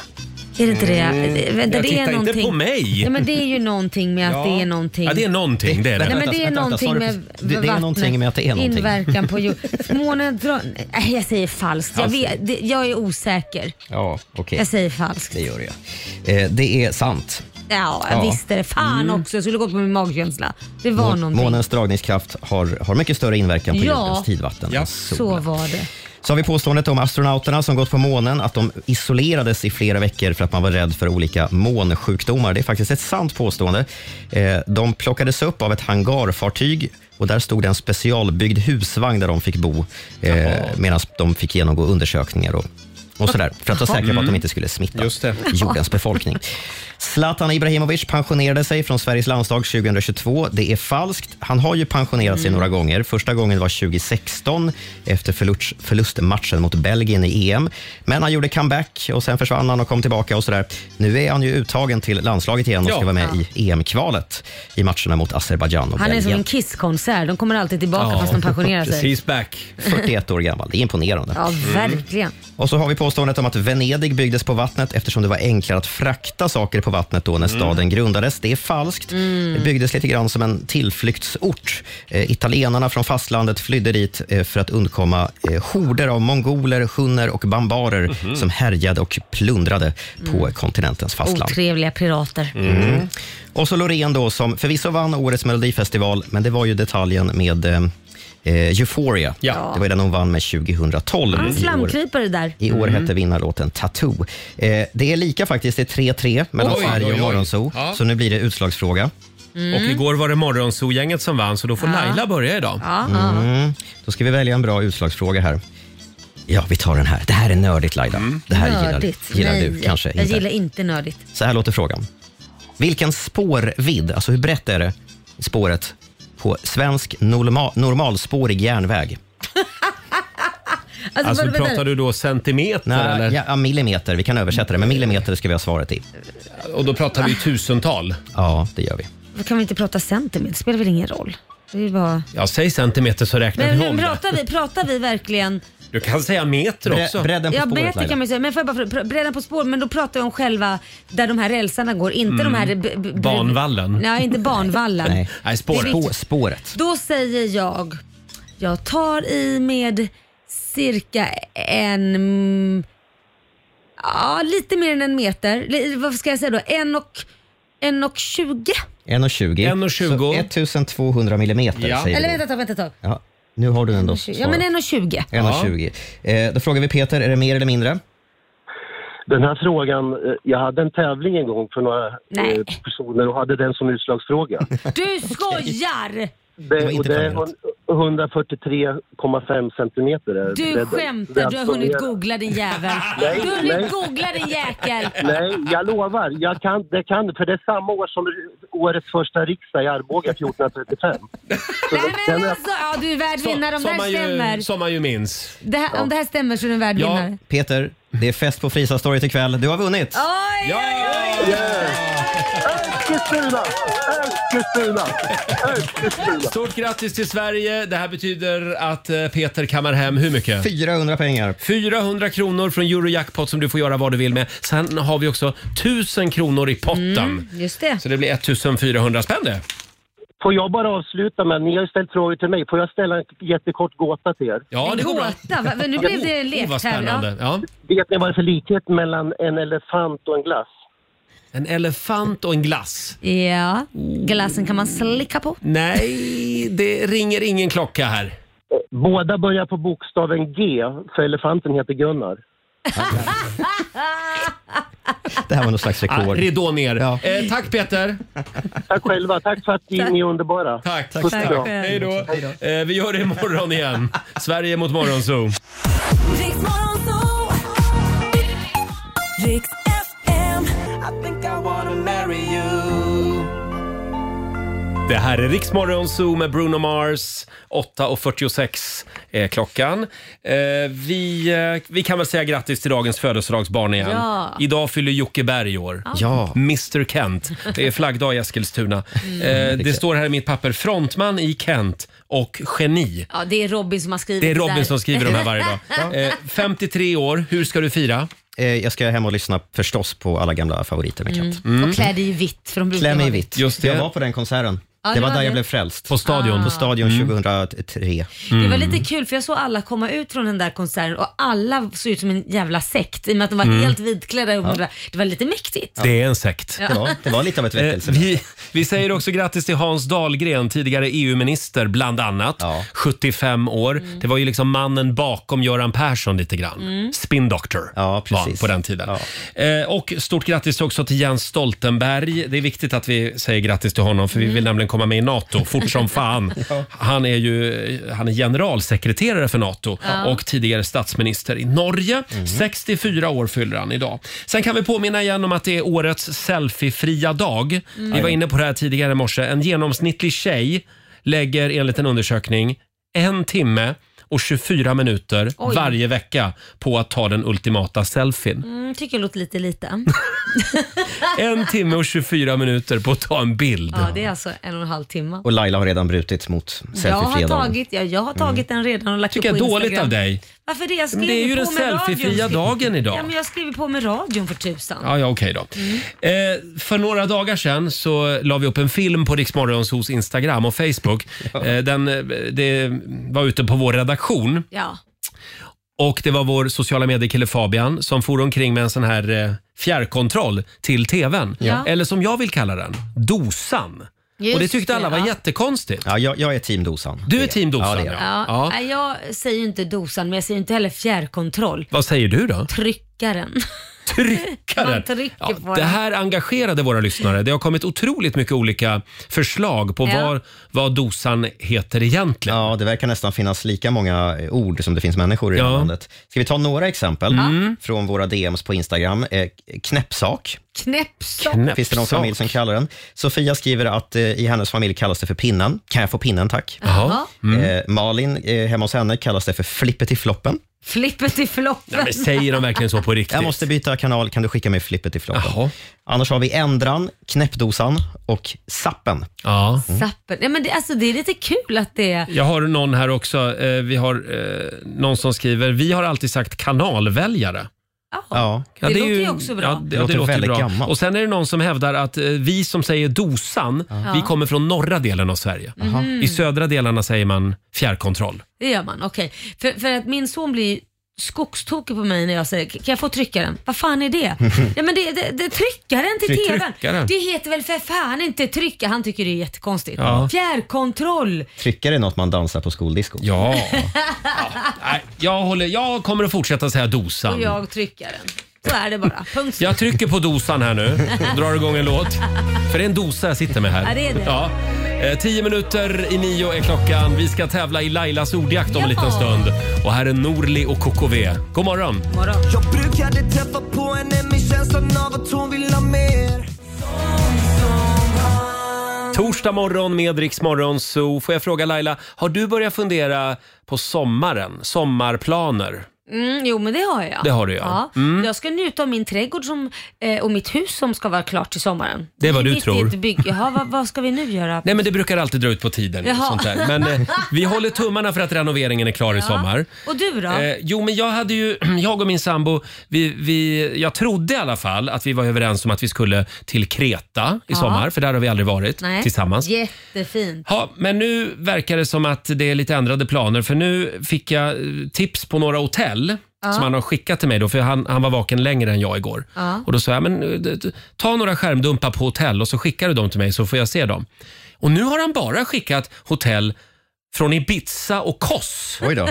Speaker 2: Är det inte det?
Speaker 1: Mm.
Speaker 2: det vänta,
Speaker 1: Jag
Speaker 2: det
Speaker 1: tittar
Speaker 2: är
Speaker 1: inte
Speaker 2: någonting.
Speaker 1: på mig.
Speaker 2: Ja, men det är ju någonting med att
Speaker 1: Ja.
Speaker 2: det är någonting.
Speaker 1: Ja, det är någonting. Det är det.
Speaker 2: Nej, men det är någonting
Speaker 3: sa du
Speaker 2: med
Speaker 3: precis- det- det är någonting
Speaker 2: vattnet,
Speaker 3: med att det är någonting.
Speaker 2: Inverkan på jord. Månen drar... Nej, jag säger falskt. Jag,
Speaker 3: Falskt.
Speaker 2: vet, det, jag är osäker.
Speaker 3: Ja, okej.
Speaker 2: Jag säger falskt.
Speaker 3: Det gör jag. Eh, det är sant.
Speaker 2: Ja,
Speaker 3: Ja.
Speaker 2: jag visste det. Fan
Speaker 3: Mm.
Speaker 2: också. Jag skulle gått på min magkänsla. Det var
Speaker 3: Må-
Speaker 2: någonting.
Speaker 3: Månens dragningskraft har, har mycket större inverkan på
Speaker 2: Ja.
Speaker 3: jordens tidvatten. än solen.
Speaker 2: Så var det.
Speaker 3: Så har vi påståendet om astronauterna som gått på månen, att de isolerades i flera veckor för att man var rädd för olika månsjukdomar. Det är faktiskt ett sant påstående. Eh, De plockades upp av ett hangarfartyg och där stod det en specialbyggd husvagn där de fick bo eh, medan de fick genomgå undersökningar och, och sådär, för att vara säkra på att de inte skulle smitta jordens befolkning. Zlatan Ibrahimovic pensionerade sig från Sveriges landslag 2022. Det är falskt. Han har ju pensionerat sig
Speaker 17: Mm.
Speaker 3: några gånger. Första gången var 2016 efter förlust, förlustmatchen mot Belgien i EM. Men han gjorde comeback och sen försvann han och kom tillbaka och sådär. Nu är han ju uttagen till landslaget igen och ska
Speaker 2: Ja.
Speaker 3: vara med
Speaker 2: Ja.
Speaker 3: i EM-kvalet i matcherna mot Azerbajdzjan och
Speaker 2: Han är som
Speaker 3: Belgien.
Speaker 2: en Kisskonsert. De kommer alltid tillbaka fast de pensionerar sig.
Speaker 3: back. 41 år gammal. Det är imponerande.
Speaker 2: Ja,
Speaker 3: Mm.
Speaker 2: verkligen.
Speaker 3: Och så har vi påståendet om att Venedig byggdes på vattnet eftersom det var enklare att frakta saker på vattnet då när
Speaker 17: Mm.
Speaker 3: staden grundades. Det är falskt.
Speaker 2: Mm.
Speaker 3: Det byggdes lite grann som en tillflyktsort. Eh, italienarna från fastlandet flydde dit eh, för att undkomma eh, horder av mongoler, hunner och bambarer
Speaker 2: Mhm.
Speaker 3: som härjade och plundrade på
Speaker 2: Mm.
Speaker 3: kontinentens fastland.
Speaker 2: Otrevliga pirater.
Speaker 3: Mm. Och så Loreen då som förvisso vann årets melodifestival, men det var ju detaljen med eh, eh, Euphoria.
Speaker 2: Ja.
Speaker 3: Det var ju den hon vann med 2012.
Speaker 2: Han
Speaker 3: i år.
Speaker 2: slamkrypare där.
Speaker 3: I år
Speaker 1: Mm.
Speaker 3: hette vinnarlåten Tattoo. Eh, det är lika faktiskt, det är 3-3 mellan
Speaker 1: Oj,
Speaker 3: Sverige
Speaker 1: oj,
Speaker 3: och
Speaker 1: oj.
Speaker 3: Morgonzoo.
Speaker 1: Ja.
Speaker 3: Så nu blir det utslagsfråga.
Speaker 1: Mm. Och igår var det Morgonzoo-gänget som vann, så då får
Speaker 3: Ja.
Speaker 1: Laila börja idag.
Speaker 3: Mm. Då ska vi välja en bra utslagsfråga här. Ja, vi tar den här. Det här är nördigt Laila.
Speaker 1: Mm.
Speaker 3: Det här
Speaker 2: Nördigt.
Speaker 3: gillar, gillar
Speaker 2: Nej,
Speaker 3: du kanske
Speaker 2: Jag
Speaker 3: inte.
Speaker 2: gillar inte nördigt.
Speaker 3: Så här låter frågan. Vilken spårvidd, alltså hur brett är det, spåret på svensk norma, normalspårig järnväg?
Speaker 2: Alltså, vad- vänta.
Speaker 3: då centimeter
Speaker 1: eller?
Speaker 3: Ja, ja, millimeter. Vi kan översätta det, men millimeter ska vi ha svaret i. Och då pratar
Speaker 2: vi
Speaker 3: tusental? Ja, det gör vi.
Speaker 2: Kan vi inte prata centimeter? Det spelar väl ingen roll? Det är bara...
Speaker 1: Ja, säg centimeter så räknar
Speaker 2: Men,
Speaker 1: vi om
Speaker 2: men
Speaker 1: det.
Speaker 2: pratar, vi, pratar vi verkligen...
Speaker 1: Du kan säga meter
Speaker 3: Bre-
Speaker 1: också.
Speaker 3: bredden
Speaker 2: ja, meter kan man ju säga. Men får jag bara, fråga, bredden på spår, men då pratar jag om själva där de här rälsarna går. Inte de här... b- b-
Speaker 1: Banvallen.
Speaker 2: Nej, inte banvallen.
Speaker 1: Nej, Nej spåret.
Speaker 2: Spå-
Speaker 3: spåret.
Speaker 2: Då säger jag, jag tar i med cirka en, ja lite mer än en meter. Li- Vad ska jag säga då? En och, en och tjugo?
Speaker 3: 1,20. 1,20. Så 1200 millimeter säger
Speaker 2: Eller
Speaker 3: vi
Speaker 2: vänta
Speaker 3: då.
Speaker 2: ett tag, vänta ett tag.
Speaker 3: Ja, nu har du den då.
Speaker 2: Ja men en och tjugo.
Speaker 3: 1,20. Eh, då frågar vi Peter, är det mer eller mindre?
Speaker 16: Den här frågan, eh, jag hade en tävling en gång för några eh, personer och hade den som utslagsfråga.
Speaker 2: Du skojar!
Speaker 16: Det, och det är hund- 143,5 centimeter. är
Speaker 2: Du
Speaker 16: bredden.
Speaker 2: skämtar,
Speaker 16: Den
Speaker 2: du har
Speaker 16: som
Speaker 2: hunnit
Speaker 16: är- alltså
Speaker 2: googla din jävel.
Speaker 16: Nej,
Speaker 2: Du har hunnit
Speaker 16: nej.
Speaker 2: googla din jäkel.
Speaker 16: Nej, jag lovar. Jag kan, det kan, för det är samma år som årets första riksdag i Arboga 1435.
Speaker 2: Men alltså, ja, du är värd vinnare om det här stämmer.
Speaker 1: som man ju minns.
Speaker 2: Det här, Om det här stämmer så är du en värd vinnare.
Speaker 3: Peter, det är fest på Fristadstorget ikväll. Du har vunnit!
Speaker 2: Oj, oj, oj!
Speaker 16: Eskilstuna! Eskilstuna!
Speaker 1: Stort grattis till Sverige. Det här betyder att eh, Peter kammar hem hur mycket?
Speaker 3: 400 pengar.
Speaker 1: 400 kronor från Eurojackpot som du får göra vad du vill med. Sen har vi också 1000 kronor i potten.
Speaker 2: Just det.
Speaker 1: Så det blir 1400 spänn det.
Speaker 16: Får jag bara avsluta med, ni har ju ställt frågor till mig, får jag ställa en jättekort gåta till er?
Speaker 1: Ja,
Speaker 2: En gåta? Va- Nu blev det en lek här. ja.
Speaker 16: Vet ni vad det är för likhet mellan en elefant och en glass?
Speaker 1: En elefant och en glass?
Speaker 2: Ja, glassen kan man slicka på.
Speaker 1: Nej, det ringer ingen klocka här.
Speaker 16: Båda börjar på bokstaven G, för elefanten heter Gunnar.
Speaker 3: Det här var någon slags rekord.
Speaker 1: Ah, ridå ner. Eh, tack Peter!
Speaker 16: Tack själva, tack för att ni är underbara.
Speaker 1: Tack,
Speaker 16: Puss och kram.
Speaker 1: Hej då. Eh, vi gör det imorgon igen. Sverige mot Morgonzoo.
Speaker 11: Riks FM. I think I wanna marry you.
Speaker 1: Det här är Riksmorgon Zoo med Bruno Mars. 8.46 är klockan. Eh, vi, eh, vi kan väl säga grattis till dagens födelsedagsbarn igen.
Speaker 17: Ja.
Speaker 1: Idag fyller Jocke Berg år.
Speaker 17: Ja.
Speaker 1: Mr Kent. Det är flaggdag i Eskilstuna.
Speaker 2: Mm.
Speaker 1: Eh, det står här i mitt papper, frontman i Kent och geni.
Speaker 2: Ja, det är Robin som har skrivit
Speaker 1: Det är
Speaker 2: där.
Speaker 1: Robin som skriver de här varje dag. Eh, 53 år, hur ska du fira?
Speaker 3: Eh, Jag ska hem och lyssna förstås på alla gamla favoriter med Kent.
Speaker 1: Mm.
Speaker 2: Och klä dig i vitt för de brukar
Speaker 3: Klä mig i
Speaker 2: vara-
Speaker 3: vitt. Jag var på den konserten.
Speaker 2: Ja,
Speaker 3: det var där jag blev frälst.
Speaker 1: På Mm.
Speaker 2: Stadion. Ah.
Speaker 3: På Stadion 2003.
Speaker 2: Det var lite kul för jag såg alla komma ut från den där konserten och alla såg ut som en jävla sekt i och med att de var
Speaker 1: Mm.
Speaker 2: helt vitklädda. Ja.
Speaker 1: Ja.
Speaker 2: Det var lite mäktigt.
Speaker 1: Det är en sekt.
Speaker 2: Ja. Det var- det var
Speaker 3: lite av ett väckelse.
Speaker 1: Eh, vi, vi säger också grattis till Hans Dahlgren, tidigare EU-minister bland annat. 75 år. Det var ju liksom mannen bakom Göran Persson lite grann.
Speaker 17: Mm.
Speaker 1: Spin doctor var på den tiden. Eh,
Speaker 15: Mm.
Speaker 1: och stort grattis också till Jens Stoltenberg. Det är viktigt att vi säger grattis till honom för vi vill nämligen komma komma med i NATO fort som fan. Han är ju han är generalsekreterare för NATO
Speaker 15: Ja. Mm.
Speaker 1: och tidigare statsminister i Norge. 64 år fyller han idag. Sen kan vi påminna igen om att det är årets selfiefria dag.
Speaker 15: Mm.
Speaker 1: Vi var inne på det här tidigare i morse. En genomsnittlig tjej lägger enligt en undersökning en timme och 24 minuter
Speaker 2: Oj.
Speaker 1: varje vecka på att ta den ultimata selfien.
Speaker 2: Mm, tycker jag låter lite lite.
Speaker 1: En timme och 24 minuter på att ta en bild.
Speaker 2: Ja, det är alltså en och en halv timme.
Speaker 3: Och Laila har redan brutit mot
Speaker 2: Jag har
Speaker 3: selfiefredagen.
Speaker 2: tagit, ja, jag har tagit den redan och lagt
Speaker 3: Tycker
Speaker 2: upp
Speaker 3: jag
Speaker 2: på
Speaker 3: dåligt
Speaker 2: Instagram.
Speaker 3: av dig.
Speaker 2: Varför det? Jag
Speaker 1: Men det
Speaker 2: skriver
Speaker 1: är ju
Speaker 2: på
Speaker 1: den
Speaker 2: med radion.
Speaker 1: selfiefria dagen idag.
Speaker 2: Ja, men jag skriver på med radion för tusan.
Speaker 1: Ja, ja okej då. Eh, för några dagar sedan så la vi upp en film på Rix hos Instagram och Facebook. Eh, den eh, det var ute på vår redaktion
Speaker 2: Ja.
Speaker 1: och det var vår sociala medier-kille Fabian som for omkring med en sån här eh, fjärrkontroll till TVn.
Speaker 3: Ja.
Speaker 1: Eller som jag vill kalla den, dosan.
Speaker 2: Just
Speaker 1: och det tyckte alla
Speaker 2: det,
Speaker 1: var
Speaker 2: ja.
Speaker 1: jättekonstigt.
Speaker 3: Ja, jag, jag är team dosan.
Speaker 1: Du är team dosan,
Speaker 3: Ja, det är jag.
Speaker 2: Ja. Nej, Jag säger ju inte dosan, men jag säger inte heller fjärrkontroll.
Speaker 1: Vad säger du då?
Speaker 2: Tryckaren. Man
Speaker 1: Tryckaren!
Speaker 2: trycker på
Speaker 1: Det
Speaker 2: den.
Speaker 1: här engagerade våra lyssnare. Det har kommit otroligt mycket olika förslag på
Speaker 2: Ja.
Speaker 1: vad, vad dosan heter egentligen.
Speaker 3: Ja, det verkar nästan finnas lika många eh, ord som det finns människor i det här landet. Ska vi ta några exempel
Speaker 1: Mm.
Speaker 3: från våra DMs på Instagram? Eh, knäppsak.
Speaker 2: Knäppstock.
Speaker 3: Finns det någon familj som kallar den? Sofia skriver att eh, i hennes familj kallas det för pinnen. Kan jag få pinnen tack?
Speaker 2: Jaha. Mm.
Speaker 3: Eh, Malin, eh, hemma hos henne kallas det för flippet i floppen.
Speaker 2: Flippet i floppen.
Speaker 1: verkligen så på riktigt?
Speaker 3: Jag måste byta kanal, kan du skicka mig flippet i floppen? Annars har vi ändran, knäppdosan och sappen.
Speaker 1: Ja.
Speaker 2: Zappen. Ja, men det, alltså, det är lite kul att det är...
Speaker 1: Jag har någon här också. Eh, Vi har eh, någon som skriver, vi har alltid sagt kanalväljare.
Speaker 3: Ja,
Speaker 2: det låter ju också bra.
Speaker 1: Ja, det, det låter, väldigt bra. gammalt. Och sen är det någon som hävdar att eh, vi som säger dosan,
Speaker 2: Ja. Mm.
Speaker 1: vi kommer från norra delen av Sverige.
Speaker 2: Jaha.
Speaker 1: I södra delarna säger man fjärrkontroll.
Speaker 2: Det gör man, okej. För, för att min son blir ju skogstokig på mig när jag säger, kan jag få tryckaren? Vad fan är det? ja men det, det, det tryckaren till
Speaker 1: Tryck-
Speaker 2: TVn.
Speaker 1: tryckaren.
Speaker 2: Det heter väl för fan inte trycka? Han tycker det är jättekonstigt.
Speaker 3: Ja.
Speaker 2: Fjärrkontroll.
Speaker 3: Tryckare är något man dansar på skoldisco.
Speaker 1: Ja. Nej, jag, håller, jag kommer att fortsätta säga
Speaker 2: Och
Speaker 1: dosan. Jag...
Speaker 2: jag tryckaren. Så är det bara. Punkt slut.
Speaker 1: trycker på dosan här nu och drar igång en låt. För det är en dosa jag sitter med här.
Speaker 2: Ja, det är det.
Speaker 1: Ja. Eh, Tio minuter i nio är klockan. Vi ska tävla i Lailas ordjakt om en
Speaker 15: Ja.
Speaker 1: liten stund. Och här är Norli och KKV. God morgon!
Speaker 15: Jag brukade träffa på henne med känslan av att hon vill ha mer
Speaker 1: Torsdag morgon med Rix Morgon Zoo. Får jag fråga Laila, har du börjat fundera på sommaren? Sommarplaner?
Speaker 2: Mm, jo men det har jag.
Speaker 1: Det har du, ja. Mm.
Speaker 2: Jag ska njuta av min trädgård som, eh, och mitt hus som ska vara klart till sommaren.
Speaker 1: Det är vad du
Speaker 2: Mitt i
Speaker 1: tror.
Speaker 2: ett Bygge. Jaha, vad, vad ska vi nu göra?
Speaker 1: Nej men det brukar alltid dra ut på tiden. och
Speaker 2: Jaha.
Speaker 1: Sånt där. Men eh, vi håller tummarna för att renoveringen är klar i sommar.
Speaker 2: Och du då?
Speaker 1: Eh, jo, men jag hade ju, jag och min sambo, vi, vi, jag trodde i alla fall att vi var överens om att vi skulle till Kreta i
Speaker 2: Ja.
Speaker 1: sommar, för där har vi aldrig varit
Speaker 2: Nej.
Speaker 1: tillsammans.
Speaker 2: Jättefint.
Speaker 1: Ja, men nu verkar det som att det är lite ändrade planer för nu fick jag eh, tips på några hotell
Speaker 2: Ja.
Speaker 1: som han har skickat till mig då för han, han var vaken längre än jag igår.
Speaker 2: Ja.
Speaker 1: Och då sa jag, men eh, d- d- ta några skärmdumpar på hotell och så skickar du dem till mig så får jag se dem. Och nu har han bara skickat hotell från Ibiza och Kos.
Speaker 3: Oj då.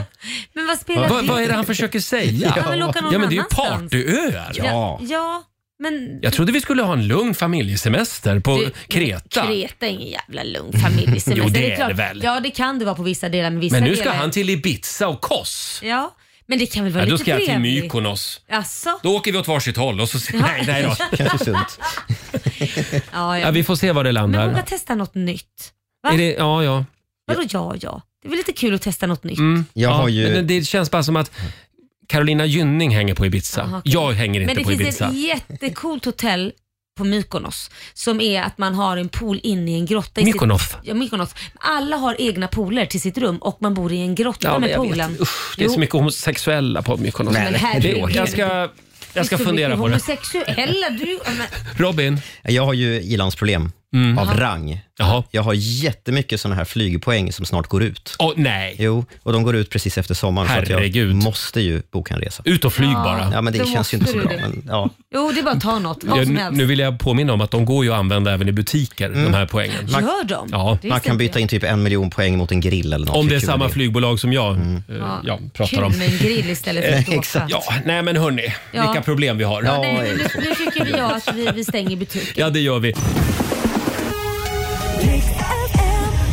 Speaker 2: Men vad spelar
Speaker 1: vad, vad är det han försöker säga?
Speaker 2: Han vill åka någon
Speaker 1: ja men det är ju
Speaker 2: annanstans.
Speaker 1: partyöar.
Speaker 2: Ja. ja, men
Speaker 1: Jag trodde vi skulle ha en lugn familjesemester på
Speaker 2: Du,
Speaker 1: Kreta.
Speaker 2: Kreta är ingen jävla lugn familjesemester.
Speaker 1: Jo, det är
Speaker 2: klart.
Speaker 1: det väl.
Speaker 2: Ja, det kan det vara på vissa delar, men vissa
Speaker 1: Men nu ska
Speaker 2: delar...
Speaker 1: han till Ibiza och Kos.
Speaker 2: Ja, men det kan väl vara
Speaker 1: Ja, då
Speaker 2: lite
Speaker 1: ska jag
Speaker 2: trevligt?
Speaker 1: till Mykonos.
Speaker 2: Jaså?
Speaker 1: Då åker vi åt varsitt håll och så...
Speaker 2: Ja.
Speaker 1: Nej, nej då.
Speaker 2: Kanske sunt. Ja,
Speaker 1: Ja, vi får se var det
Speaker 2: Men våga
Speaker 1: landar.
Speaker 2: testa något nytt. Va?
Speaker 1: Är det, ja, ja.
Speaker 2: Vadå ja, ja? Det är väl lite kul att testa något nytt?
Speaker 1: Mm.
Speaker 3: Jag
Speaker 1: ja,
Speaker 3: har ju-
Speaker 1: men det känns bara som att Carolina Gynning hänger på Ibiza.
Speaker 2: Jaha, Ah, okej.
Speaker 1: Jag hänger
Speaker 2: Men
Speaker 1: inte
Speaker 2: det
Speaker 1: på
Speaker 2: finns
Speaker 1: Ibiza.
Speaker 2: ett jättecoolt hotell på Mykonos som är att man har en pool inne i en grotta. I
Speaker 1: Mykonos.
Speaker 2: Sitt, ja, Mykonos. Alla har egna pooler till sitt rum och man bor i en grotta
Speaker 1: Ja, men
Speaker 2: med
Speaker 1: jag
Speaker 2: poolen.
Speaker 1: vet. Usch, det är så mycket homosexuella på Mykonos.
Speaker 2: Men herregud.
Speaker 1: Det- jag ska, jag ska
Speaker 2: Visst, du
Speaker 1: fundera
Speaker 2: blir
Speaker 1: på det.
Speaker 2: Homosexuella, du... ja, Men,
Speaker 1: Robin?
Speaker 3: Jag har ju ilandsproblem
Speaker 1: Mm.
Speaker 3: av
Speaker 2: Jaha.
Speaker 3: rang. Jag har jättemycket såna här flygpoäng som snart går ut.
Speaker 1: Åh nej!
Speaker 3: Jo, och de går ut precis efter sommaren.
Speaker 1: Herregud.
Speaker 3: Så att jag måste ju boka en resa.
Speaker 1: Ut och flyg
Speaker 2: Ja,
Speaker 1: bara.
Speaker 3: Ja, men det
Speaker 2: då
Speaker 3: känns ju
Speaker 2: måste
Speaker 3: inte så
Speaker 2: du
Speaker 3: bra.
Speaker 2: det.
Speaker 3: Men, ja.
Speaker 2: jo, det är bara att ta något. Vad
Speaker 1: Jag,
Speaker 2: som
Speaker 1: nu-
Speaker 2: helst.
Speaker 1: nu vill jag påminna om att de går ju att använda även i butiker,
Speaker 3: Mm.
Speaker 1: de här poängen.
Speaker 2: Gör de?
Speaker 1: Ja.
Speaker 2: Det
Speaker 3: Man
Speaker 2: visste
Speaker 3: kan
Speaker 2: inte
Speaker 3: byta in typ en miljon poäng mot en grill eller något.
Speaker 1: Om det är
Speaker 3: Hur kul
Speaker 1: samma flygbolag som jag,
Speaker 3: Mm.
Speaker 1: eh,
Speaker 2: Ja,
Speaker 1: ja, pratar
Speaker 2: Kul
Speaker 1: om.
Speaker 2: med en grill istället för att åka.
Speaker 1: Ja, nej men hörni,
Speaker 2: Ja.
Speaker 1: vilka problem vi har.
Speaker 2: Ja, nej, nu, nu tycker jag att vi, vi stänger butiken.
Speaker 1: Ja, det gör vi.